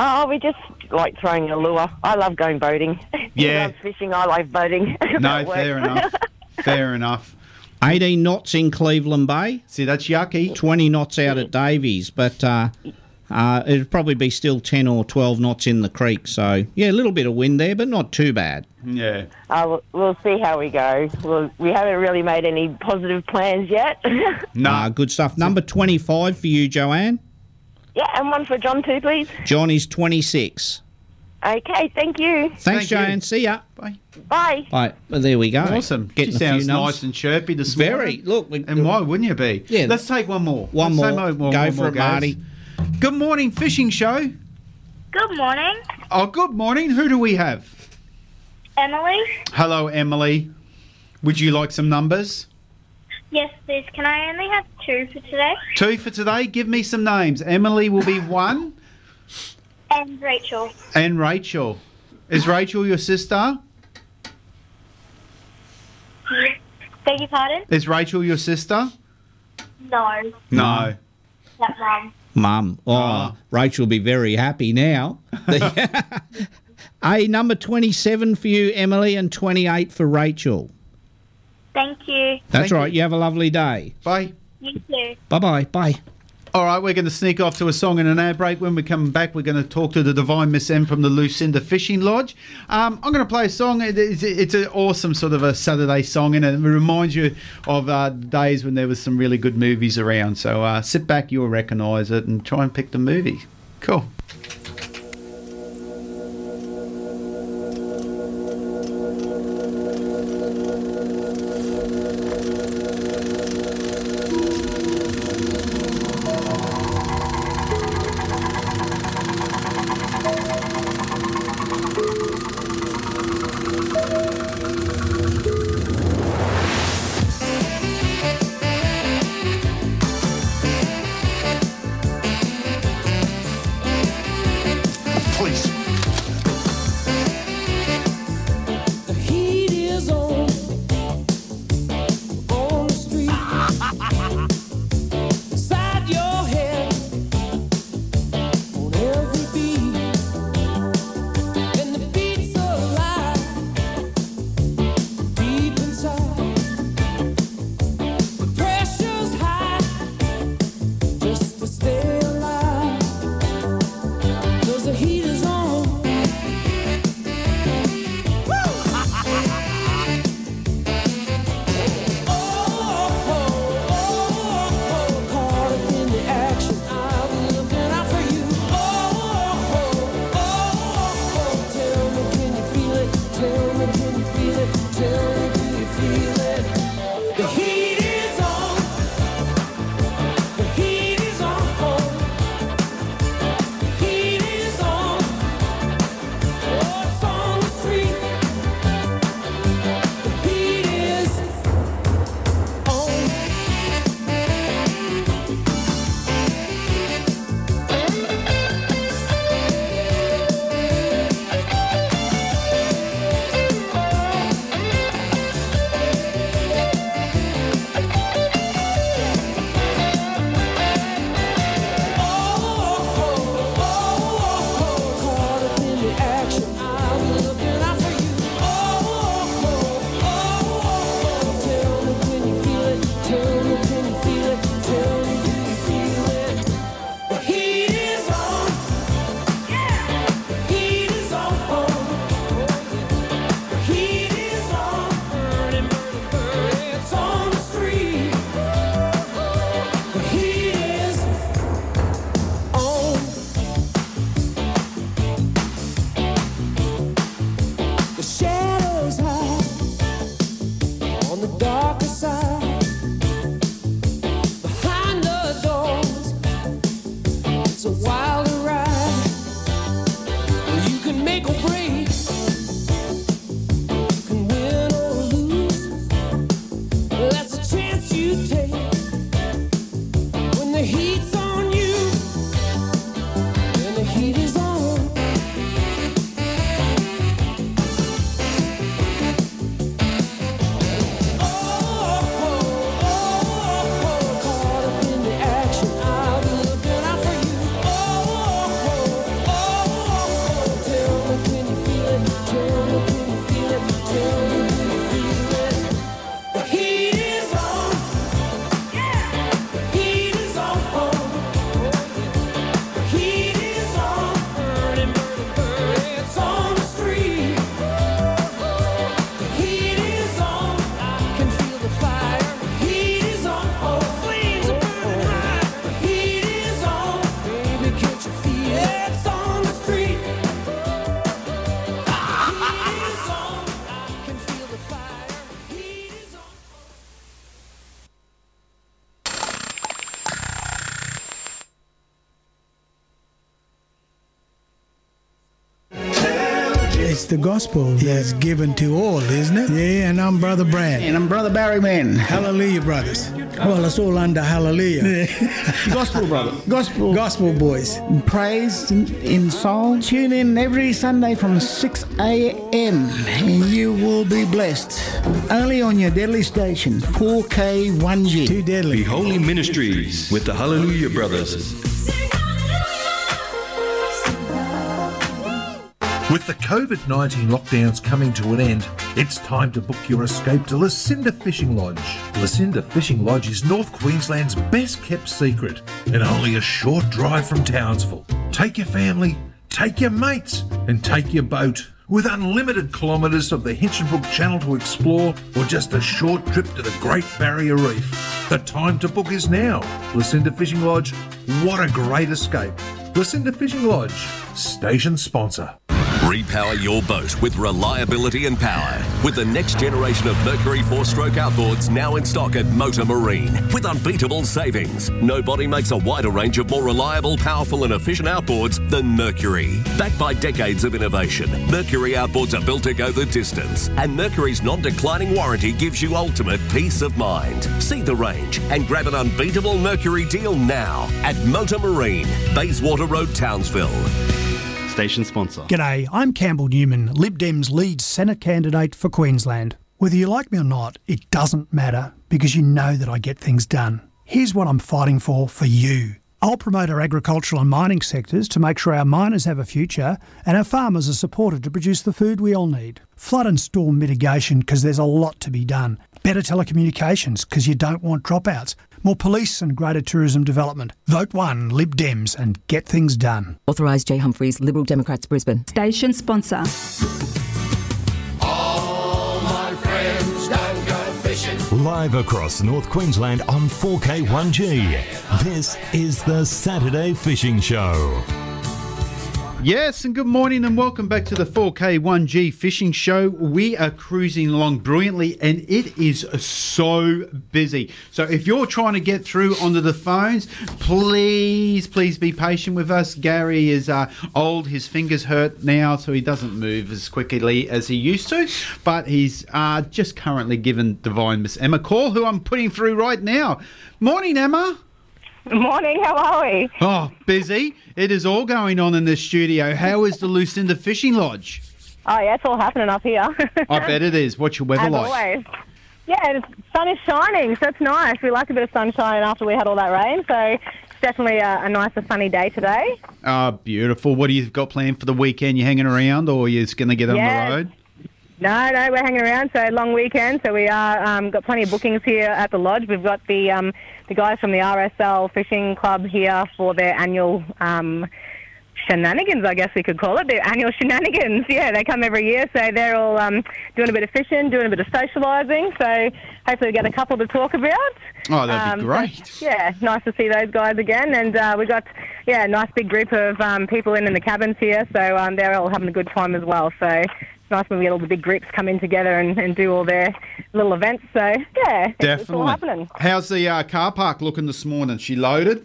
Oh, we just like throwing a lure. I love going *laughs* boating. You Yeah. love fishing. I like boating. *laughs* No, That works. fair enough. Fair enough. 18 E knots in Cleveland Bay. See, that's yucky. 20 knots out at Davies, but uh, uh, it'd probably be still 10 or 12 knots in the creek. So, yeah, a little bit of wind there, but not too bad. Yeah. *laughs* Uh, we'll- we'll see how we go. We'll, we haven't really made any positive plans yet. *laughs* yeah, No. Uh, good stuff. Number 25 for you, Joanne. and one for John too, please. John is 26. Okay, thank you. Thanks, Joanne. See ya. Bye. Bye. Right, well, there we go. Awesome. Getting she a few sounds numbers. nice and chirpy this Very. morning. Look, and why wouldn't you be? Yeah. Let's take one more. One Let's more. take Go one for more, it, Gaz. Marty. Good morning, fishing show. Good morning, Oh, good morning. Who do we have? Emily. Hello, Emily. Would you like some numbers? Yes, please. Can I only have two for today? Two for today. Give me some names. Emily will be one, And Rachel. and Rachel. Is Rachel your sister? Beg your pardon? Is Rachel your sister? No, No. that mum. Mum. Oh, Ah. Rachel will be very *laughs* happy now. A number 27 for you, Emily, and 28 for Rachel. Thank you. That's right. You. have a lovely day. Bye. You too. Bye bye. Bye. All right, we're going to sneak off to a song and an air break. When we come back, we're going to talk to the Divine Miss M from the Lucinda Fishing Lodge. Um, I'm going to play a song. It- It's, it's an awesome sort of a Saturday song, and it reminds you of uh, days when there was some really good movies around. So uh, sit back, you'll recognise it, and try and pick the movie. Cool. Please. The heat is on on the street. *laughs* Inside your head on every beat. And the beat's alive deep inside. The pressure's high just to stay alive. 'Cause the heat is on. it's the gospel that's given to all, isn't it? Yeah, and I'm Brother Brad. And I'm Brother Barryman. Hallelujah, brothers. Well, it's all under hallelujah. *laughs* gospel, brother. Gospel. Gospel boys. Praise in, in song. Tune in every Sunday from 6 a.m. and you will be blessed. Only on your deadly station, 4K1G. Too deadly. The Holy Ministries with the Hallelujah Brothers. With the COVID 19 lockdowns coming to an end, it's time to book your escape to Lucinda Fishing Lodge. Lucinda Fishing Lodge is North Queensland's best kept secret and only a short drive from Townsville. Take your family, take your mates, and take your boat. With unlimited kilometres of the Hinchinbrook Channel to explore, or just a short trip to the Great Barrier Reef, the time to book is now. Lucinda Fishing Lodge, what a great escape! Lucinda Fishing Lodge, station sponsor. Repower your boat with reliability and power with the next generation of Mercury four stroke outboards now in stock at Motor Marine with unbeatable savings. Nobody makes a wider range of more reliable, powerful, and efficient outboards than Mercury. Backed by decades of innovation, Mercury outboards are built to go the distance, and Mercury's non declining warranty gives you ultimate peace of mind. See the range and grab an unbeatable Mercury deal now at Motor Marine, Bayswater Road, Townsville. Station sponsor. G'day, I'm Campbell Newman, Lib Dem's lead Senate candidate for Queensland. Whether you like me or not, it doesn't matter because you know that I get things done. Here's what I'm fighting for for you. I'll promote our agricultural and mining sectors to make sure our miners have a future and our farmers are supported to produce the food we all need. Flood and storm mitigation because there's a lot to be done. Better telecommunications because you don't want dropouts. More police and greater tourism development. Vote one, Lib Dems, and get things done. Authorised J Humphreys, Liberal Democrats, Brisbane. Station sponsor. All my friends don't go fishing. Live across North Queensland on 4K1G. This is the Saturday Fishing Show. Yes, and good morning, and welcome back to the 4K1G Fishing Show. We are cruising along brilliantly, and it is so busy. So, if you're trying to get through onto the phones, please, please be patient with us. Gary is uh, old; his fingers hurt now, so he doesn't move as quickly as he used to. But he's uh, just currently given Divine Miss Emma call, who I'm putting through right now. Morning, Emma. *laughs* Morning, how are we? Oh, busy. It is all going on in this studio. How is the Lucinda Fishing Lodge? Oh, yeah, it's all happening up here. I bet it is. What's your weather As like? always. Yeah, and the sun is shining, so it's nice. We like a bit of sunshine after we had all that rain, so it's definitely a, a nicer sunny day today. Ah, beautiful. What do you got planned for the weekend? You hanging around or you just going to get on Yes. the road? No, no, we're hanging around. So long weekend. So we are um, got plenty of bookings here at the lodge. We've got the um, the guys from the RSL Fishing Club here for their annual um, shenanigans, I guess we could call it. Their annual shenanigans. Yeah, they come every year. So they're all um, doing a bit of fishing, doing a bit of socialising. So hopefully we get a couple to talk about. Um, Oh, that'd be so, great. yeah, nice to see those guys again. And uh, we got yeah, a nice big group of um, people in in the cabins here. So um, they're all having a good time as well. So it's nice when we get all the big groups come in together and, and do all their little events. So yeah, it's- it's all Definitely. happening. How's the uh, car park looking this morning? She loaded?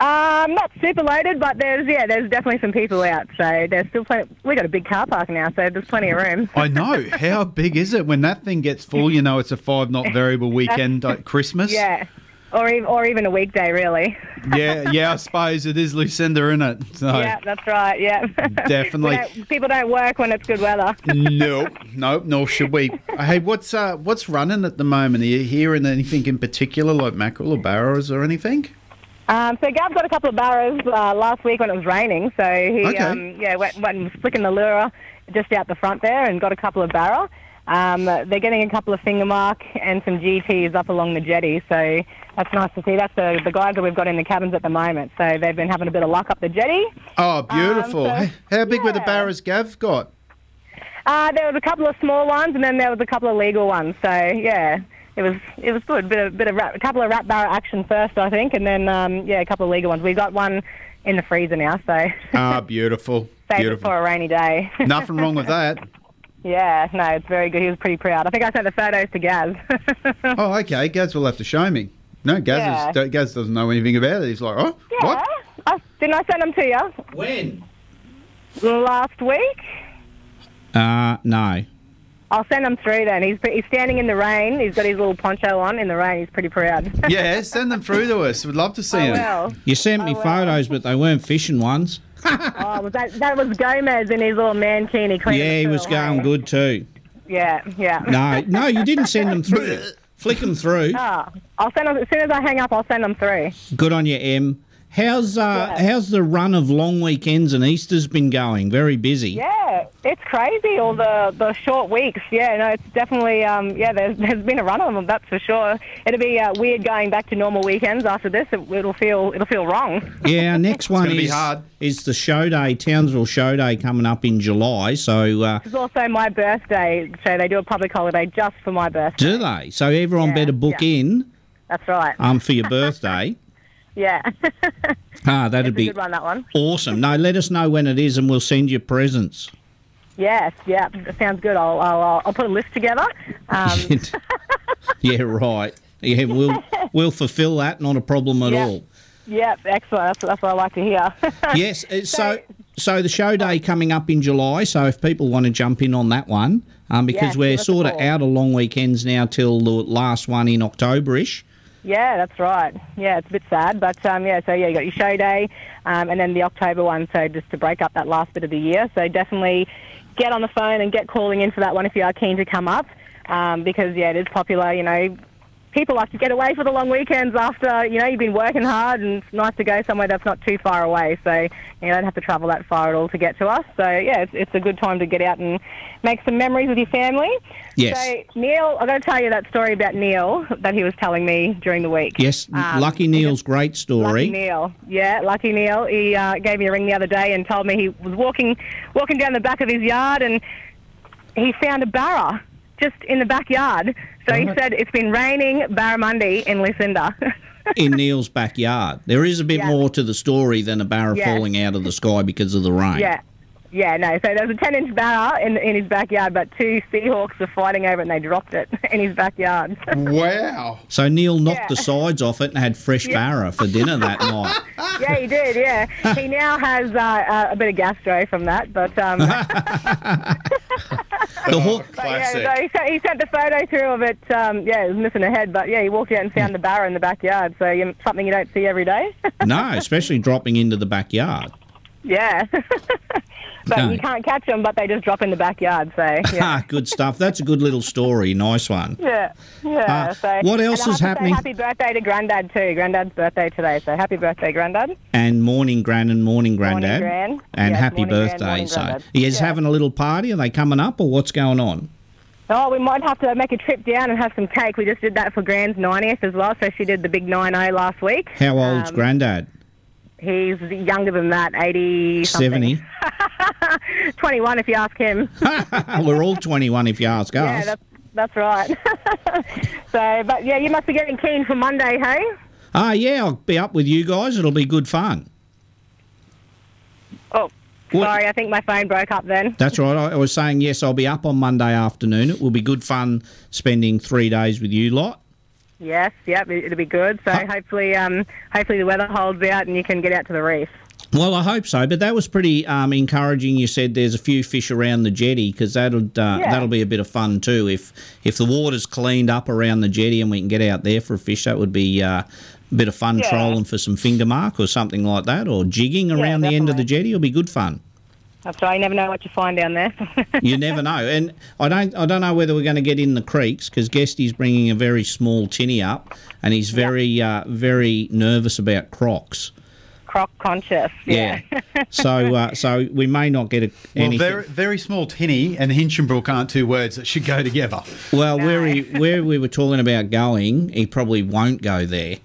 Um, not super loaded, but there's yeah, there's definitely some people out. So there's still plenty. We got a big car park now, so there's plenty of room. I *laughs* know. How big is it when that thing gets full? You know, it's a five knot *laughs* variable weekend at Christmas. Yeah, or ev- or even a weekday really. Yeah, yeah, I suppose it is Lucinda, isn't it? So, *laughs* Yeah, that's right. Yeah, Oh. *laughs* Definitely. We don't- people don't work when it's good weather. nope, nope, nor should we. Hey, what's uh, what's running at the moment? Are you hearing anything in particular, like mackerel or barrows or anything? Um, so Gav got a couple of barrows uh, last week when it was raining. So he Okay. um, yeah went, went and was flicking the lure just out the front there and got a couple of barrow. Um, they're getting a couple of finger mark and some GTs up along the jetty. So that's nice to see. That's the, the guys that we've got in the cabins at the moment. So they've been having a bit of luck up the jetty. Oh, beautiful. so- H- How big were the barrows Gav got? Uh, there was a couple of small ones and then there was a couple of legal ones. So yeah. It was it was good. Bit of bit of rat, a couple of rat barrow action first, I think, and then um, yeah, a couple of legal ones. We got one in the freezer now, so Ah, beautiful. Save it beautiful. for a rainy day. *laughs* *laughs* Nothing wrong with that. yeah, no, it's very good. He was pretty proud. I think I sent the photos to Gaz. Oh, okay. Gaz will have to show me. No, Gaz, is, Gaz doesn't know anything about it. He's like, oh, *laughs* what? I, didn't I send them to you? When? Last week. Uh, no. I'll send him through then. He's, he's standing in the rain. He's got his little poncho on in the rain. He's *laughs* pretty proud. Yeah, send them through to us. We'd love to see I them. will. You sent me I will. photos, but they weren't fishing ones. oh, was that that was Gomez in his little mankini. cleaning yeah, he the was pool, going good too. eh? Yeah, yeah. No, no, you didn't send them through. Flick them through. Oh, I'll send them as soon as I hang up. I'll send them through. Good on you, Em. How's uh, how's the run of long weekends and Easter's been going? Very busy. Yeah, it's crazy all the the short weeks. Yeah, no, it's definitely um yeah. There's there's been a run of them, that's for sure. It'll be uh, weird going back to normal weekends after this. It, it'll feel it'll feel wrong. *laughs* Yeah, our next one gonna is be hard. is the show day, Townsville Show Day coming up in July. So uh, It's also my birthday, so they do a public holiday just for my birthday. do they? So everyone better book yeah. in That's right. um for your *laughs* birthday. yeah, Ah, that'd it's a be good one. That one. awesome. No, let us know when it is, and we'll send you presents. *laughs* Yes, yeah, sounds good. I'll I'll, I'll- I'll put a list together. *laughs* Um, yeah, right. Yeah, we'll we'll fulfil that. Not a problem at Yeah. all. yep, excellent. That's, that's what I like to hear. *laughs* yes. uh, So, so the show day coming up in July. So if people want to jump in on that one, um, because Yes, we're give us a sort of call. out of long weekends now till the last one in Octoberish. Yeah, that's right. Yeah, it's a bit sad, but um, yeah. So yeah, you got your show day, um, and then the October one. So just to break up that last bit of the year. So definitely get on the phone and get calling in for that one if you are keen to come up, um, because yeah, it is popular. You know, people like to get away for the long weekends after you know you've been working hard, and it's nice to go somewhere that's not too far away. So you don't have to travel that far at all to get to us. So yeah, it's, it's a good time to get out and make some memories with your family. Yes. So Neil, I'm going to tell you that story about Neil that he was telling me during the week. Yes, Um, Lucky Neil's great Lucky story. Neil, yeah, Lucky Neil. He uh, gave me a ring the other day and told me he was walking, walking down the back of his yard, and he found a barra just in the backyard. So he said it's been raining barramundi in Lucinda. *laughs* *laughs* in Neil's backyard. There is a bit Yeah. more to the story than a barra Yeah. falling out of the sky because of the rain. yeah, yeah, no. So there was a ten-inch barra in in his backyard, but two seahawks were fighting over it, and they dropped it *laughs* in his backyard. *laughs* Wow. So Neil knocked Yeah. the sides off it and had fresh Yeah. barra for dinner *laughs* that night. yeah, he did. Yeah, he now has uh, uh, a bit of gastro from that, but um, The Oh, hor- but yeah, so he, sent, he sent the photo through of it. Um, yeah, it was missing a head, but yeah, he walked out and Hmm. found the barra in the backyard. So you, something you don't see every day. *laughs* no, especially dropping into the backyard. yeah, *laughs* but No. you can't catch them, but they just drop in the backyard. So *laughs* yeah, Ah, good stuff. That's a good little story. Nice one. yeah, yeah. Ah, so what else and I is have to say happening? happy birthday to Grandad too. Grandad's birthday today, so happy birthday, Grandad. And morning, Gran, and morning, Grandad. Gran. And Yes, happy morning, Gran, birthday. morning, so, Grandad. you guys having a little party? Are they coming up or what's going on? Oh, we might have to make a trip down and have some cake. We just did that for Gran's 90th as well, so she did the big 9-0 last week. How old's Um, Grandad? He's younger than that, 80 something. 70. 21 if you *laughs* ask him. *laughs* We're all 21 if you ask us. yeah, that's, that's right. *laughs* so, but yeah, you must be getting keen for Monday, hey? Ah, yeah, I'll be up with you guys. It'll be good fun. Oh, sorry, I think my phone broke up then. That's right. I I was saying, yes, I'll be up on Monday afternoon. It will be good fun spending three days with you lot. Yes, yep, it, it'll be good. So hopefully um, hopefully the weather holds out and you can get out to the reef. Well, I hope so. But that was pretty um, encouraging. You said there's a few fish around the jetty because that'll uh, Yeah. that'll be a bit of fun too. If if the water's cleaned up around the jetty and we can get out there for a fish, that would be uh, a bit of fun Yeah. trolling for some finger mark or something like that, or jigging around the end of the jetty will be good fun. That's right, you never know what you find down there. *laughs* you never know. And I don't I don't know whether we're going to get in the creeks because Guesty's bringing a very small tinny up, and he's very uh, very nervous about crocs. Croc conscious. Yeah. so uh, so we may not get a, Well, anything. very, very small tinny and Hinchinbrook aren't two words that should go together. *laughs* well, where he, where we were talking about going, he probably won't go there.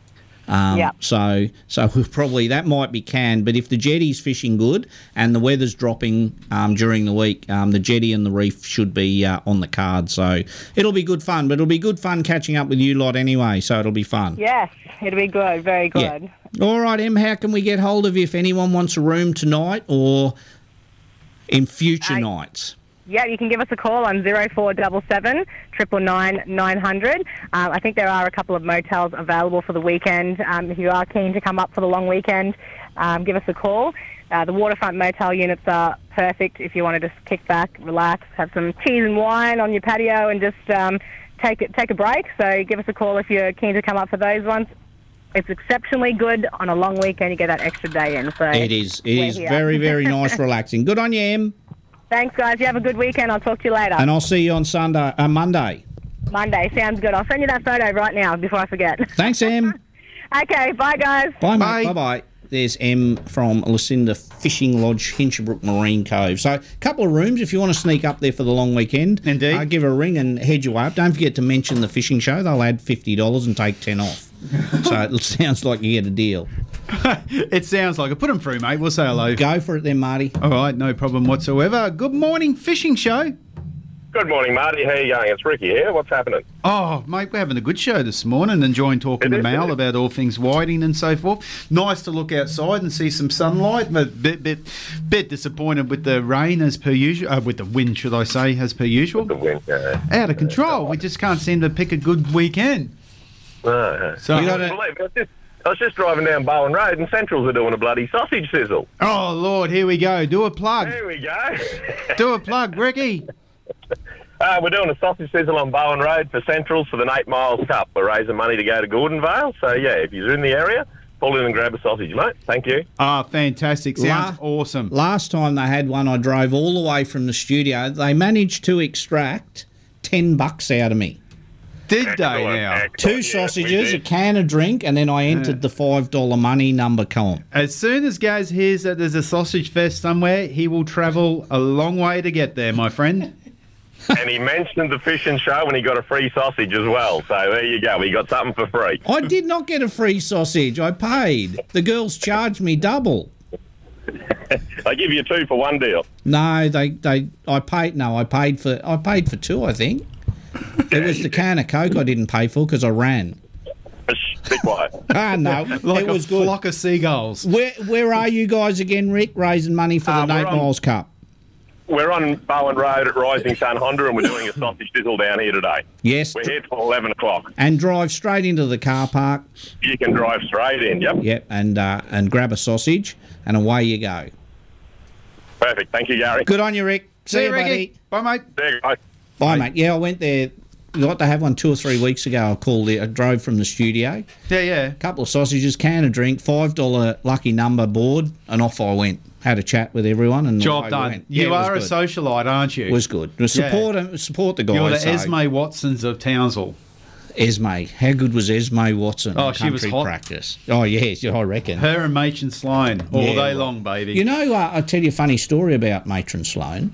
Um, Yep. So so *laughs* we'll probably that might be canned. But if the jetty's fishing good and the weather's dropping um, during the week, um, the jetty and the reef should be uh, on the card. So it'll be good fun. But it'll be good fun catching up with you lot anyway. So it'll be fun. *laughs* Yes, it'll be good, very good. Yeah. All right, Em. How can we get hold of you if anyone wants a room tonight or in future nights? Yeah, you can give us a call on 0477 999 900. Um, I think there are a couple of motels available for the weekend. Um, if you are keen to come up for the long weekend, um, give us a call. Uh, the waterfront motel units are perfect if you want to just kick back, relax, have some cheese and wine on your patio, and just um, take it, take a break. So give us a call if you're keen to come up for those ones. It's exceptionally good on a long weekend. You get that extra day in. So It is. It we're is here. very, *laughs* very nice, relaxing. Good on you, Em. Thanks, guys. You have a good weekend. I'll talk to you later. And I'll see you on Sunday, uh, Monday. Monday. Sounds good. I'll send you that photo right now before I forget. *laughs* Thanks, *laughs* Em. okay. Bye, guys. Bye, mate. Bye, bye. There's M from Lucinda Fishing Lodge, Hinchinbrook Marine Cove. So, a couple of rooms if you want to sneak up there for the long weekend. Indeed. Uh, give her a ring and head your way up. Don't forget to mention the fishing show. They'll add $50 and take *laughs* 10 off. so, it sounds like you get a deal. it sounds like it. Put them through, mate. We'll say hello. Go for it then, Marty. All right, no problem whatsoever. Good morning, fishing show. Good morning, Marty. How you going? It's Ricky here. What's happening? Oh, mate, we're having a good show this morning, enjoying talking to Mal about all things whiting and so forth. Nice to look outside and see some sunlight. I'm a bit, bit, bit disappointed with the rain as per usual, uh, with the wind, should I say, as per usual. the wind, Out of control. We just can't seem to pick a good weekend. So- you gotta... Ah, believe it. I was just- I was just driving down Bowen Road and Centrals are doing a bloody sausage sizzle. Oh, Lord, here we go. Do a plug. There we *laughs* go. Do a plug, Ricky. Uh, we're doing a sausage sizzle on Bowen Road for Centrals for the Eight Miles Cup. We're raising money to go to Gordon Vale. So, yeah, if you're in the area, pull in and grab a sausage, mate. Thank you. Ah, fantastic. Sounds awesome. Last time they had one, I drove all the way from the studio. They managed to extract 10 bucks out of me. Did they now? Two sausages, a can of drink, and then I entered the $5 money number column. As soon as Gaz hears that there's a sausage fest somewhere, he will travel a long way to get there, my friend. and he mentioned the fishing show and he got a free sausage as well. So, there you go. He got something for free. I did not get a free sausage. I paid. The girls charged me double. They give you two for one deal. No, they, they I paid no, I paid for I paid for two, I think. It was the can of Coke I didn't pay for because I ran. Be quiet. Ah no, *laughs* like it was a good. flock of seagulls. Where where are you guys again, Rick? Raising money for the Nate Miles Cup. We're on Bowen Road at Rising Sun Honda and we're doing a sausage sizzle down here today. Yes. We're here till 11 o'clock. And drive straight into the car park. You can drive straight in. Yep. Yep, and uh, and grab a sausage and away you go. Perfect. Thank you, Gary. Good on you, Rick. *laughs* See, you, buddy. Bye, mate. See you, guys. Bye, mate. Yeah, I went there. Got to have one two or three weeks ago. I called it. I drove from the studio. Yeah, yeah. couple of sausages, can of drink, five dollar lucky number board, and off I went. Had a chat with everyone, and away Job we done. went. Yeah, You it was are a good. socialite, aren't you? It was good. It was Yeah. support support the guys. You're the so- Esme Watsons of Townsville. Esme. How good was Esme Watson? Oh, in she was country hot. Practice. Oh yes, yeah, I reckon. Her and Machin Sloan all Yeah. day long, baby. You know, uh, I'll tell you a funny story about Matron Sloan.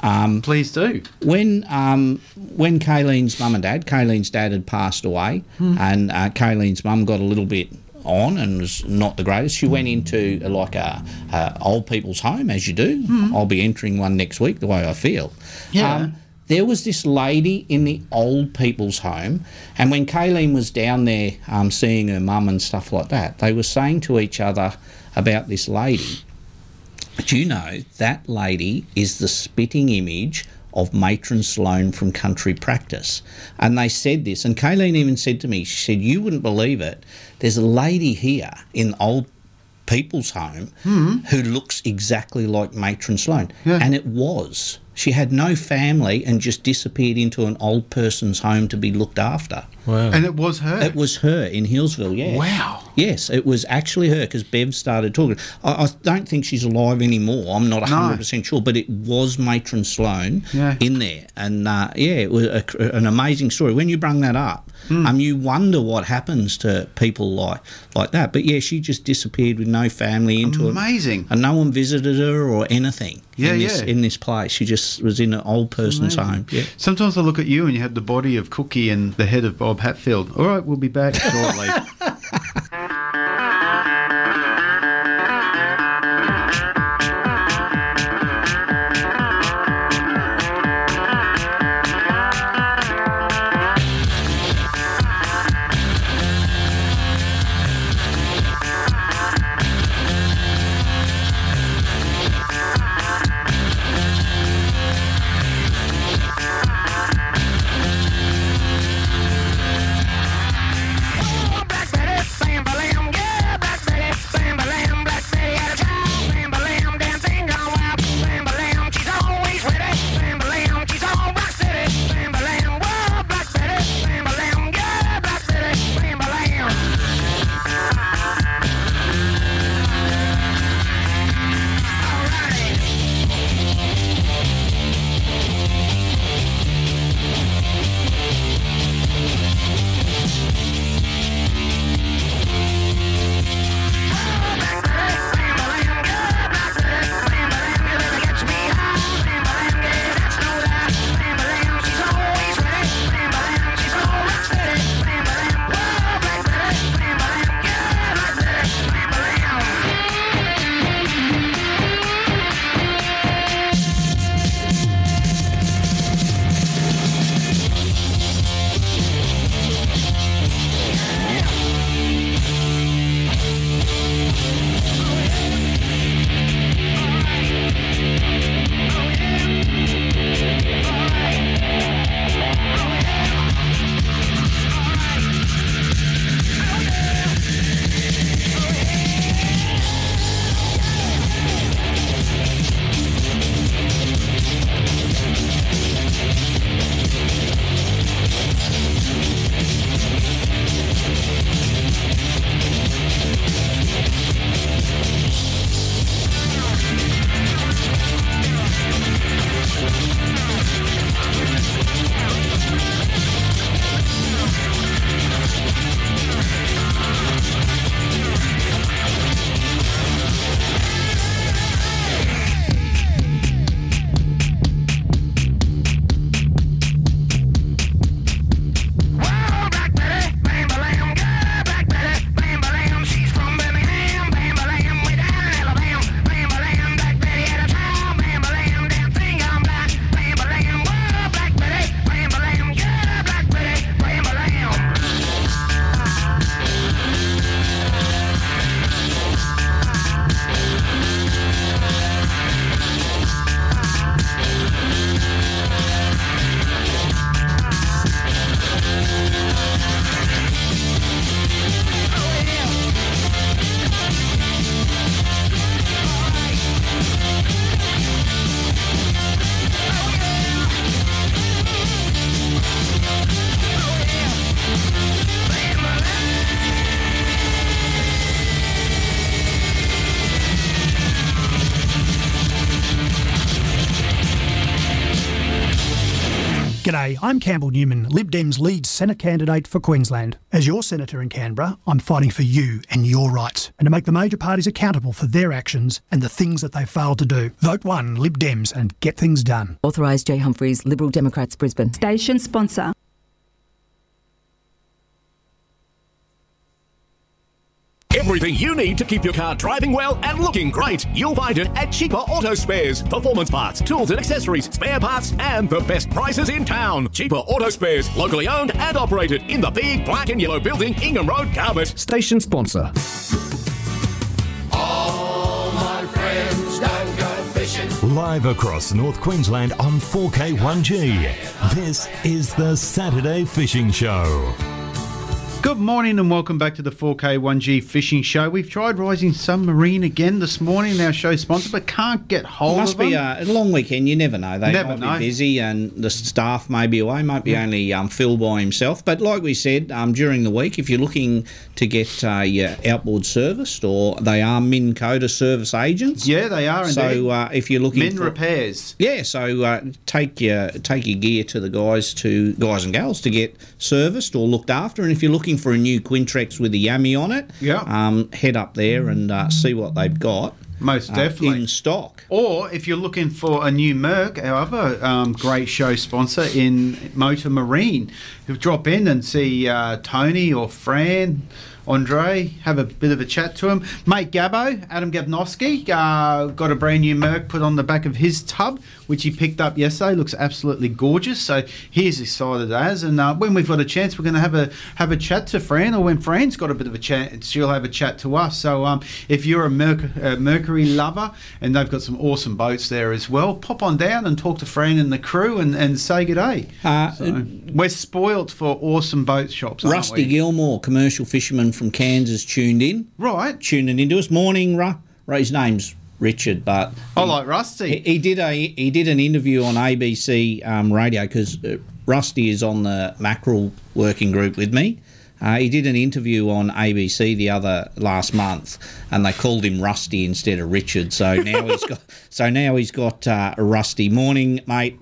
Um, Please do. When um, when Kayleen's mum and dad, Kayleen's dad had passed away, Hmm. and uh, Kayleen's mum got a little bit on and was not the greatest. She went into uh, like a, a old people's home, as you do. Hmm. I'll be entering one next week, the way I feel. Yeah. Um, there was this lady in the old people's home, and when Kayleen was down there um, seeing her mum and stuff like that, they were saying to each other about this lady. Do you know that lady is the spitting image of Matron Sloan from Country Practice? And they said this, and Kayleen even said to me, she said, You wouldn't believe it. There's a lady here in old people's home Hmm. who looks exactly like Matron Sloan. And it was. She had no family and just disappeared into an old person's home to be looked after. Wow. And it was her. It was her in Hillsville, yeah. Wow. Yes, it was actually her because Bev started talking. I, I don't think she's alive anymore. I'm not 100% sure, but it was Matron Sloan Yeah. in there. And uh, yeah, it was a, cr- an amazing story. When you brung that up, Hmm. um, you wonder what happens to people like like that. But yeah, she just disappeared with no family into Amazing. and no one visited her or anything. Yeah, in this, yeah. In this place, she just was in an old person's Amazing. home. Yeah. Sometimes I look at you and you have the body of Cookie and the head of Bob Hatfield. All right, we'll be *laughs* back shortly. G'day, I'm Campbell Newman, Lib Dem's lead Senate candidate for Queensland. As your Senator in Canberra, I'm fighting for you and your rights, and to make the major parties accountable for their actions and the things that they failed to do. Vote one, Lib Dems, and get things done. Authorised Jay Humphreys, Liberal Democrats, Brisbane. Station sponsor. Everything you need to keep your car driving well and looking great, you'll find it at Cheaper Auto Spares. Performance parts, tools and accessories, spare parts, and the best prices in town. Cheaper Auto Spares, locally owned and operated in the big black and yellow building, Ingham Road, Carpet. Station sponsor. All my friends don't go fishing. Live across North Queensland on 4K1G. This is the Saturday Fishing Show. Good morning and welcome back to the 4K1G Fishing Show. We've tried Rising Submarine again this morning, our show sponsor, but can't get hold Must of them. be uh, a long weekend. You never know. They Never might know. be busy, and the staff may be away. Might be Yeah. only um, Phil by himself. But like we said, um, during the week, if you're looking to get a uh, outboard serviced, or they are Min Coda service agents. Yeah, they are indeed. So uh, if you're looking Min for- repairs. Yeah, so uh, take your take your gear to the guys to guys and gals to get serviced or looked after. And if you're looking for a new Quintrex with a yummy on it, Yeah. um, head up there and uh, see what they've got. Most uh, definitely. in stock. Or if you're looking for a new Merc, our other um, great show sponsor in Motor Marine, who drop in and see uh, Tony or Fran, Andre, have a bit of a chat to him. Mate Gabbo, Adam Gabnowski, uh, got a brand new Merc put on the back of his tub, which he picked up yesterday. Looks absolutely gorgeous. So he is excited as. And uh, when we've got a chance, we're going to have a have a chat to Fran, or when Fran's got a bit of a chance, she'll have a chat to us. So um, if you're a, Merc- a Mercury lover, and they've got some awesome boats there as well, pop on down and talk to Fran and the crew and, and say good day. Uh, we're spoilt for awesome boat shops. aren't Rusty we? Gilmore, commercial fisherman from Kansas, tuned in. Right. Tuning into us. Morning, Ru. Right, his name's Richard, but. I like Rusty. He, he did a he did an interview on ABC um, radio because Rusty is on the mackerel working group with me. Uh, he did an interview on ABC the other last month, and they called him Rusty instead of Richard. So now he's got *laughs* so now he's got uh, Rusty. Morning, mate.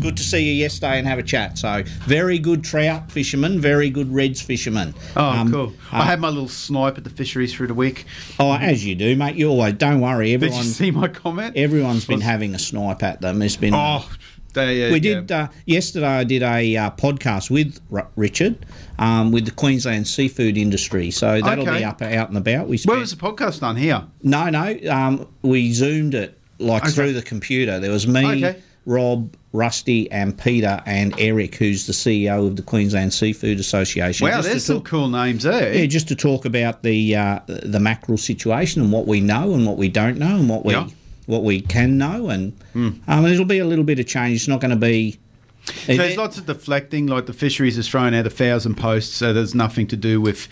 Good to see you yesterday and have a chat. So very good trout fisherman, very good reds Um, fisherman. Oh, cool. I had my little snipe at the fisheries through the week. Oh, as you do, mate. You always don't worry. Did you Everyone see my comment? Everyone's been having a snipe at them. It's been Oh, they, uh, we yeah. did uh, yesterday. I did a uh, podcast with R- Richard um, with the Queensland seafood industry. So that'll Okay. be up out and about. We Where was the podcast done? Here? No, no. Um, we zoomed it like through the computer. There was me, Okay. Rob, Rusty, and Peter, and Eric, who's the CEO of the Queensland Seafood Association. Wow, just to there's some talk- cool names there. yeah, just to talk about the uh, the mackerel situation and what we know and what we don't know and what we Yeah. Hmm. what we can know and um, it'll be a little bit of change. It's not going to be. So there's lots of deflecting, like the fisheries has thrown out a thousand posts, so there's nothing to do with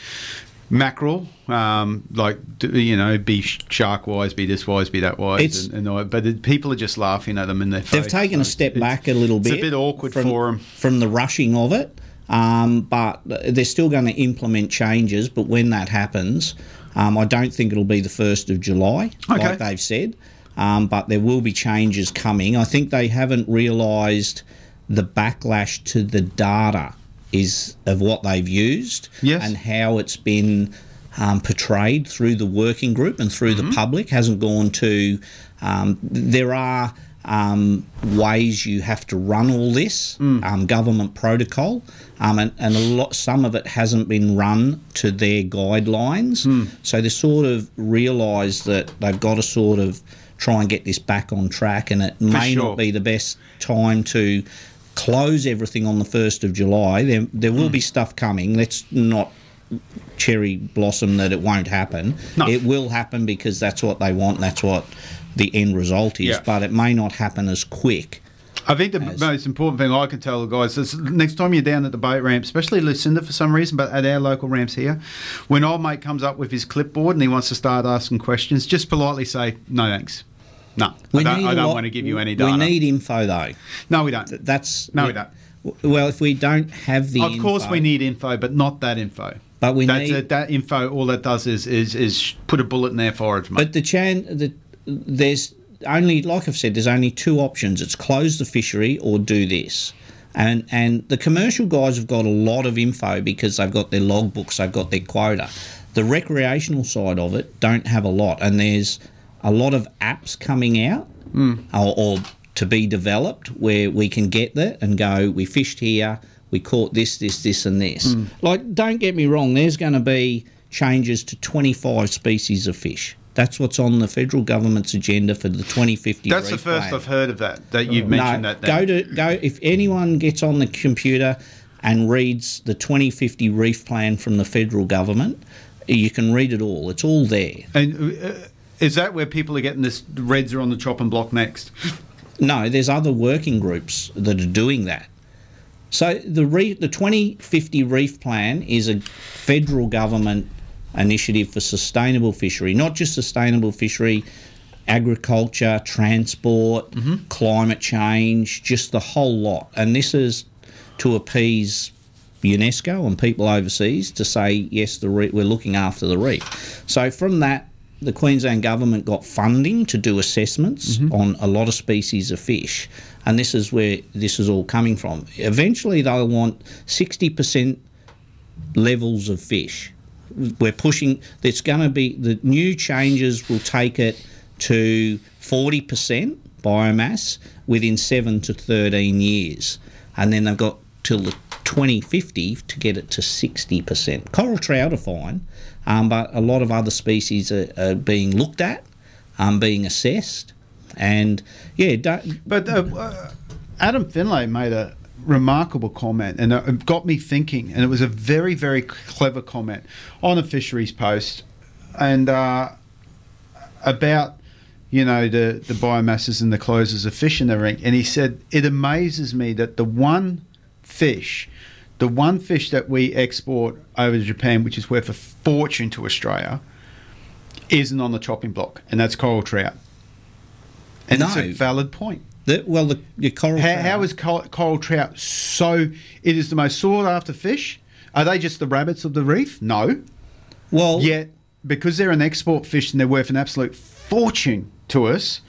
mackerel, um, like d- you know, be sh- shark wise, be this wise, be that wise, It's- and, and all, but it, people are just laughing at them in their face. They've taken a step back a little it's bit. a bit awkward from, for 'em. from the rushing of it, um, but they're still going to implement changes. But when that happens, um, I don't think it'll be the first of July, Okay. like they've said. Um, but there will be changes coming. I think they haven't realised the backlash to the data is of what they've used and how it's been um, portrayed through the working group and through Mm-hmm. the public hasn't gone to. Um, there are um, ways you have to run all this um, government protocol, um, and, and a lot some of it hasn't been run to their guidelines. So they sort of realise that they've got to sort of try and get this back on track, and it may sure. not be the best time to close everything on the 1st of July. There, there will be stuff coming. Let's not cherry blossom that it won't happen. It will happen because that's what they want. That's what the end result is. Yeah. But it may not happen as quick. I think the most important thing I can tell the guys is next time you're down at the boat ramp, especially Lucinda for some reason, but at our local ramps here, when old mate comes up with his clipboard and he wants to start asking questions, just politely say, no thanks. No, I don't, need I a don't lot- want to give you any we data. need info though. No, we don't. that's no, we don't. Well, if we don't have the Of course, info- we need info, but not that info. But we That's need- it, that info. All that does is is is put a bullet in their forehead. Mate. But the chan the there's only like I've said, there's only two options. It's close the fishery or do this. And, and the commercial guys have got a lot of info because they've got their logbooks, they've got their quota. The recreational side of it don't have a lot, and there's a lot of apps coming out Hmm. or, or to be developed where we can get that and go, we fished here, we caught this, this, this, and this. Mm. Like, don't get me wrong, there's going to be changes to 25 species of fish. That's what's on the federal government's agenda for the 2050. That's the reef first plan. I've heard of that. That you've mentioned no, that. Then. Go to go if anyone gets on the computer and reads the 2050 reef plan from the federal government, you can read it all. It's all there. And uh, is that where people are getting this? Reds are on the chopping block next. *laughs* No, there's other working groups that are doing that. So the re- the 2050 reef plan is a federal government initiative for sustainable fishery, not just sustainable fishery, agriculture, transport, climate change, just the whole lot. And this is to appease UNESCO and people overseas to say yes, the re- we're looking after the reef. So from that, the Queensland government got funding to do assessments on a lot of species of fish, and this is where this is all coming from. Eventually, they'll want sixty percent levels of fish. We're pushing. It's going to be the new changes will take it to forty percent biomass within seven to thirteen years, and then they've got till the twenty fifty to get it to sixty percent. Coral trout are fine, um, but a lot of other species are, are being looked at, um, being assessed, and yeah. Don't, but uh, uh, Adam Finlay made a remarkable comment, and it got me thinking. And it was a very, very clever comment on a fisheries post, and uh, about you know the the biomasses and the closes of fish and everything. And he said it amazes me that the one fish. The one fish that we export over to Japan, which is worth a fortune to Australia, isn't on the chopping block, and that's coral trout. And that's No. a valid point. The, well, the, coral how, how is cor- coral trout so? It is the most sought after fish. Are they just the rabbits of the reef? No. Well, yet because they're an export fish and they're worth an absolute fortune to us,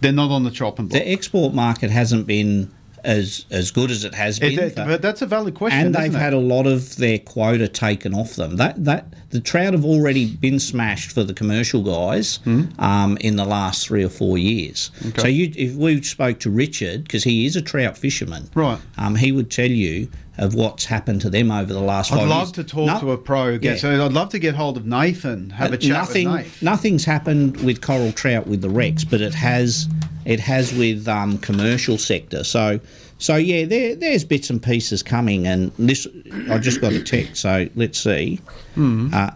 they're not on the chopping block. The export market hasn't been as as good as it has It- been. that- for- but that's a valid question. and they've isn't it? had a lot of their quota taken off them. That that the trout have already been smashed for the commercial guys Hmm. um, in the last three or four years. Okay. So you, if we spoke to Richard because he is a trout fisherman, right? Um, he would tell you of what's happened to them over the last. I'd five love years. to talk No- to a pro. Again. Yeah. So I'd love to get hold of Nathan, have a But chat nothing, with Nathan. Nothing's happened with coral trout with the Rex, but it has it has with um, commercial sector. So so yeah, there there's bits and pieces coming, and this I just got a text. So let's see. Hmm. Mm. Uh,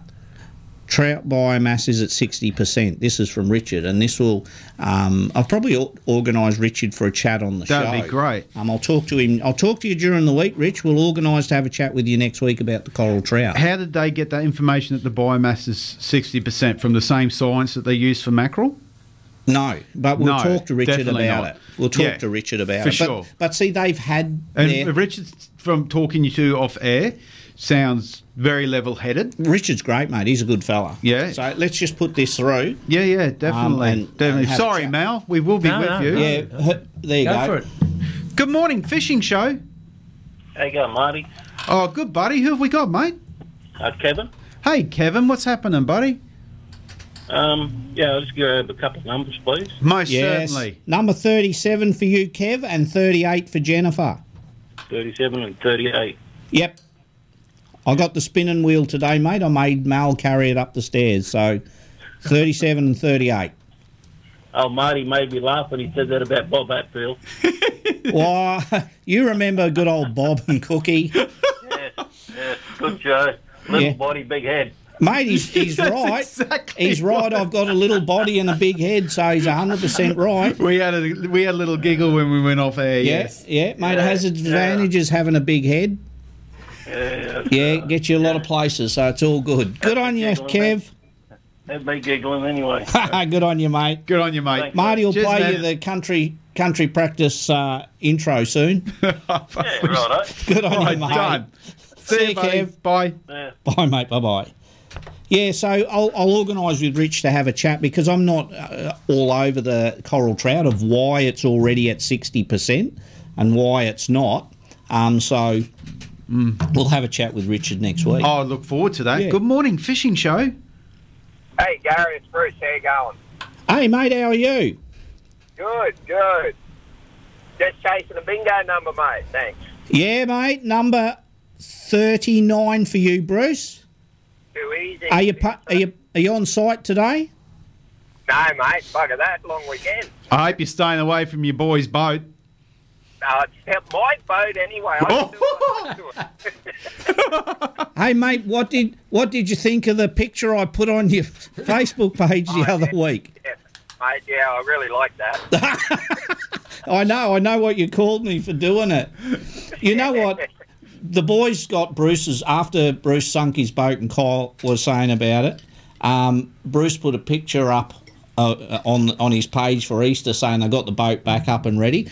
trout biomass is at 60%. This is from Richard, and this will. Um, I'll probably or- organise Richard for a chat on the show. That'd be great. Um, I'll talk to him. I'll talk to you during the week, Rich. We'll organise to have a chat with you next week about the coral trout. How did they get that information that the biomass is sixty percent from the same science that they use for mackerel? No, but we'll No, talk to Richard definitely about not. it. We'll talk Yeah, to Richard about for it. But- sure. But, see, they've had And their, Richard's from talking you to off air sounds very level headed. Richard's great, mate. He's a good fella. Yeah. So let's just put this through. Um, Yeah, yeah, definitely. and- and definitely. have a Sorry, chat. Mal, we will be No, with no, you. no. Yeah, h- there you Go go. for it. Good morning, fishing show. How you going, Marty? Oh, good buddy. Who have we got, mate? Uh, Kevin? Hey, Kevin, what's happening, buddy? Um, yeah, I'll just grab a couple of numbers, please. Most Yes. Number 37 for you, Kev, and 38 for Jennifer. 37 and 38. Yep. I got the spinning wheel today, mate. I made Mal carry it up the stairs. So 37 and 38. *laughs* Oh, Marty made me laugh when he said that about Bob Atfield. Why, *laughs* you remember good old Bob and Cookie? Yeah, good show. Little Yeah. body, big head. Mate, *laughs* he's, *laughs* he's That's right. exactly he's right. right. I've got a little body and a big head, so he's 100% right. We had a we had a little giggle when we went off air. Yeah, Yes. yeah, mate. It has its advantages having a big head. Yeah, get you a lot of places, so it's all good. Good on you, Kev. Ah, That'd be giggling anyway. good on you, mate. *laughs* Good on you, mate. Marty will Cheers, play mate. you the country country practice uh, intro soon. *laughs* *laughs* Good on Right, you, mate. done. See you, buddy. Bye. Bye, mate. Bye, bye. Yeah, so I'll, I'll organise with Rich to have a chat because I'm not uh, all over the coral trout of why it's already at 60% and why it's not. Um, so we'll have a chat with Richard next week. Oh, I look forward to that. Good morning, fishing show. Hey, Gary, it's Bruce. How you going? Hey, mate, how are you? Good, good. Just chasing a bingo number, mate. Thanks. Yeah, mate. Number thirty-nine for you, Bruce. Too easy. Are you pu- are you are you on site today? No, mate. Bugger that. Long weekend. I hope you're staying away from your boy's boat. Uh, it's helped my boat anyway. I still got to it. Hey, mate, what did what did you think of the picture I put on your *laughs* Facebook page the Oh, other *laughs* week? yeah, mate, yeah, I really *laughs* like that. *laughs* I know, I know what you called me for doing it. You *laughs* know what? The boys got Bruce's after Bruce sunk his boat, and Kyle was saying about it. Um, Bruce put a picture up uh, uh, on on his page for Easter, saying I got the boat back up and ready.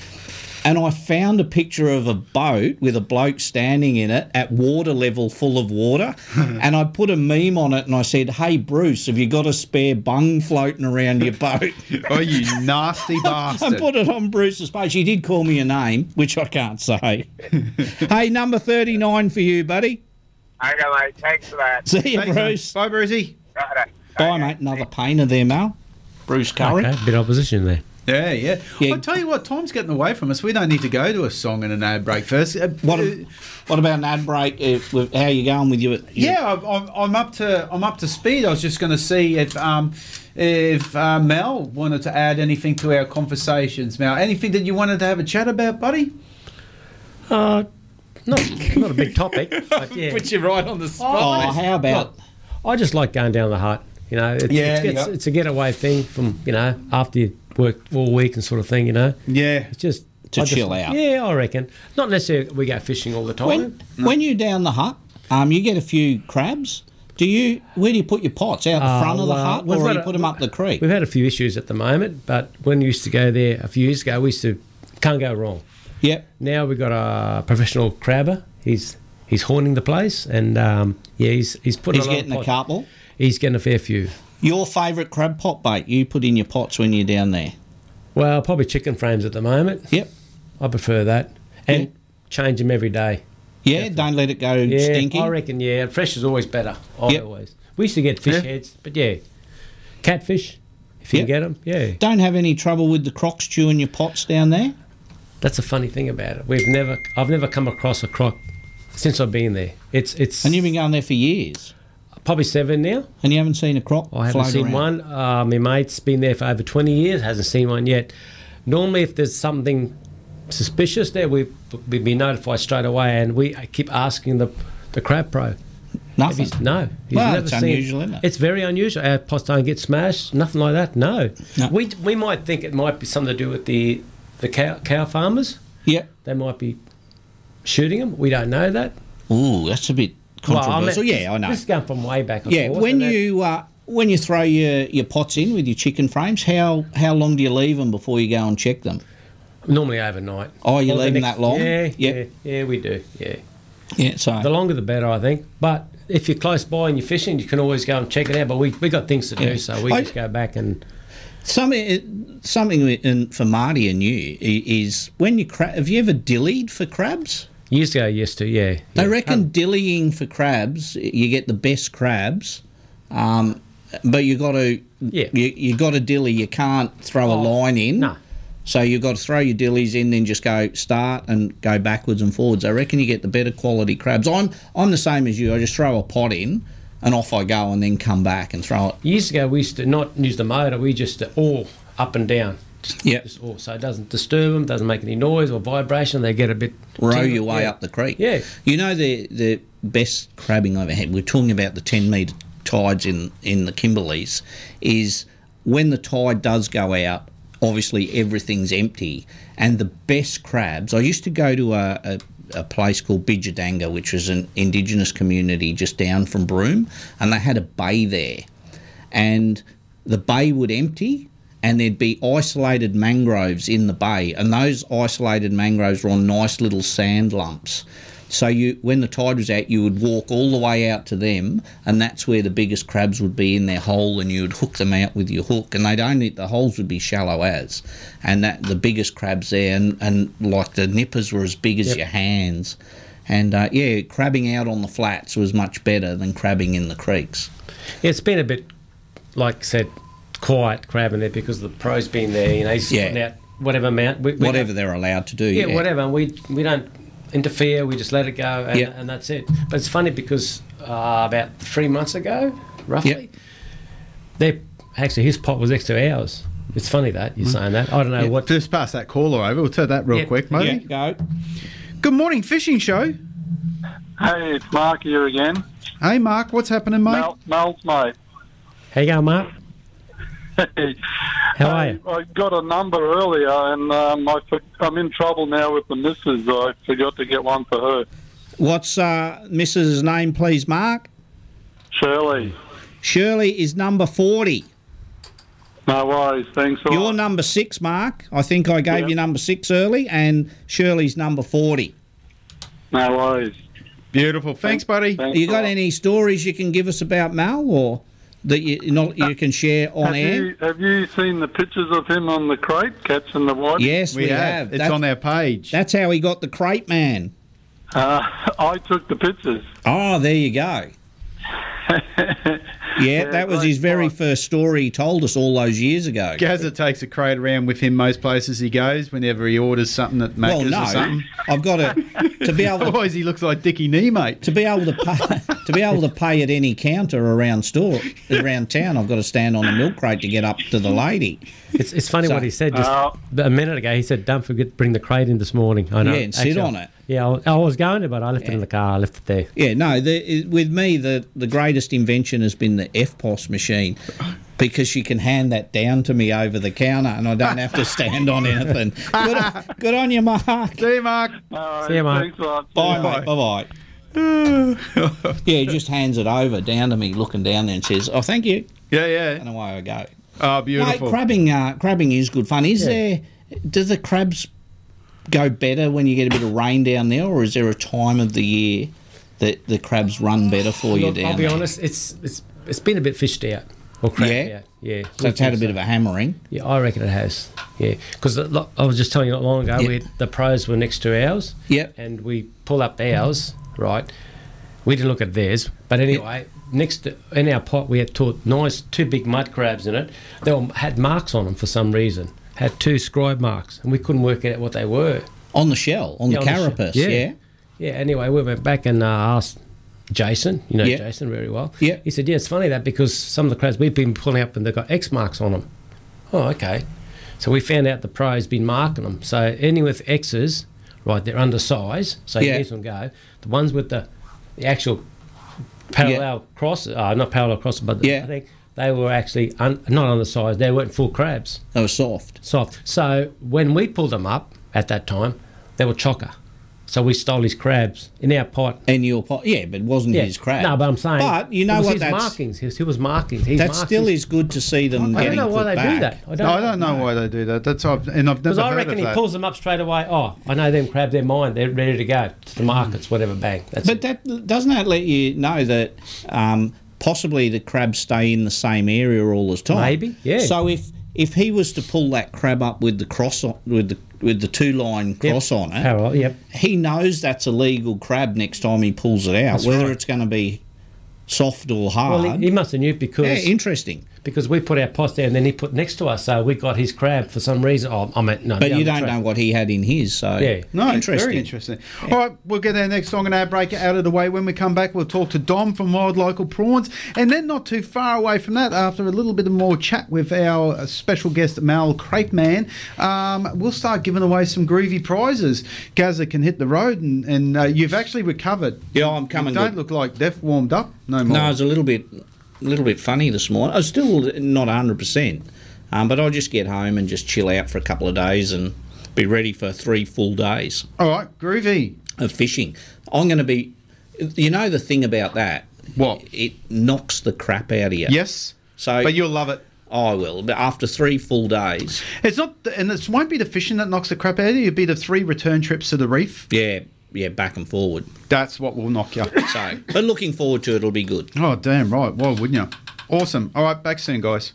And I found a picture of a boat with a bloke standing in it at water level, full *laughs* of water. and I put a meme on it, and I said, "Hey Bruce, have you got a spare bung floating around your boat?" *laughs* oh, you nasty bastard! *laughs* I put it on Bruce's page. He did call me a name, which I can't *laughs* say. hey, number 39 for you, buddy. Okay, mate. Thanks for that. See you, Bruce. Bye, Brucey. Righto. Bye, mate. Another painter there, Mal. Bruce Curry. Okay, bit of opposition there. Yeah, yeah, I tell you what, time's getting away from us. We don't need to go to a song and an ad break first. Uh, What, a- what about an ad break? If, with, how you going with you? Yeah, I'm- I'm, I'm up to I'm up to speed. I was just going to see if um, if uh, Mel wanted to add anything to our conversations. Mel, anything that you wanted to have a chat about, buddy? Uh, not not a big topic. But *laughs* yeah. Put you right on the Oh, spot. how about? I just like going down the hut. You know, it's, Yeah, it's, it's, yeah. it's a getaway thing from you know after you worked all week and sort of thing. You know, yeah, it's just To I just- chill out. Yeah, I reckon. Not necessarily we go fishing all the time. When, when you down the hut, um, you get a few crabs. Do you? Where do you put your pots? Out the Uh, front of the well, hut, we've or got you a- put them up the creek? We've had a few issues at the moment, but when we used to go there a few years ago, we used to can't go wrong. Yep. Now we've got a professional crabber. He's he's horning the place, and um, yeah, he's he's putting. He's lot of getting a pot. couple. He's getting a fair few. Your favourite crab pot bait you put in your pots when you're down there? Well, probably chicken frames at the moment. Yep. I prefer that. And change them every day. Yeah, don't let it go yeah, stinky. I reckon, yeah. Fresh is always better. I Yep. always. We used to get fish Yeah. heads, but yeah. Catfish, if you Yep. can get them, yeah. Don't have any trouble with the crocs chewing your pots down there. That's a funny thing about it. We've never, I've never come across a croc since I've been there. It's, it's. And you've been going there for years. Probably seven now. And you haven't seen a croc. I haven't float seen around? one. Uh, my mate's been there for over 20 years, hasn't seen one yet. Normally, if there's something suspicious there, we we'd be notified straight away, and we keep asking the the crab pro. Nothing. no, he's Well, never it's seen. unusual, isn't it? It's very unusual. Our pots don't get smashed. Nothing like that. No. No. We we might think it might be something to do with the the cow cow farmers. Yeah. They might be shooting them. We don't know that. Ooh, that's a bit controversial. meant- yeah, I know. This is going from way back. of Yeah, course, when and that- you uh, when you throw your, your pots in with your chicken frames, how how long do you leave them before you go and check them? Normally overnight. Oh, you Or the leave them next- that long? Yeah, Yep. yeah, yeah. We do. Yeah, yeah. So the longer the better, I think. But if you're close by and you're fishing, you can always go and check it out. But we we got things to do, Yeah. so we I- just go back and Something something in, for Marty and you i- is when you cra- have you ever dillied for crabs? years ago, yes, to yeah. They reckon dillying for crabs, you get the best crabs, um, but you got to Yeah. Oh, you, you got to dilly. You can't throw a line in. No. So you've got to throw your dillies in, then just go start and go backwards and forwards. I reckon you get the better quality crabs. I'm I'm the same as you. I just throw a pot in, and off I go, and then come back and throw it. Years ago, we used to not use the motor. We just all up and down. Just, Yep. just all. So it doesn't disturb them, doesn't make any noise or vibration. They get a bit row tingled, your way yeah. up the creek. Yeah. You know the the best crabbing I've ever had. We're talking about the ten metre tides in in the Kimberleys. Is when the tide does go out. Obviously, everything's empty, and the best crabs. I used to go to a, a, a place called Bidjadanga, which was an indigenous community just down from Broome, and they had a bay there and the bay would empty and there'd be isolated mangroves in the bay and those isolated mangroves were on nice little sand lumps So you, when the tide was out, you would walk all the way out to them, and that's where the biggest crabs would be in their hole, and you would hook them out with your hook, and they'd only the holes would be shallow as, and that the biggest crabs there, and, and like the nippers were as big as Yep. your hands, and uh, yeah, crabbing out on the flats was much better than crabbing in the creeks. Yeah, it's been a bit, like I said, quiet crabbing there because of the pros being there. You know, he's Yeah. sorting out whatever amount, we, we whatever they're allowed to do. yeah, Yeah, whatever. We we don't interfere. We just let it go, and, Yeah. and that's it. But it's funny because uh, about three months ago, roughly, they actually his pot was next to ours. It's funny that Hmm. you're saying that. I don't know Yeah, what. Just pass that caller over. We'll turn that real Yeah, quick, mate. go. Good morning, fishing show. Hey, it's Mark here again. Hey, Mark, what's happening, mate? Mel, Mel's mate. *laughs* How you going, Mark? How are you? I got a number earlier, and um, I for, I'm in trouble now with the missus. I forgot to get one for her. What's uh, Mrs. name, please, Mark? Shirley. Shirley is number forty. No worries. Thanks. a lot. You're number six, Mark. I think I gave you number six early, and Shirley's number forty. No worries. Beautiful. Thanks, buddy. you got any stories you can give us about Mal, or that you you not you can share on have air? You, have you seen the pictures of him on the crate catching the white? Yes, we, have. our page. That's how he got the crate man. Uh, *laughs* I took the pictures. Oh, there you *laughs* go. yeah, that was his very first story he told us all those years ago. Gazza takes a crate around with him most places he goes whenever he orders something at Macca's Well, no, or something. I've got to *laughs* to be able. Otherwise, he looks like Dickie Knee, mate. To be able to *laughs* pay, to be able to pay at any counter around store around town, I've got to stand on a milk crate to get up to the lady. It's it's funny So- what he said just Uh, a minute ago. He said, "Don't forget to bring the crate in this morning." I know. Yeah, and sit Actually, on it. Yeah, I, I was going to, but I left it in the car. I left it there. Yeah, no. The, with me, the the greatest invention has been the FPOS machine because she can hand that down to me over the counter, and I don't have to stand on anything. Good, on- good on you, Mark. See you, Mark. See you, mate. Bye, mate. Bye, bye. *laughs* yeah, he just hands it over down to me, looking down there, and says, "Oh, thank you." Yeah, yeah. And away I go. Oh, Mate, crabbing, uh, crabbing is good fun. Is Yeah. there? Do the crabs go better when you get a bit of rain down there, or is there a time of the year that the crabs run better for you Look, down I'll be there? honest. It's it's it's been a bit fished out or cracked Yeah? out. Yeah. So it's had a bit of a hammering. Yeah, I reckon it has. Yeah, because I was just telling you not long ago, we, the pros were next to ours. Yep. And we pull up ours, right? We didn't look at theirs, but anyway, next to, in our pot we had two nice two big mud crabs in it. They all had marks on them for some reason. Had two scribe marks, and we couldn't work out what they were. On the shell, on the carapace, yeah. Yeah, anyway, we went back and uh, asked Jason, you know Yeah. Jason very well. Yeah. He said, yeah, it's funny that because some of the crabs we've been pulling up and they've got X marks on them. Oh, okay. So we found out the pro's been marking them. So any with X's, right, they're undersized, so Yeah. you let them go. The ones with the, the actual parallel cross, uh, not parallel cross, but I think they were actually un, not undersized. They weren't full crabs. They were soft. Soft. So when we pulled them up at that time, they were chocker. So we stole his crabs in our pot. In your pot, yeah, but it wasn't his crab. No, but I'm saying. But you it know was what, His that's- markings. He was, he was markings. His that still markings. is good to see them. I don't getting know why put they back. do that. I don't, No, I don't know why they do that. That's I've, and I've Because never I heard reckon of he that. pulls them up straight away. Oh, I know them crabs. They're mine. They're ready to go to Hmm. the markets, whatever. Bang. That's but that doesn't that let you know that um, possibly the crabs stay in the same area all the time. Maybe, yeah. So if if he was to pull that crab up with the cross on, with the with the two line cross on it, parallel, yep. he knows that's a legal crab next time he pulls it out, That's whether right. it's going to be soft or hard. Well, he, he must have knew because Yeah, interesting. Because we put our pot there and then he put next to us, so we got his crab for some reason. Oh, I mean, no, but down you the don't track. know what he had in his, so Yeah. No, it's interesting. very interesting. All right, we'll get our next song and our break out of the way. When we come back, we'll talk to Dom from Wild Local Prawns. And then, not too far away from that, after a little bit of more chat with our uh, special guest, Mal Crapeman, um, we'll start giving away some groovy prizes. Gaza can hit the road, and, and uh, you've actually recovered. Yeah, I'm coming You don't good. look like deaf warmed up no more. No, it's a little bit, a little bit funny this morning. I was still not hundred percent, um, but I'll just get home and just chill out for a couple of days and be ready for three full days. All right, groovy of fishing. I'm going to be, you know, the thing about that. What it knocks the crap out of you. Yes. So, but you'll love it. I will. But after three full days, It's not, and it won't be the fishing that knocks the crap out of you. It'll be the three return trips to the reef. yeah, yeah, back and forward. That's what will knock you. So, but looking forward to it, it'll be good. Oh, damn right. Why wouldn't you? Awesome. All right, back soon, guys.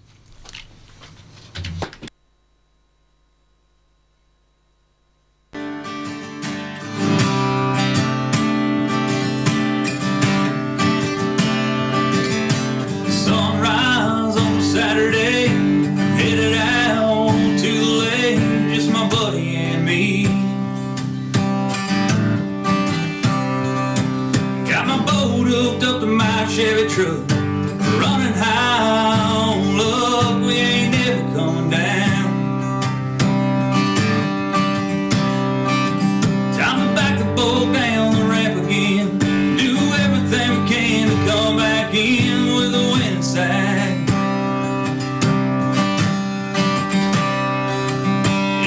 Sunrise on Saturday, headed out to the lake, just my buddy and me. Got my boat hooked up to my Chevy truck, running high on luck, we ain't never coming down. Time to back the boat down the ramp again. Do everything we can to come back in with the wind side.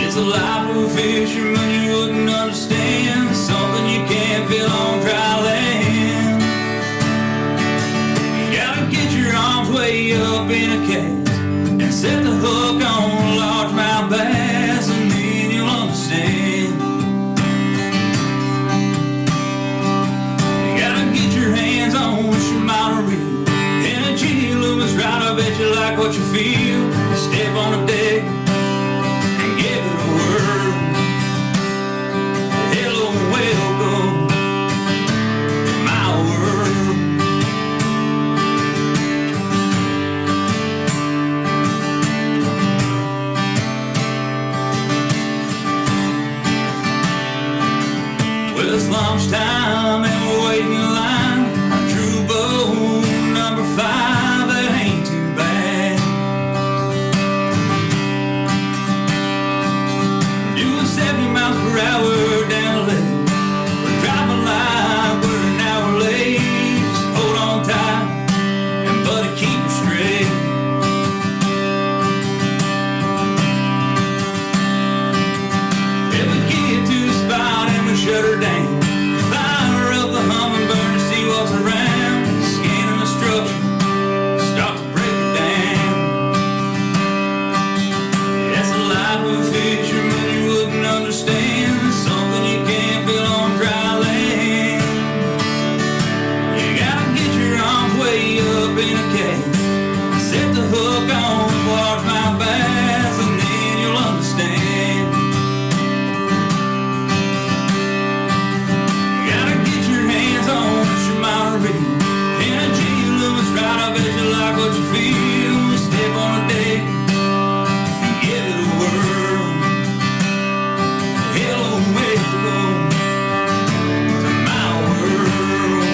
It's a life of a fisherman you wouldn't understand. Something you can't feel on dry land. You gotta get your arms way up in a cast and set the hook on a largemouth bass, and then you'll understand. You gotta get your hands on your model reel. Energy looms right up at you like what you feel. Step on the deck and give it a whirl. Hello, welcome to my world. Well, it's lunchtime and we're waiting in line. Our true bow number five, that ain't too bad. Doing 70 miles per hour down the lake. We're driving like we're an hour late. Just hold on tight and buddy, keep it straight. If we get to the spot and we shut her down, fire up the hummingbird to see what's around, scanning the structure, start to break it down. That's the life of a fisherman you wouldn't understand, something you can't feel on dry land. You gotta get your arms way up in a cage, set the hook on, watch my bass, and then you'll understand. Gotta get your hands on your moderate energy. Loomis right up as you like what you feel. Step on a deck and give it a whirl. Hello, welcome to my world.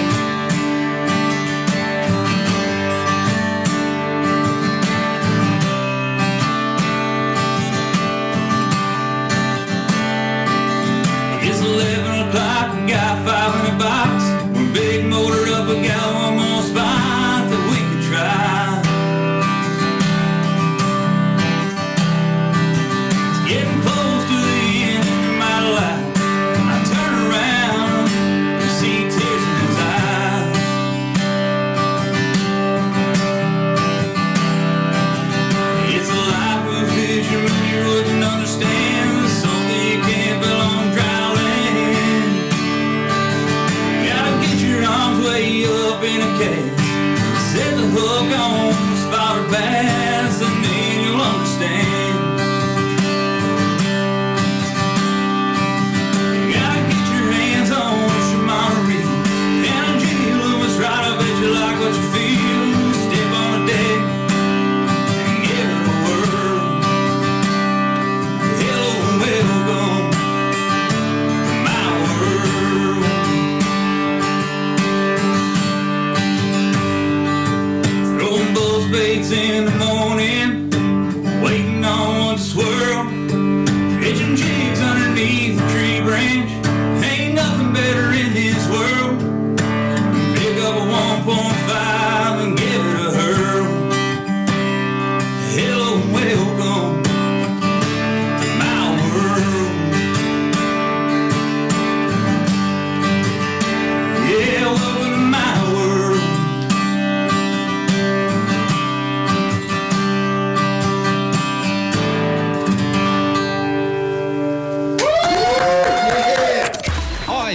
It's 11 o'clock, we got five in a box. We're big motor up, we got one more spot that we can try. It's getting close to the end of my life. I turn around and see tears in his eyes. It's a life of a fisherman you wouldn't understand. Something you can't belong dry land. You *laughs*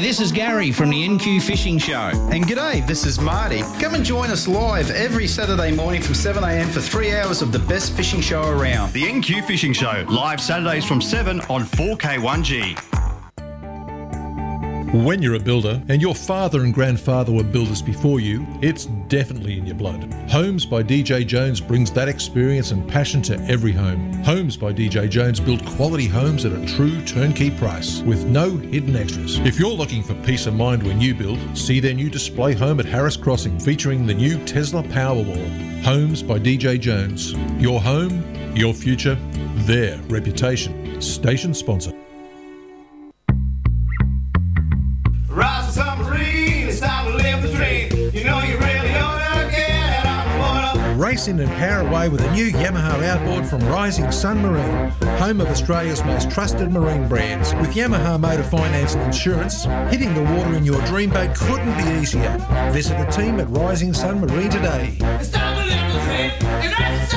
This is Gary from the NQ Fishing Show. And g'day, this is Marty. Come and join us live every Saturday morning from 7am for three hours of the best fishing show around. The NQ Fishing Show, live Saturdays from 7 on 4K1G. When you're a builder, and your father and grandfather were builders before you, it's definitely in your blood. Homes by DJ Jones brings that experience and passion to every home. Homes by DJ Jones build quality homes at a true turnkey price with no hidden extras. If you're looking for peace of mind when you build, see their new display home at Harris Crossing featuring the new Tesla Powerwall. Homes by DJ Jones. Your home, your future, their reputation. Station sponsor. Rise to submarine, it's time to live the dream. You know you really ought to get out of water. Racing in Paraway with a new Yamaha outboard from Rising Sun Marine, home of Australia's most trusted marine brands. With Yamaha Motor Finance and Insurance, hitting the water in your dream boat couldn't be easier. Visit the team at Rising Sun Marine today. It's time to live the dream, and that's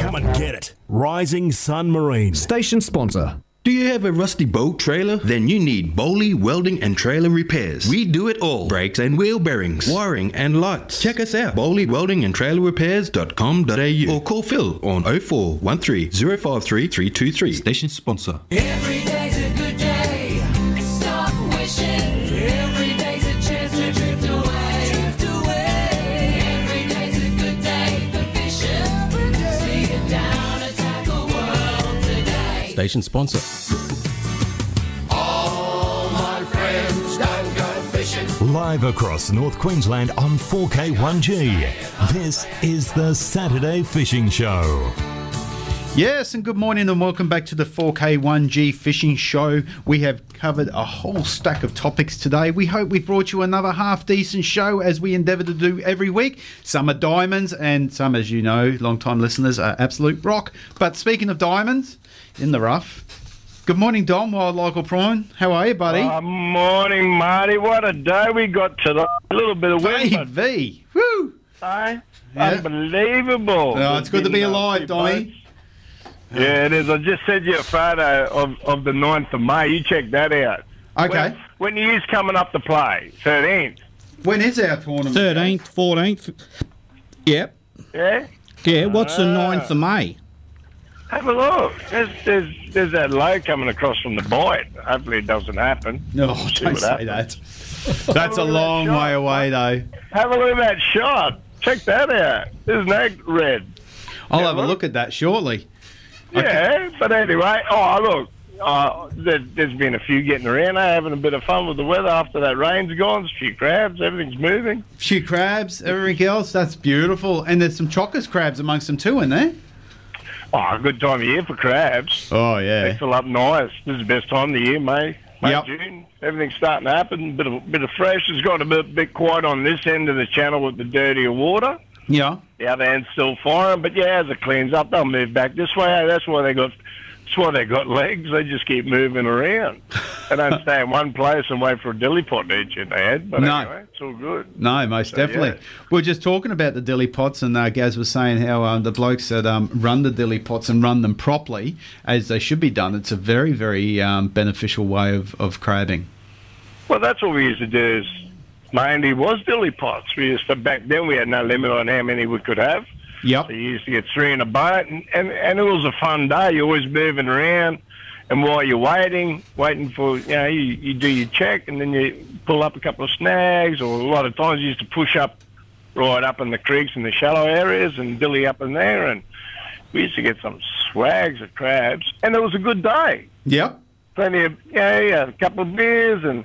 Come and get it. Rising Sun Marine. Station sponsor. Do you have a rusty boat trailer? Then you need Bowley Welding and Trailer Repairs. We do it all. Brakes and wheel bearings, wiring and lights. Check us out. Bowley Welding and Trailer Repairs.com.au or call Phil on 0413 053 323. Station sponsor. Every day's a good day. Stop wishing. Every day's a chance to drift away. Drift away. Every day's a good day for fishing. See you down at Tackle World today. Station sponsor. All my friends done gone fishing. Live across North Queensland on 4K1G. This is the Saturday Fishing Show. Yes, and good morning, and welcome back to the 4K1G Fishing Show. We have covered a whole stack of topics today. We hope we've brought you another half decent show as we endeavour to do every week. Some are diamonds, and some, as you know, long time listeners, are absolute rock. But speaking of diamonds in the rough, good morning, Dom, Wild Local Prawn. How are you, buddy? Uh, morning, Marty. What a day we got today. A little bit of wind. but- V. Woo! Aye. Yeah. Unbelievable. Oh, it's good to be Been, uh, alive, few Dommy. boats. Yeah, it is. I just sent you a photo of, of the 9th of May. You check that out. Okay. When, when he is coming up to play, 13th. When is our tournament? 13th, 14th. Yep. Yeah? Yeah, what's the Ah. 9th of May? Have a look. There's, there's, there's that low coming across from the bite. Hopefully it doesn't happen. No, We'll see don't what say happens. that. *laughs* That's a long way away, though. Have a look at that shot. Check that out. Isn't that red? I'll have a look at that shortly. Yeah, but anyway, oh look, uh, there, there's been a few getting around. eh, having a bit of fun with the weather after that rain's gone. There's a few crabs, everything's moving. Few crabs, everything else. That's beautiful. And there's some chockers crabs amongst them too, in there. Oh, good time of year for crabs. Oh yeah, they fill up nice. This is the best time of the year, May, May, June. Everything's starting to happen. Bit of bit of fresh. It's got a bit, bit quiet on this end of the channel with the dirtier water. Yeah. The other end's still foreign, but yeah, as it cleans up, they'll move back this way. Hey, That's why they got, that's why they got legs. They just keep moving around. they don't stay in one place and wait for a dilly pot to eat your head. But No. anyway, it's all good. No, most So, definitely. yeah. We are just talking about the dilly pots, and uh, Gaz was saying how um, the blokes that um, run the dilly pots and run them properly as they should be done. It's a very, very um, beneficial way of, of crabbing. Well, that's what we used to do. Is mainly was dilly pots. We used to back then we had no limit on how many we could have. Yep. So you used to get three in a boat, and, and, and it was a fun day. You're always moving around, and while you're waiting, waiting for, you know, you, you do your check, and then you pull up a couple of snags, or a lot of times you used to push up right up in the creeks and the shallow areas and dilly up in there, and we used to get some swags of crabs, and it was a good day. Yep. Plenty of, yeah, yeah, a couple of beers and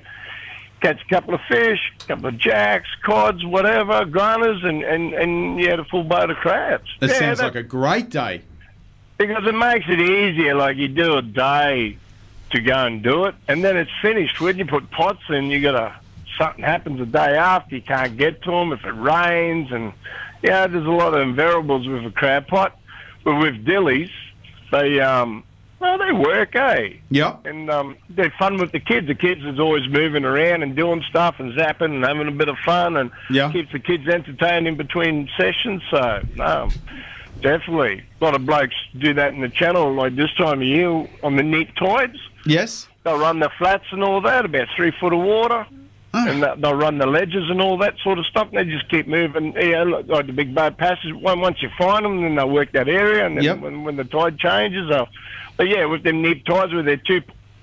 catch a couple of fish, a couple of jacks, cods, whatever, gunners, and, and, and you had a full boat of crabs. That Yeah, sounds that- like a great day. because it makes it easier. Like you do a day to go and do it, and then it's finished. When you put pots in, you gotta something happens the day after. You can't get to them if it rains, and yeah, there's a lot of invariables with a crab pot. But with dillies, they um, well, they work, eh? Yep. And um, they're fun with the kids. The kids is always moving around and doing stuff and zapping and having a bit of fun and Yeah. um, keeps the kids entertained in between sessions. So, no, Definitely. A lot of blokes do that in the channel, like this time of year on the neap tides. Yes. They'll run the flats and all that, about three foot of water. Oh. And they- they'll run the ledges and all that sort of stuff, and they just keep moving. Yeah, like like the big boat passes. One once you find them, then they'll work that area, and then Yep. when, when the tide changes, they'll. But yeah, with them neap tides, with their two,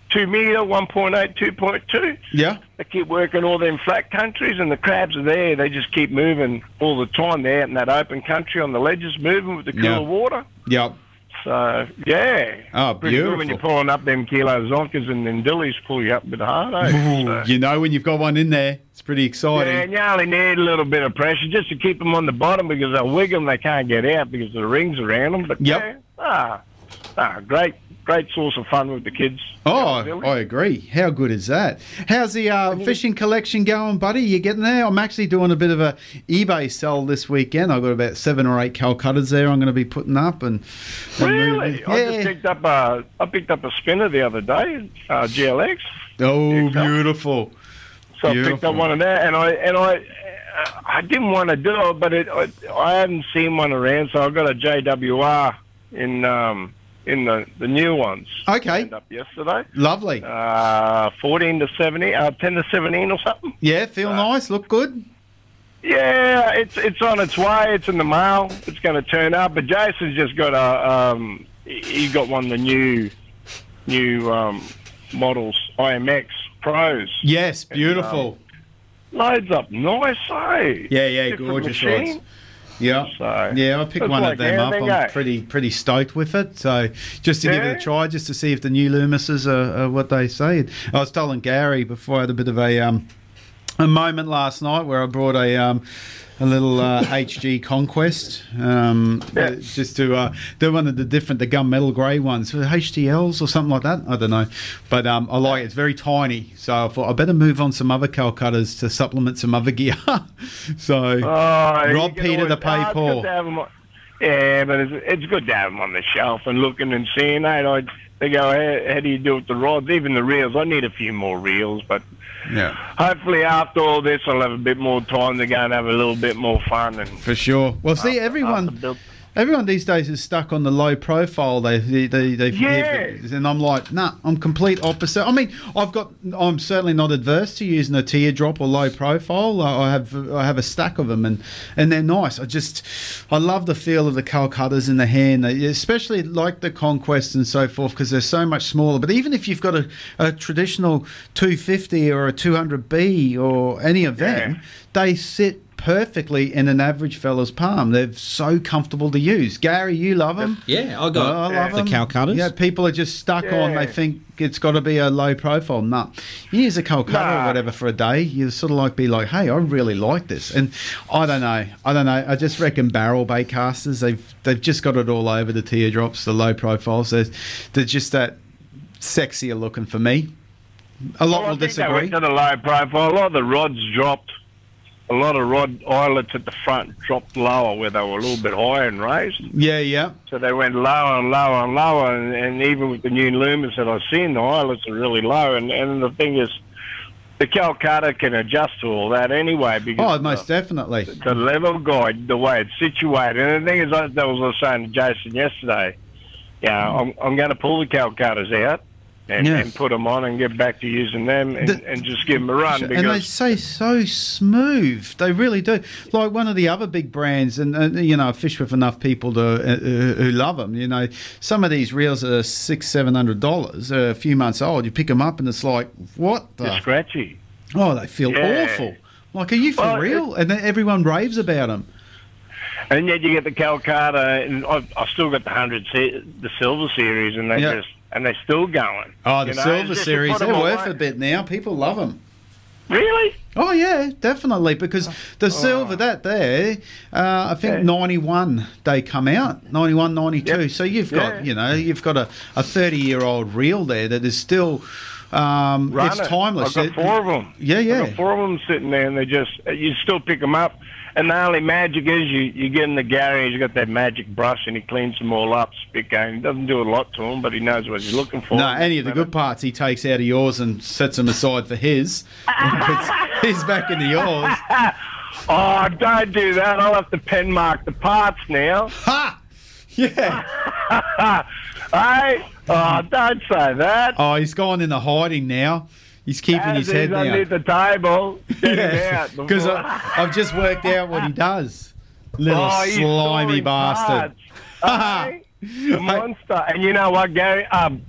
two meter, 1.8, 2.2, Yeah. they keep working all them flat countries, and the crabs are there. They just keep moving all the time. They're out in that open country on the ledges, moving with the Yeah. cooler water. Yep. So yeah, Oh, pretty good beautiful. when you're pulling up them kilos zonkers, and then dillies pull you up a bit hard. Eh? So- You know when you've got one in there, it's pretty exciting. yeah, and you only need a little bit of pressure just to keep them on the bottom because they'll wig them. They can't get out because the rings around them. But Yep. yeah, ah, ah, great, great source of fun with the kids. Oh, I agree. How good is that? How's the uh, fishing collection going, buddy? You getting there? I'm actually doing a bit of a eBay sell this weekend. I've got about seven or eight Calcuttas there. I'm going to be putting up and, and Really, moving. I Yeah. just picked up a I picked up a spinner the other day, uh, GLX. Oh, beautiful. So I picked Beautiful. up one of that, and I and I I didn't want to do it, but it, I, I haven't seen one around, so I got a JWR in um in the the new ones. Okay. Up yesterday. Lovely. Uh, fourteen to seventeen, uh, ten to seventeen or something. Uh, Yeah, feel nice, look good. Yeah, it's it's on its way. It's in the mail. It's going to turn up. But Jason's just got a um, he- he got one of the new new um, models IMX Pros. Yes, beautiful. Loads up, nice. Eh? Yeah, yeah, Different gorgeous machine. lights. Yeah, yeah. I picked It's one like of them how up. they I'm go. pretty pretty stoked with it. So just to give it Yeah. a try, just to see if the new Loomises are, are what they say. I was telling Gary before I had a bit of a um, a moment last night where I brought a um, a little uh, *laughs* HG Conquest um, uh, just to uh, do one of the different the gunmetal grey ones, uh, HTLs or something like that. I don't know, but um, I like it. It's very tiny, so I thought I better move on some other Calcuttas to supplement some other gear. *laughs* so Oh, *laughs* you Rob can Peter always- the Ah, pay it's good Paul. to have 'em on- Yeah, but it's, it's good to have them on the shelf and looking and seeing. Hey, I, they go, how, how do you do with the rods? Even the reels. I need a few more reels, but Yeah. hopefully after all this, I'll have a bit more time to go and have a little bit more fun. And For sure. Well, see, everyone, everyone these days is stuck on the low profile. They, they, they, they Yeah. And I'm like, nah, I'm complete opposite. I mean, I've got, I'm certainly not adverse to using a teardrop or low profile. I I have, I have a stack of them, and and they're nice. I just, I love the feel of the Calcuttas in the hand, They- especially like the Conquest and so forth, because they're so much smaller. But even if you've got a, a traditional 250 or a 200B or any of them, they sit perfectly in an average fella's palm. They're so comfortable to use. Gary, you love them. Yeah, I got I love the 'em. Calcuttas. Yeah, people are just stuck on. They Yeah. think it's got to be a low profile. Nah, you use a Calcutta or whatever for a day. You sort of like be like, hey, I really like this. And I don't know, I don't know. I just reckon barrel bay casters. They've they've just got it all over the teardrops, the low profiles. They're, they're just that sexier looking for me. A lot Well, Oh, will I think they disagree. went to the low profile. A lot of the rods dropped. A lot of rod eyelets at the front dropped lower, where they were a little bit higher and raised. Yeah, yeah. So they went lower and lower and lower, and, and even with the new Loomis that I've seen, the eyelets are really low. And, and the thing is, the Calcutta can adjust to all that anyway because Oh, most definitely. the level guide, the way it's situated. And the thing is, I, that was I was saying to Jason yesterday. Yeah, I'm, I'm going to pull the Calcuttas out and, Yes. and put them on and get back to using them and, and just give them a run and they because say so smooth. They really do. Like one of the other big brands, and, uh you know, I fish with enough people to uh, uh, who love them. You know, some of these reels are six, seven hundred dollars. They're a few months old. You pick them up, and it's like, what they're the? scratchy. Oh, they feel Yeah. awful. Like, are you for Well, real? and then everyone raves about them. And yet you get the Calcutta, and I've, I've still got the hundred, se- the silver series, and they Yeah. just and they're still going. Oh, the You know, it's Silver just to Series, put 'em they're worth away. a bit now. People love them. Really? Oh. Oh yeah, definitely. Because the silver that there, uh, I think Yeah. ninety one they come out 91, 92. So you've got Yeah. you know you've got a, a thirty year old reel there that is still um, Run it's it. timeless. I've got It- four of them. Yeah, I've yeah. got four of them sitting there, and they just you still pick them up. And the only magic is you, you get in the garage, he's got that magic brush, and he cleans them all up, spit game. He doesn't do a lot to them, but he knows what he's looking for. No, any of the good parts he takes out of yours and sets them aside for his. *laughs* he's back into *laughs* yours. oh, don't do that. I'll have to pen mark the parts now. Ha! *laughs* *laughs* Yeah. I, oh, don't say that. Oh, he's gone into hiding now. He's keeping As his head he's underneath down. the table. Get *laughs* him out. *laughs* Because uh, I've just worked out *laughs* what he does. Little Oh, you slimy sawing bastard. parts. *laughs* Okay? Monster. And you know what, Gary? Um,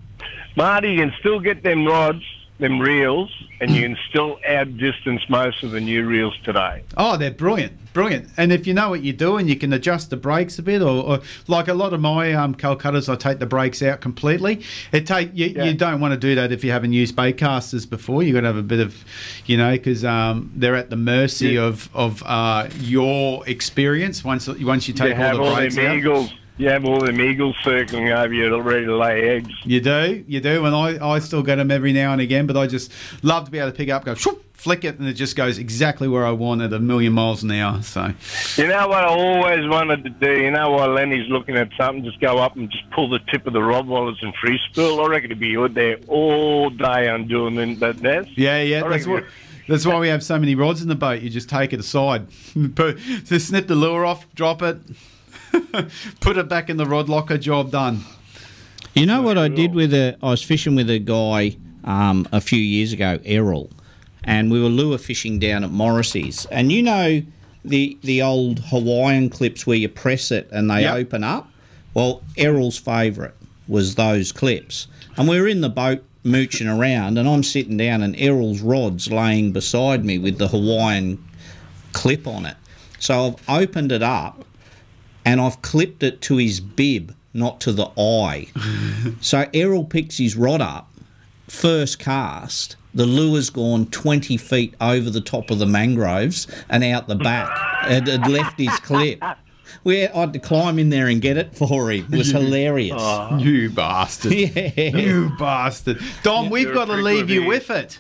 Marty, you can still get them rods, them reels, and you can still outdistance most of the new reels today. Oh, they're brilliant, brilliant. And if you know what you're doing, you can adjust the brakes a bit, or, or like a lot of my um, Calcuttas, I take the brakes out completely. It take you, you don't want to do that if you haven't used baitcasters before. You're gonna have a bit of, you know, because um, they're at the mercy of of uh, your experience once once you you take have all the all brakes them out. eagles. You have all them eagles circling over you, ready to lay eggs. You do, you do, and I, I still get them every now and again, but I just love to be able to pick up, go shoop, flick it, and it just goes exactly where I want at a million miles an hour. So. You know what I always wanted to do? You know why Lenny's looking at something? Just go up and just pull the tip of the rod while it's in free spool. I reckon it'd be out there all day undoing them, that nest. Yeah, yeah. I That's reckon- what. That's why we have so many rods in the boat. You just take it aside, *laughs* Put- so snip the lure off, drop it, *laughs* put it back in the rod locker. Job done. You know what I did with a? I was fishing with a guy um, a few years ago, Errol, and we were lure fishing down at Morrissey's. And you know the the old Hawaiian clips where you press it and they Yep. open up. Well, Errol's favourite was those clips, and we were in the boat mooching around, and I'm sitting down, and Errol's rod's laying beside me with the Hawaiian clip on it. So I've opened it up and I've clipped it to his bib, not to the *laughs* eye. so Errol picks his rod up, first cast. The lure's gone 20 feet over the top of the mangroves and out the back. it had left *laughs* his clip. We had, I had to climb in there and get it for him. It was You- hilarious. Oh. *laughs* You bastard. *laughs* Yeah. You bastard. Dom, we've You're got to pretty leave good you here. with it.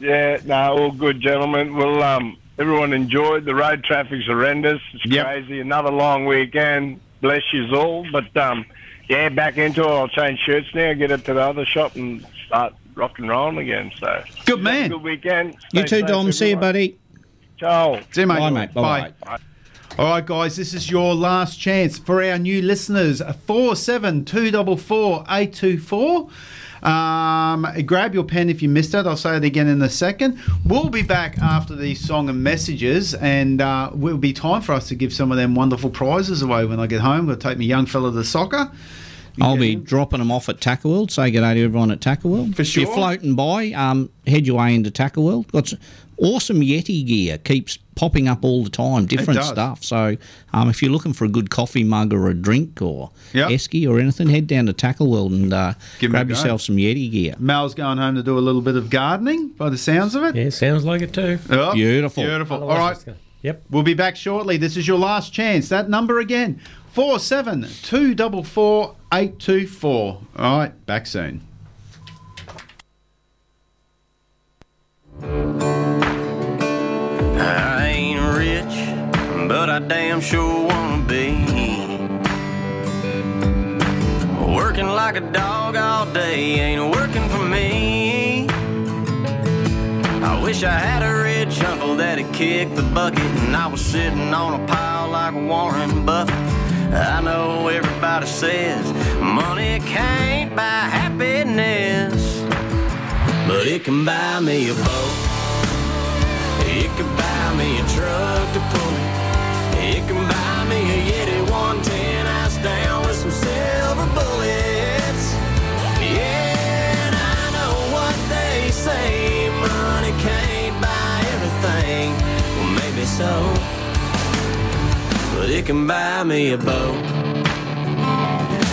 Yeah, no, all good, gentlemen. Well, um, everyone enjoyed. The road traffic's horrendous. It's crazy. Another long weekend. Bless you all. But, um, yeah, back into it. I'll change shirts now, get up to the other shop and start rock and rolling again. So Good man. Good weekend. You Stay too, safe, Dom. See you, everyone. buddy. Ciao. See you, mate. Bye, mate. Bye-bye. All right, guys, this is your last chance for our new listeners. 47244 Um, grab your pen if you missed it. I'll say it again in a second. We'll be back after these song and messages, and uh, will be time for us to give some of them wonderful prizes away when I get home. We'll take my young fella to soccer. I'll be dropping them off at Tackle World. Say good day to everyone at Tackle World. For If sure. you're floating by, um, head your way into Tackle World. Got some awesome Yeti gear. Keeps popping up all the time. Different does. stuff. So um, if you're looking for a good coffee mug or a drink or Yep. esky or anything, head down to Tackle World and uh, Give 'em a grab go. yourself some Yeti gear. Mal's going home to do a little bit of gardening by the sounds of it. Yeah, sounds like it too. Oh, Beautiful. Beautiful. Otherwise All it's right. gonna- Yep. We'll be back shortly. This is your last chance. That number again, 47244 All right, back soon. I ain't rich, but I damn sure wanna be. Working like a dog all day ain't working for me. I wish I had a rich uncle that'd kick the bucket and I was sitting on a pile like Warren Buffett. I know everybody says money can't buy happiness, but it can buy me a boat. It can buy me a truck to pull it. It can buy me a Yeti 110 ice down with some silver bullets. Yeah, and I know what they say. Money can't buy everything. Well, maybe so. But it can buy me a boat.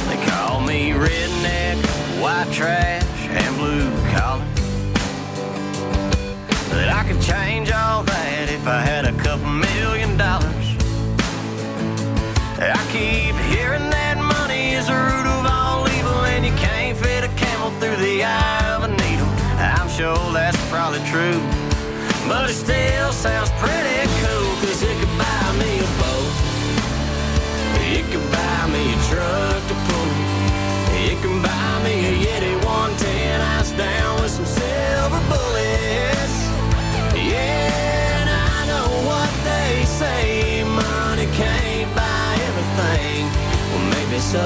They call me redneck, white trash, and blue collar that I could change all that if I had a couple million dollars. I keep hearing that money is the root of all evil, and you can't fit a camel through the eye of a needle. I'm sure that's probably true, but it still sounds pretty cool, cause it could buy me a boat. It could buy me a truck to pull. It can buy me a Yeti 110 ice down with some silver bullets. Yeah, and I know what they say. Money can't buy everything. Well, maybe so.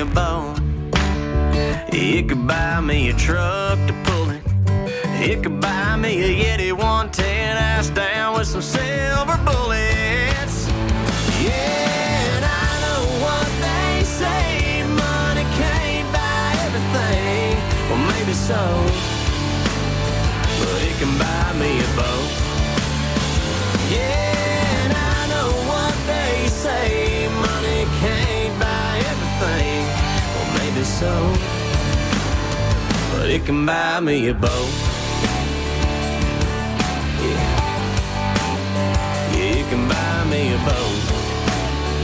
a boat. It could buy me a truck to pull it. It could buy me a Yeti 110 ass down with some silver bullets. Yeah, and I know what they say money can't buy everything. Well, maybe so, but it can buy me a boat. Yeah, and I know what they say money can't buy everything. Well, maybe so, but it can buy me a boat. Yeah, you can buy me a boat.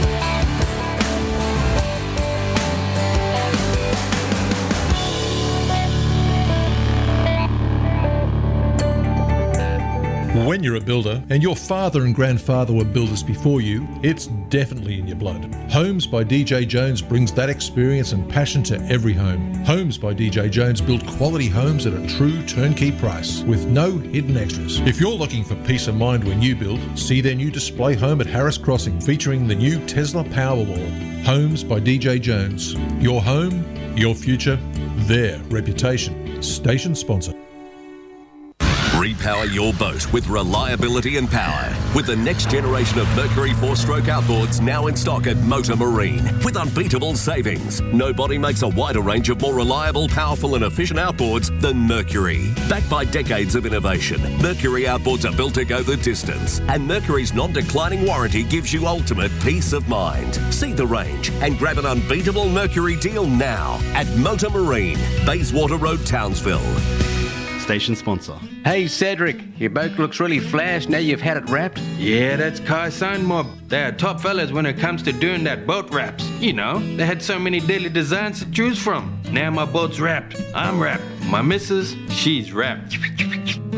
When you're a builder, and your father and grandfather were builders before you, it's definitely in your blood. Homes by DJ Jones brings that experience and passion to every home. Homes by DJ Jones build quality homes at a true turnkey price with no hidden extras. If you're looking for peace of mind when you build, see their new display home at Harris Crossing featuring the new Tesla Powerwall. Homes by DJ Jones. Your home, your future, their reputation. Station sponsor. Repower your boat with reliability and power with the next generation of Mercury four stroke outboards now in stock at Motor Marine with unbeatable savings. Nobody makes a wider range of more reliable, powerful, and efficient outboards than Mercury. Backed by decades of innovation, Mercury outboards are built to go the distance, and Mercury's non declining warranty gives you ultimate peace of mind. See the range and grab an unbeatable Mercury deal now at Motor Marine, Bayswater Road, Townsville. Station sponsor. Hey Cedric, your boat looks really flash now you've had it wrapped. Yeah, that's Kai Sign Mob. They are top fellas when it comes to doing that boat wraps. You know, they had so many daily designs to choose from. Now my boat's wrapped. I'm wrapped. My missus, she's wrapped.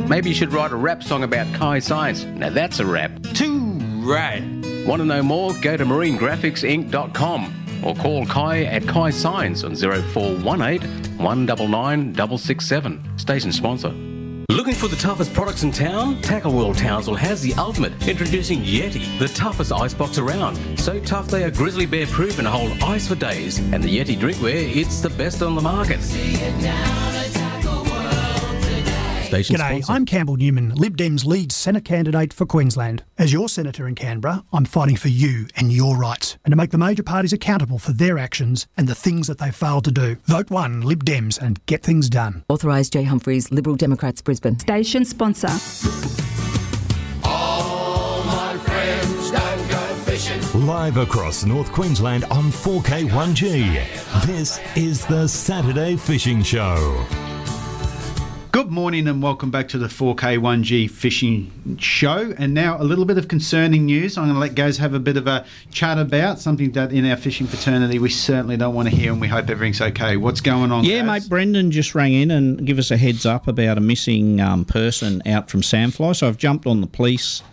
Maybe you should write a rap song about Kai Science. Now that's a rap. Too right. Want to know more? Go to marinegraphicsinc.com or call Kai at Kai Signs on 0418 199 667. Station sponsor. Looking for the toughest products in town? Tackle World Townsville has the ultimate. Introducing Yeti, the toughest icebox around. So tough they are grizzly bear proof and hold ice for days. And the Yeti drinkware, it's the best on the market. G'day, I'm Campbell Newman, Lib Dem's lead Senate candidate for Queensland. As your Senator in Canberra, I'm fighting for you and your rights, and to make the major parties accountable for their actions and the things that they fail to do. Vote one, Lib Dems, and get things done. Authorised Jay Humphreys, Liberal Democrats, Brisbane. Station sponsor. All my friends don't go fishing. Live across North Queensland on 4K1G. This is the Saturday Fishing Show. Good morning and welcome back to the 4K1G Fishing Show. And now a little bit of concerning news. I'm going to let guys have a bit of a chat about something that in our fishing fraternity we certainly don't want to hear, and we hope everything's okay. What's going on? Yeah, mate. Brendan just rang in and give us a heads up about a missing um, person out from Sandfly. So I've jumped on the police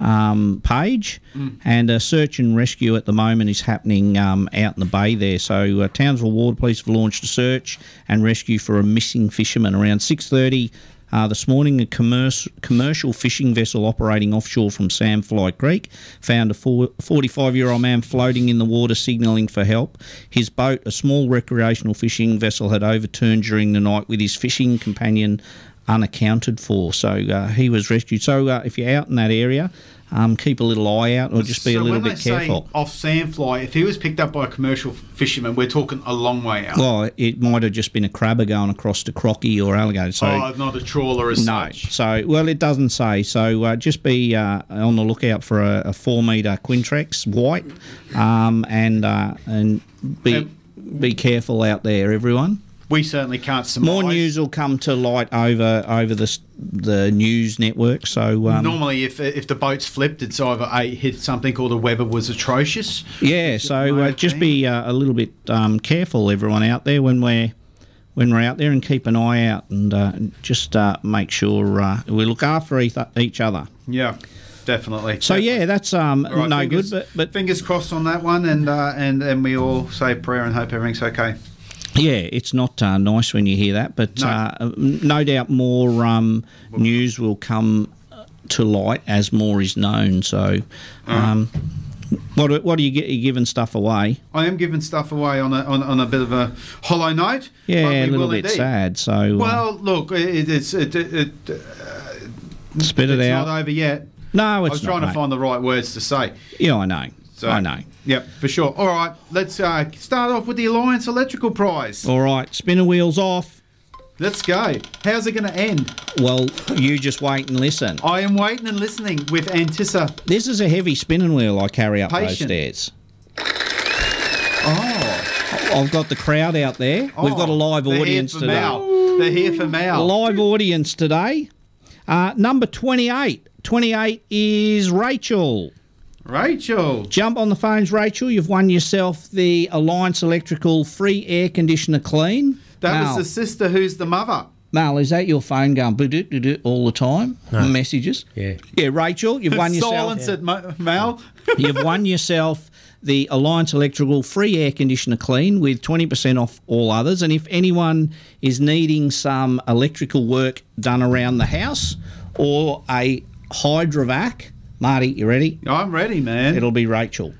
um, page, Hmm. Mm. and a search and rescue at the moment is happening um, out in the bay there. So uh, Townsville Water Police have launched a search and rescue for a missing fisherman around 6:30. Uh, this morning, a commerc- commercial fishing vessel operating offshore from Samfly Creek found a 45 year old man floating in the water signalling for help. His boat, a small recreational fishing vessel, had overturned during the night with his fishing companion unaccounted for. So uh, he was rescued. So uh, if you're out in that area, um, keep a little eye out or just be So a little when bit they say careful. off Sandfly, if he was picked up by a commercial fisherman, we're talking a long way out. Well, it might have just been a crabber going across to crocky or alligator. So oh, not a trawler as no. such. So, well, it doesn't say. So, uh, just be uh, on the lookout for a, a four metre Quintrex white, um, and uh, and be be careful out there, everyone. Um, We certainly can't. Surmise. More news will come to light over over the s- the news network. So, um, Normally, if if the boat's flipped, it's either a hit something or the weather was atrocious. Yeah, so uh, just be uh, a little bit um, careful, everyone out there, when we're when we're out there, and keep an eye out, and uh, just uh, make sure uh, we look after each, each other. Yeah, definitely. So yeah, that's um, All right, no fingers, good. But fingers crossed on that one, and uh, and and we all say a prayer and hope everything's okay. yeah, it's not uh, nice when you hear that. But No. uh, no doubt more um, news will come to light as more is known. So um, What do- what do you get? You giving stuff away? I am giving stuff away on a, on, on a bit of a hollow note. Yeah, but we a little will bit indeed. sad. So uh, Well, look, it, it's it, it, it, uh, spit it it's out. not over yet. No, it's I was not, trying to mate. find the right words to say. Yeah, I know. I know. Yep, for sure. All right, let's uh, start off with the Alliance Electrical Prize. All right, spinner wheels off. Let's go. How's it going to end? Well, you just wait and listen. I am waiting and listening with Antissa. This is a heavy spinning wheel I carry up those Patient. stairs. Oh, I've got the crowd out there. We've got a live they're audience here for today. Mal. They're here for Mal. Live audience today. Uh, number 28. 28 is Rachel. Rachel. Jump on the phones, Rachel. You've won yourself the Alliance Electrical free air conditioner clean. That Mal. was the sister who's the mother. Mal, is that your phone going boo doo doo doo all the time? Messages? Yeah. Yeah, Rachel, *laughs* you've won yourself. Silence it, Ma- Mal. *laughs* You've won yourself the Alliance Electrical free air conditioner clean with 20% off all others. And if anyone is needing some electrical work done around the house or a hydrovac, Marty, you ready? I'm ready, man. It'll be Rachel.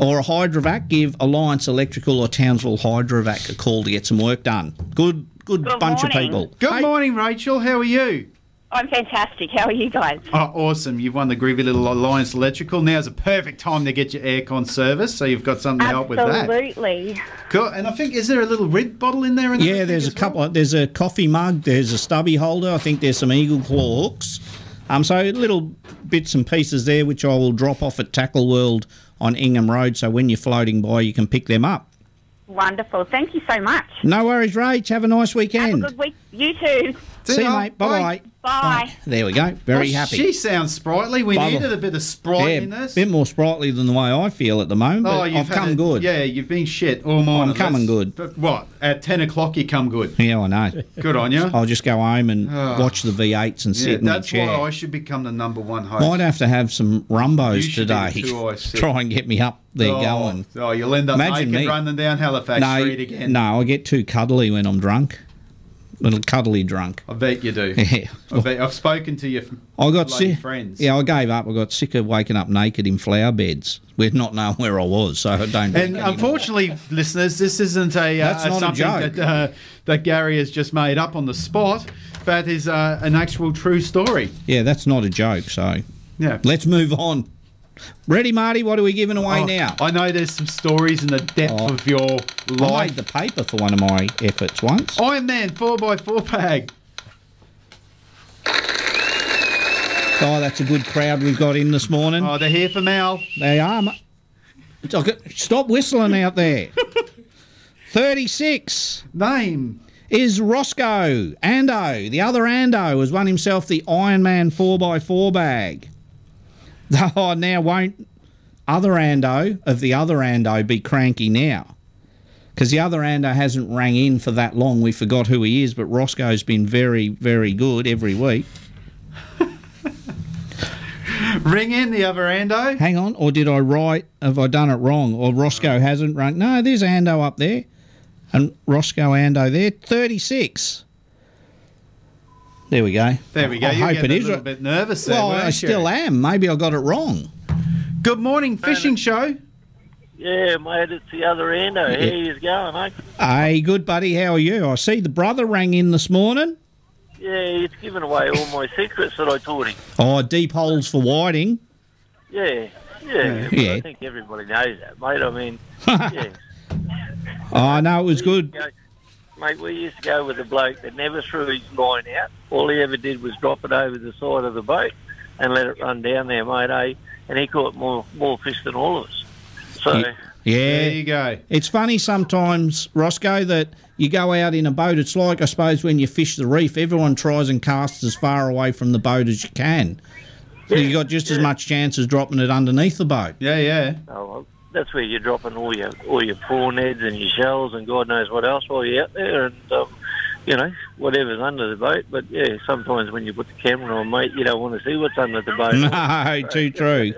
Or a hydrovac, give Alliance Electrical or Townsville Hydrovac a call to get some work done. Good, good, Good bunch morning. of people. Good morning, Rachel. How are you? I'm fantastic. How are you guys? Oh, awesome. You've won the Groovy Little Alliance Electrical. Now's a perfect time to get your aircon service, so you've got something to help with that. Absolutely. Cool. And I think, is there a little red bottle in there? In Yeah, there's a couple. Of, there's a coffee mug. There's a stubby holder. I think there's some eagle claw hooks. Um, so little bits and pieces there, which I will drop off at Tackle World on Ingham Road. So when you're floating by, you can pick them up. Wonderful. Thank you so much. No worries, Rach. Have a nice weekend. Good week. You too. See See ya. you, mate. Bye-bye. Bye. there we go. Very Oh, happy. She sounds sprightly. We Bubble. needed a bit of sprite in yeah, a this. bit more sprightly than the way I feel at the moment. Oh, but you've I've had come it- good. Yeah, you've been shit all morning. I'm coming That's- good. But what? At 10 o'clock, you come good. Yeah, I know. Good on you. I'll just go home and Ah. watch the V8s and sit Yeah, in the that's chair. why I should become the number one host. Might have to have some rumbos You should do today. two *laughs* ice sets. Try and get me up there oh, going. Oh, you'll end up Imagine naked me. running down Halifax no, Street again. no, I get too cuddly when I'm drunk. Little cuddly drunk. I bet you do. *laughs* Yeah. I bet, I've spoken to your f- I got bloody sick. friends. Yeah, I gave up. I got sick of waking up naked in flower beds with not knowing where I was, so I don't. And unfortunately, listeners, this isn't a, uh, That's not a something joke. that uh, that Gary has just made up on the spot. That is uh, an actual true story. yeah, that's not a joke. So yeah, let's move on. Ready, Marty? What are we giving away Oh, now? Oh. I know there's some stories in the depth of your I life. made the paper for one of my efforts once. Iron Man four x four bag. *laughs* Oh, that's a good crowd we've got in this morning. Oh, they're here for Mal. They are. ma- Look at- Stop whistling *laughs* out there. 36. Name. Is Roscoe Ando. The other Ando has won himself the Iron Man 4x4 bag. *laughs* Oh, now won't other Ando of the other Ando be cranky now? Because the other Ando hasn't rang in for that long. We forgot who he is, but Roscoe's been very, very good every week. Ring in the other Ando. Hang on, or did I write? Have I done it wrong? Or Roscoe hasn't rung? No, there's Ando up there, and Roscoe Ando there, thirty-six. There we go. There we go. I You're hope it getting a is. little bit nervous there, well, weren't I you? still am. Maybe I got it wrong. Good morning, fishing show. Yeah, mate, it's the other end. Oh, Yeah. Here he's going, eh? Hey, good buddy. How are you? I see the brother rang in this morning. Yeah, he's giving away all my secrets that I taught him. Oh, deep holes for whiting. Yeah, yeah. but Yeah. I think everybody knows that, mate. *laughs* I mean, yeah. Oh, no, it was good. Mate, we used to go with a bloke that never threw his line out. All he ever did was drop it over the side of the boat and let it run down there, mate, eh? And he caught more more fish than all of us. So, Yeah. There you go. It's funny sometimes, Roscoe, that you go out in a boat. It's like, I suppose, when you fish the reef, everyone tries and casts as far away from the boat as you can. So you got just as much chance as dropping it underneath the boat. Yeah, yeah. Oh, well, that's where you're dropping all your all your prawn heads and your shells and God knows what else while you're out there and um, you know whatever's under the boat. But yeah, sometimes when you put the camera on, mate, you don't want to see what's under the *laughs* *laughs* boat. No, too *laughs* true.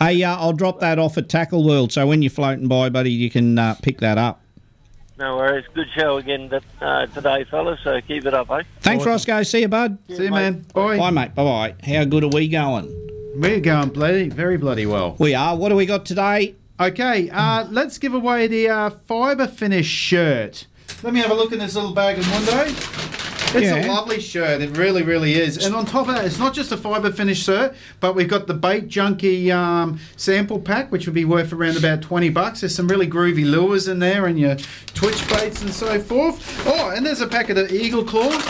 hey, uh, I'll drop that off at Tackle World. So when you're floating by, buddy, you can uh, pick that up. No worries. Good show again that, uh, today, fellas. So keep it up, eh? Thanks, Roscoe. See you, bud. See you, mate. man. Bye. Bye, mate. Bye bye. How good are we going? We're going bloody, very bloody well. We are. What do we got today? Okay, uh, let's give away the uh, fibre finish shirt. Let me have a look in this little bag in window. It's a Yeah. lovely shirt. It really, really is. And on top of that, it's not just a fibre finish shirt, but we've got the bait junkie um, sample pack, which would be worth around about twenty bucks. There's some really groovy lures in there, and your twitch baits and so forth. Oh, and there's a pack of the eagle claw.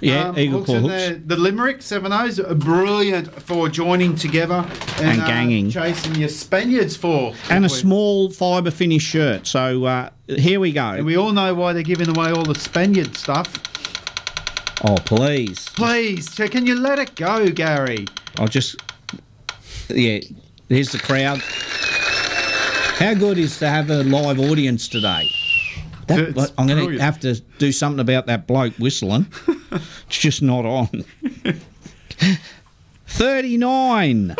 Yeah, Eagle Claw um, in hooks. there. The Limerick Seven O's are brilliant for joining together uh, And ganging. chasing your Spaniards for. And a small fibre finish shirt. So uh, here we go. we all know why they're giving away all the Spaniard stuff. Oh, please. Please, so can you let it go, Gary? I'll just. Yeah, here's the crowd. How good is to have a live audience today? That- I'm going to brilliant. have to do something about that bloke *laughs* whistling. it's just not on. 39.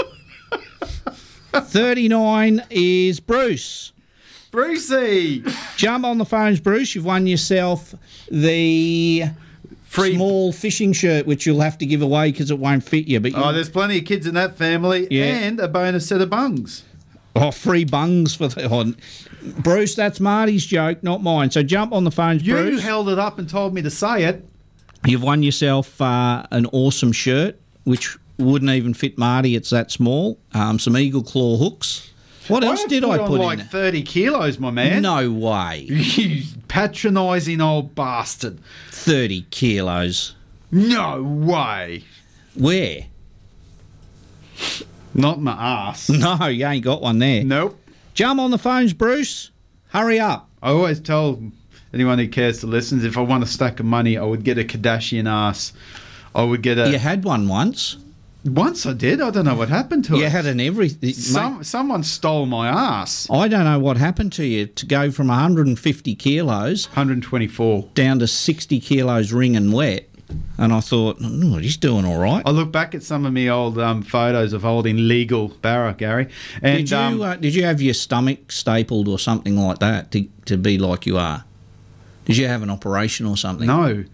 39 is Bruce. Brucey! Jump on the phones, Bruce. You've won yourself the small fishing shirt, which you'll have to give away because it won't fit you. But you Oh, there's plenty of kids in that family, Yeah. and a bonus set of bungs. Oh, free bungs for the on. Bruce, that's Marty's joke, not mine. So jump on the phones, You Bruce. held it up and told me to say it. You've won yourself uh, an awesome shirt, which wouldn't even fit Marty. It's that small. Um, some eagle claw hooks. What else have did I on put like in? there? Thirty kilos, my man. No way. *laughs* You patronising old bastard. Thirty kilos. No way. Where? Not my ass. *laughs* No, you ain't got one there. Nope. Jump on the phones, Bruce. Hurry up. I always tell anyone who cares to listen, if I won a stack of money, I would get a Kardashian ass. I would get a. You had one once. Once I did. I don't know what happened to it. You had an everything. Some, someone stole my ass. I don't know what happened to you to go from 150 kilos, 124, down to 60 kilos ring and wet. And I thought, "Mm, he's doing all right. I look back at some of my old um, photos of holding legal barra, Gary. And did you um, uh, did you have your stomach stapled or something like that to, to be like you are? Did you have an operation or something? No.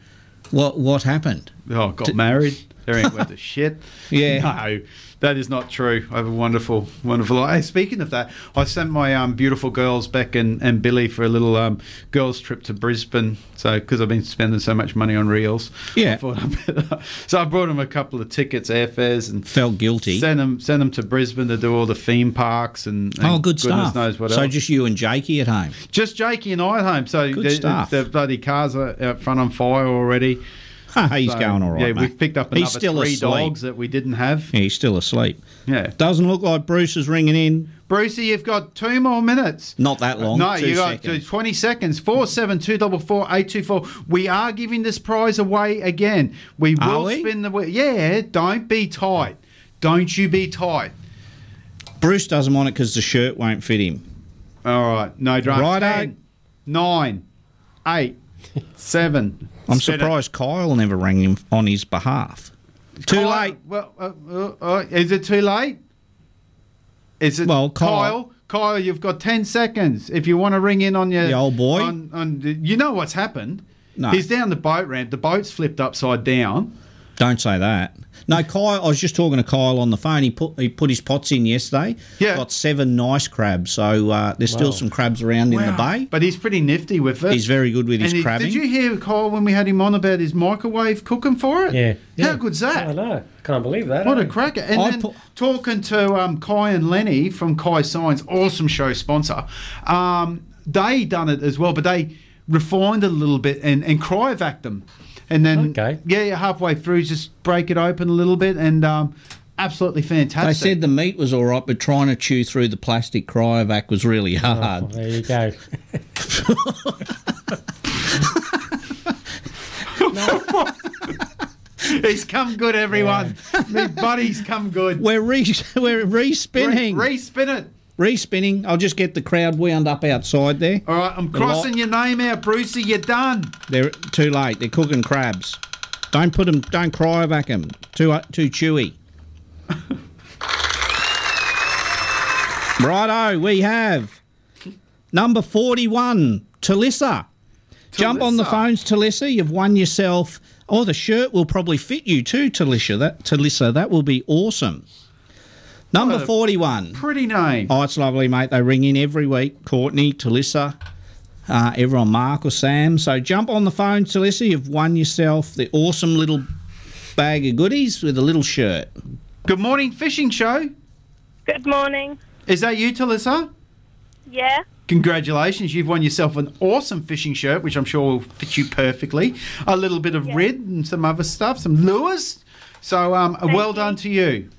What what happened? Oh, I got Did- married. There ain't *laughs* worth a shit. Yeah. No, that is not true. I have a wonderful, wonderful life. Hey, speaking of that, I sent my um, beautiful girls, Beck and, and Billy, for a little um, girls' trip to Brisbane. So, because I've been spending so much money on reels. *laughs* Yeah. I thought I better- so I brought them a couple of tickets, airfares, and felt guilty. Sent them, sent them to Brisbane to do all the theme parks and, and oh, good goodness stuff. knows what so else. just you and Jakey at home. Just Jakey and I at home. So Good the, stuff. the bloody cars are out front on fire already. *laughs* He's going all right, Yeah, mate. we've picked up another He's still three asleep. dogs that we didn't have. Yeah, he's still asleep. Yeah. Doesn't look like Bruce is ringing in. Brucey, you've got two more minutes. Not that long. no, two you got seconds. to 20 seconds. Four seven two double four eight two four. We are giving this prize away again. We Are will we? spin the wheel. Yeah, don't be tight. Don't you be tight. Bruce doesn't want it because the shirt won't fit him. All right, no drama. Righto. Ten, nine, eight, seven. I'm Spin it. surprised Kyle never rang him on his behalf. Too Kyle- late. Well, uh, uh, uh, is it too late? Is it Well, Kyle- Kyle? Kyle, you've got ten seconds if you want to ring in on your The old boy? On, on you know what's happened. No. He's down the boat ramp. The boat's flipped upside down. Don't say that. No, Kyle. I was just talking to Kyle on the phone. He put he put his pots in yesterday. Yeah, got seven nice crabs. So uh, there's Wow. still some crabs around in the Wow. bay. But he's pretty nifty with it. He's very good with his And he- crabbing. Did you hear Kyle when we had him on about his microwave cooking for it? Yeah. How good's that? I know. Can't believe that. What eh? a cracker! And I then talking to um, Kai and Lenny from Kai Science, awesome show sponsor. Um, they done it as well, but they refined it a little bit and and cryovac them, and then yeah, yeah, halfway through, just break it open a little bit, and um, absolutely They fantastic. *laughs* said the meat was all right, but trying to chew through the plastic cryovac was really hard. Oh, there you go. He's come good, everyone. Me buddy's come good. We're re *laughs* we're respinning. Re- re-spin it. Respinning. I'll just get the crowd wound up outside there. All right, I'm crossing your name out, Brucey. You're done. They're too late. They're cooking crabs. Don't put them. Don't cryovac them. Too uh, too chewy. Righto, we have number forty-one, Talissa. Jump on the Talissa. phones, Talissa. You've won yourself. Oh, the shirt will probably fit you too, Talisha. That Talissa, that will be awesome. Number What a 41. Pretty name. Oh, it's lovely, mate. They ring in every week. Courtney, Talissa, uh, everyone, Mark or Sam. So jump on the phone, Talissa. You've won yourself the awesome little bag of goodies with a little shirt. Good morning, fishing show. Good morning. Is that you, Talissa? Yeah. Congratulations, you've won yourself an awesome fishing shirt, which I'm sure will fit you perfectly. A little bit of red and some other stuff, some lures. So, um, well done to you.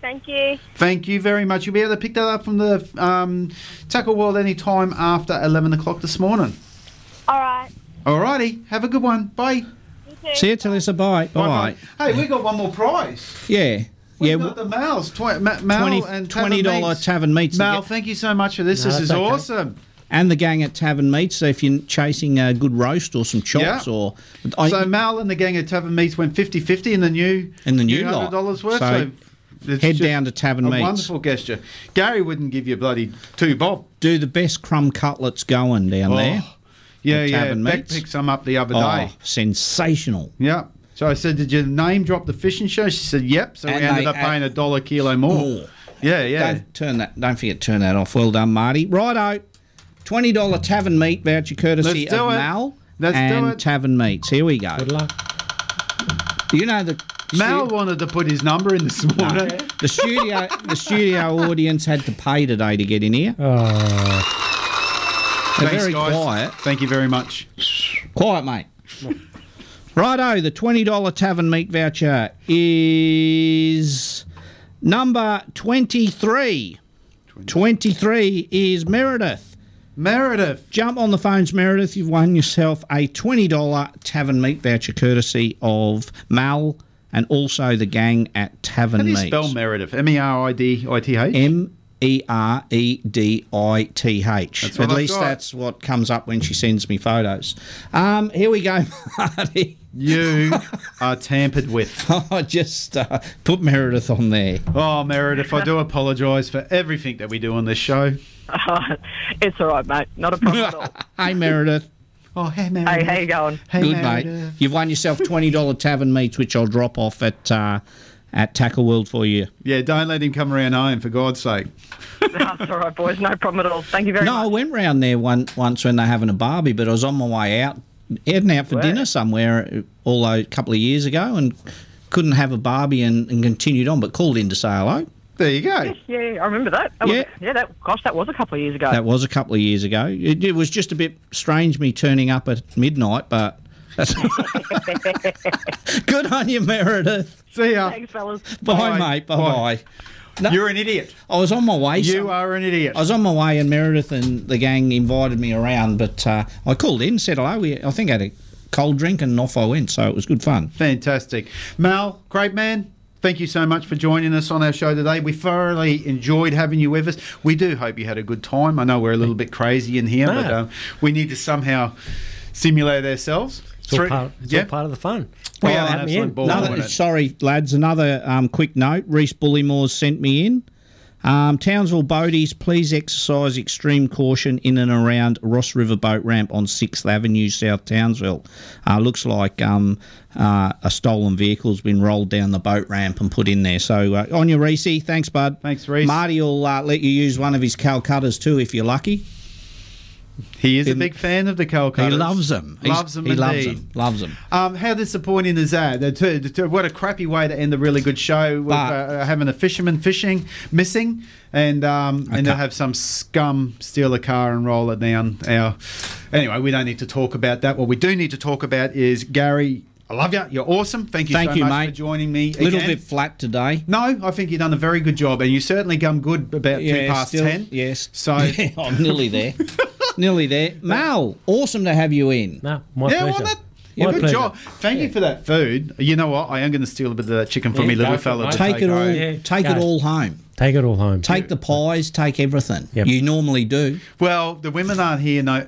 Thank you. Thank you very much. You'll be able to pick that up from the um, Tackle World anytime after 11 o'clock this morning. All right. Alrighty, have a good one. Bye. See you, Talissa. Bye. Bye. Hey, we got one more prize. Yeah. We yeah. got the males, twi- ma- Mal 20 and $20 tavern meats. Mal, thank you so much for this. No, this is that's okay. awesome. And the gang at Tavern Meats. So if you're chasing a good roast or some chops Yeah. or I- so Mal and the gang at Tavern Meats went 50-50 in the new and the new lot. $100 worth. So, So, head down to Tavern a Meats. wonderful gesture. Gary wouldn't give you bloody two bob. Do the best crumb cutlets going down Oh, there. Yeah, at yeah. Tavern Beck Meats. picked some up the other Oh, day. sensational. Yeah. So I said, "Did your name drop the fishing show?" She said, "Yep." So And we ended they up paying a add- dollar kilo more. Yeah, yeah. Don't turn that. Don't forget to turn that off. Well done, Marty. Righto. Twenty dollar tavern meat voucher courtesy Let's do of it. Mal Let's do and it. Tavern Meats. Here we go. Good luck. You know the Mal wanted to put his number in this morning. the studio the studio audience had to pay today to get in here. They're Thanks, very guys. quiet. Thank you very much. Quiet, mate. *laughs* Righto, the twenty dollar tavern meat voucher is number twenty three. Twenty three is Meredith. Meredith. Jump on the phones, Meredith. You've won yourself a twenty dollar tavern meat voucher courtesy of Mal and also the gang at Tavern How do you Meats. spell Meredith? M e r i d i t h. M E R E D I T H. That's what At I've least got. that's what comes up when she sends me photos. Um, here we go, *laughs* Marty. You are tampered *laughs* with. I just uh, put Meredith on there. Oh, Meredith, I do apologise for everything that we do on this show. *laughs* it's all right, mate. Not a problem at all. Hey, Meredith. Oh, hey, Hey, how you going? Good, mate. You've won yourself twenty dollar tavern meats, which I'll drop off at uh, at Tackle World for you. Yeah, don't let him come around home, for God's sake. *laughs* That's all right, boys. No problem at all. Thank you very no, I went round there one once when they're having a barbie, but I was on my way out, heading out for dinner somewhere, uh, although a couple of years ago, and couldn't have a barbie and, and continued on, but called in to say hello. There you go. much. Yeah, I remember that. that Yeah. Was, yeah, that. Gosh, that was a couple of years ago. That was a couple of years ago. It, it was just a bit strange me turning up at *laughs* midnight, but *laughs* that's good on you, Meredith. *laughs* See ya. Thanks, fellas. Bye, mate. Bye bye. You're an idiot. I was on my way. You some- are an idiot. I was on my way, and Meredith and the gang invited me around, but uh, I called in, said hello. We, I think I had a cold drink, and off I went. So it was good fun. Fantastic. Mal, great man. Thank you so much for joining us on our show today. We thoroughly enjoyed having you with us. We do hope you had a good time. I know we're a little bit crazy in here, but No. um, we need to somehow simulate ourselves. It's all Through- part- it's all part of the fun. We Oh, had an let me absolute in. ball. No, Another- wasn't it? sorry, lads. Another um, quick note. Reese Bullymore's sent me in. Um, Townsville boaties, please exercise extreme caution in and around Ross River boat ramp on 6th Avenue, South Townsville. Uh, looks like um, uh, a stolen vehicle's been rolled down the boat ramp and put in there. So uh, on your Reese, thanks, bud. Thanks, Reese. Marty will uh, let you use one of his Calcuttas too if you're lucky. He is a big fan of the Calcuttas. He loves them. He's- Loves them He loves indeed. them. Loves them. Um, how disappointing is that? That- to- to- What a crappy way to end a really good show with uh, having a fisherman fishing missing, and um, and they'll have some scum steal a car and roll it down. Our anyway, we don't need to talk about that. What we do need to talk about is Gary. I love you. You're awesome. Thank you Thank so you, much mate. for joining me. Little again. bit flat today. No, I think you've done a very good job, and you certainly come good about two past still- ten. *laughs* Yes. So Yeah, I'm nearly *laughs* there. nearly there. Mal, awesome to have you in. No, yeah, well, that, yeah, good job. Thank you for that food. You know what? I am going to steal a bit of that chicken from Yeah, me, go little for it, fella. mate. to Take it all. home. Take it all home. Take it all home. Take the pies. Take everything. You normally do. Well, the women aren't here. *laughs* No.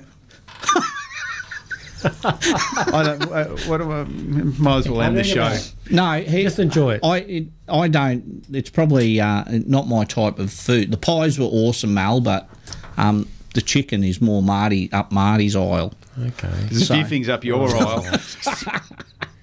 I don't. uh, What do I? Might as well end the show. No, just enjoy it. I it, I don't. It's probably uh, not my type of food. The pies were awesome, Mal, but um, the chicken is more Marty up Marty's aisle. Okay. There's a So- *laughs* few things up your aisle.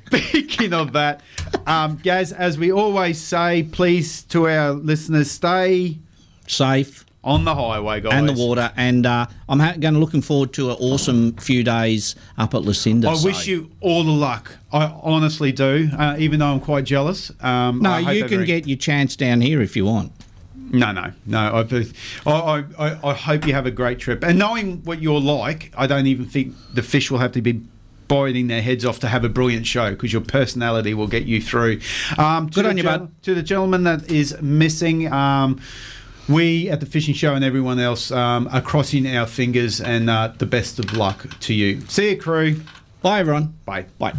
Speaking of that, Um, Gaz, as we always say, please to our listeners, stay safe on the highway, guys, and the water. And uh, I'm ha- going to looking forward to an awesome few days up at Lucinda. I so- wish you all the luck. I honestly do, uh, even though I'm quite jealous. Um, No, I hope you can every- get your chance down here if you want. No, no, no. I've, I, I, I- I hope you have a great trip. And knowing what you're like, I don't even think the fish will have to be biting their heads off to have a brilliant show because your personality will get you through. Um, Good on you, bud. To the gentleman that is missing. Um, we at the fishing show and everyone else um, are crossing our fingers and uh, the best of luck to you. See you, crew. Bye, everyone. Bye. Bye. Bye.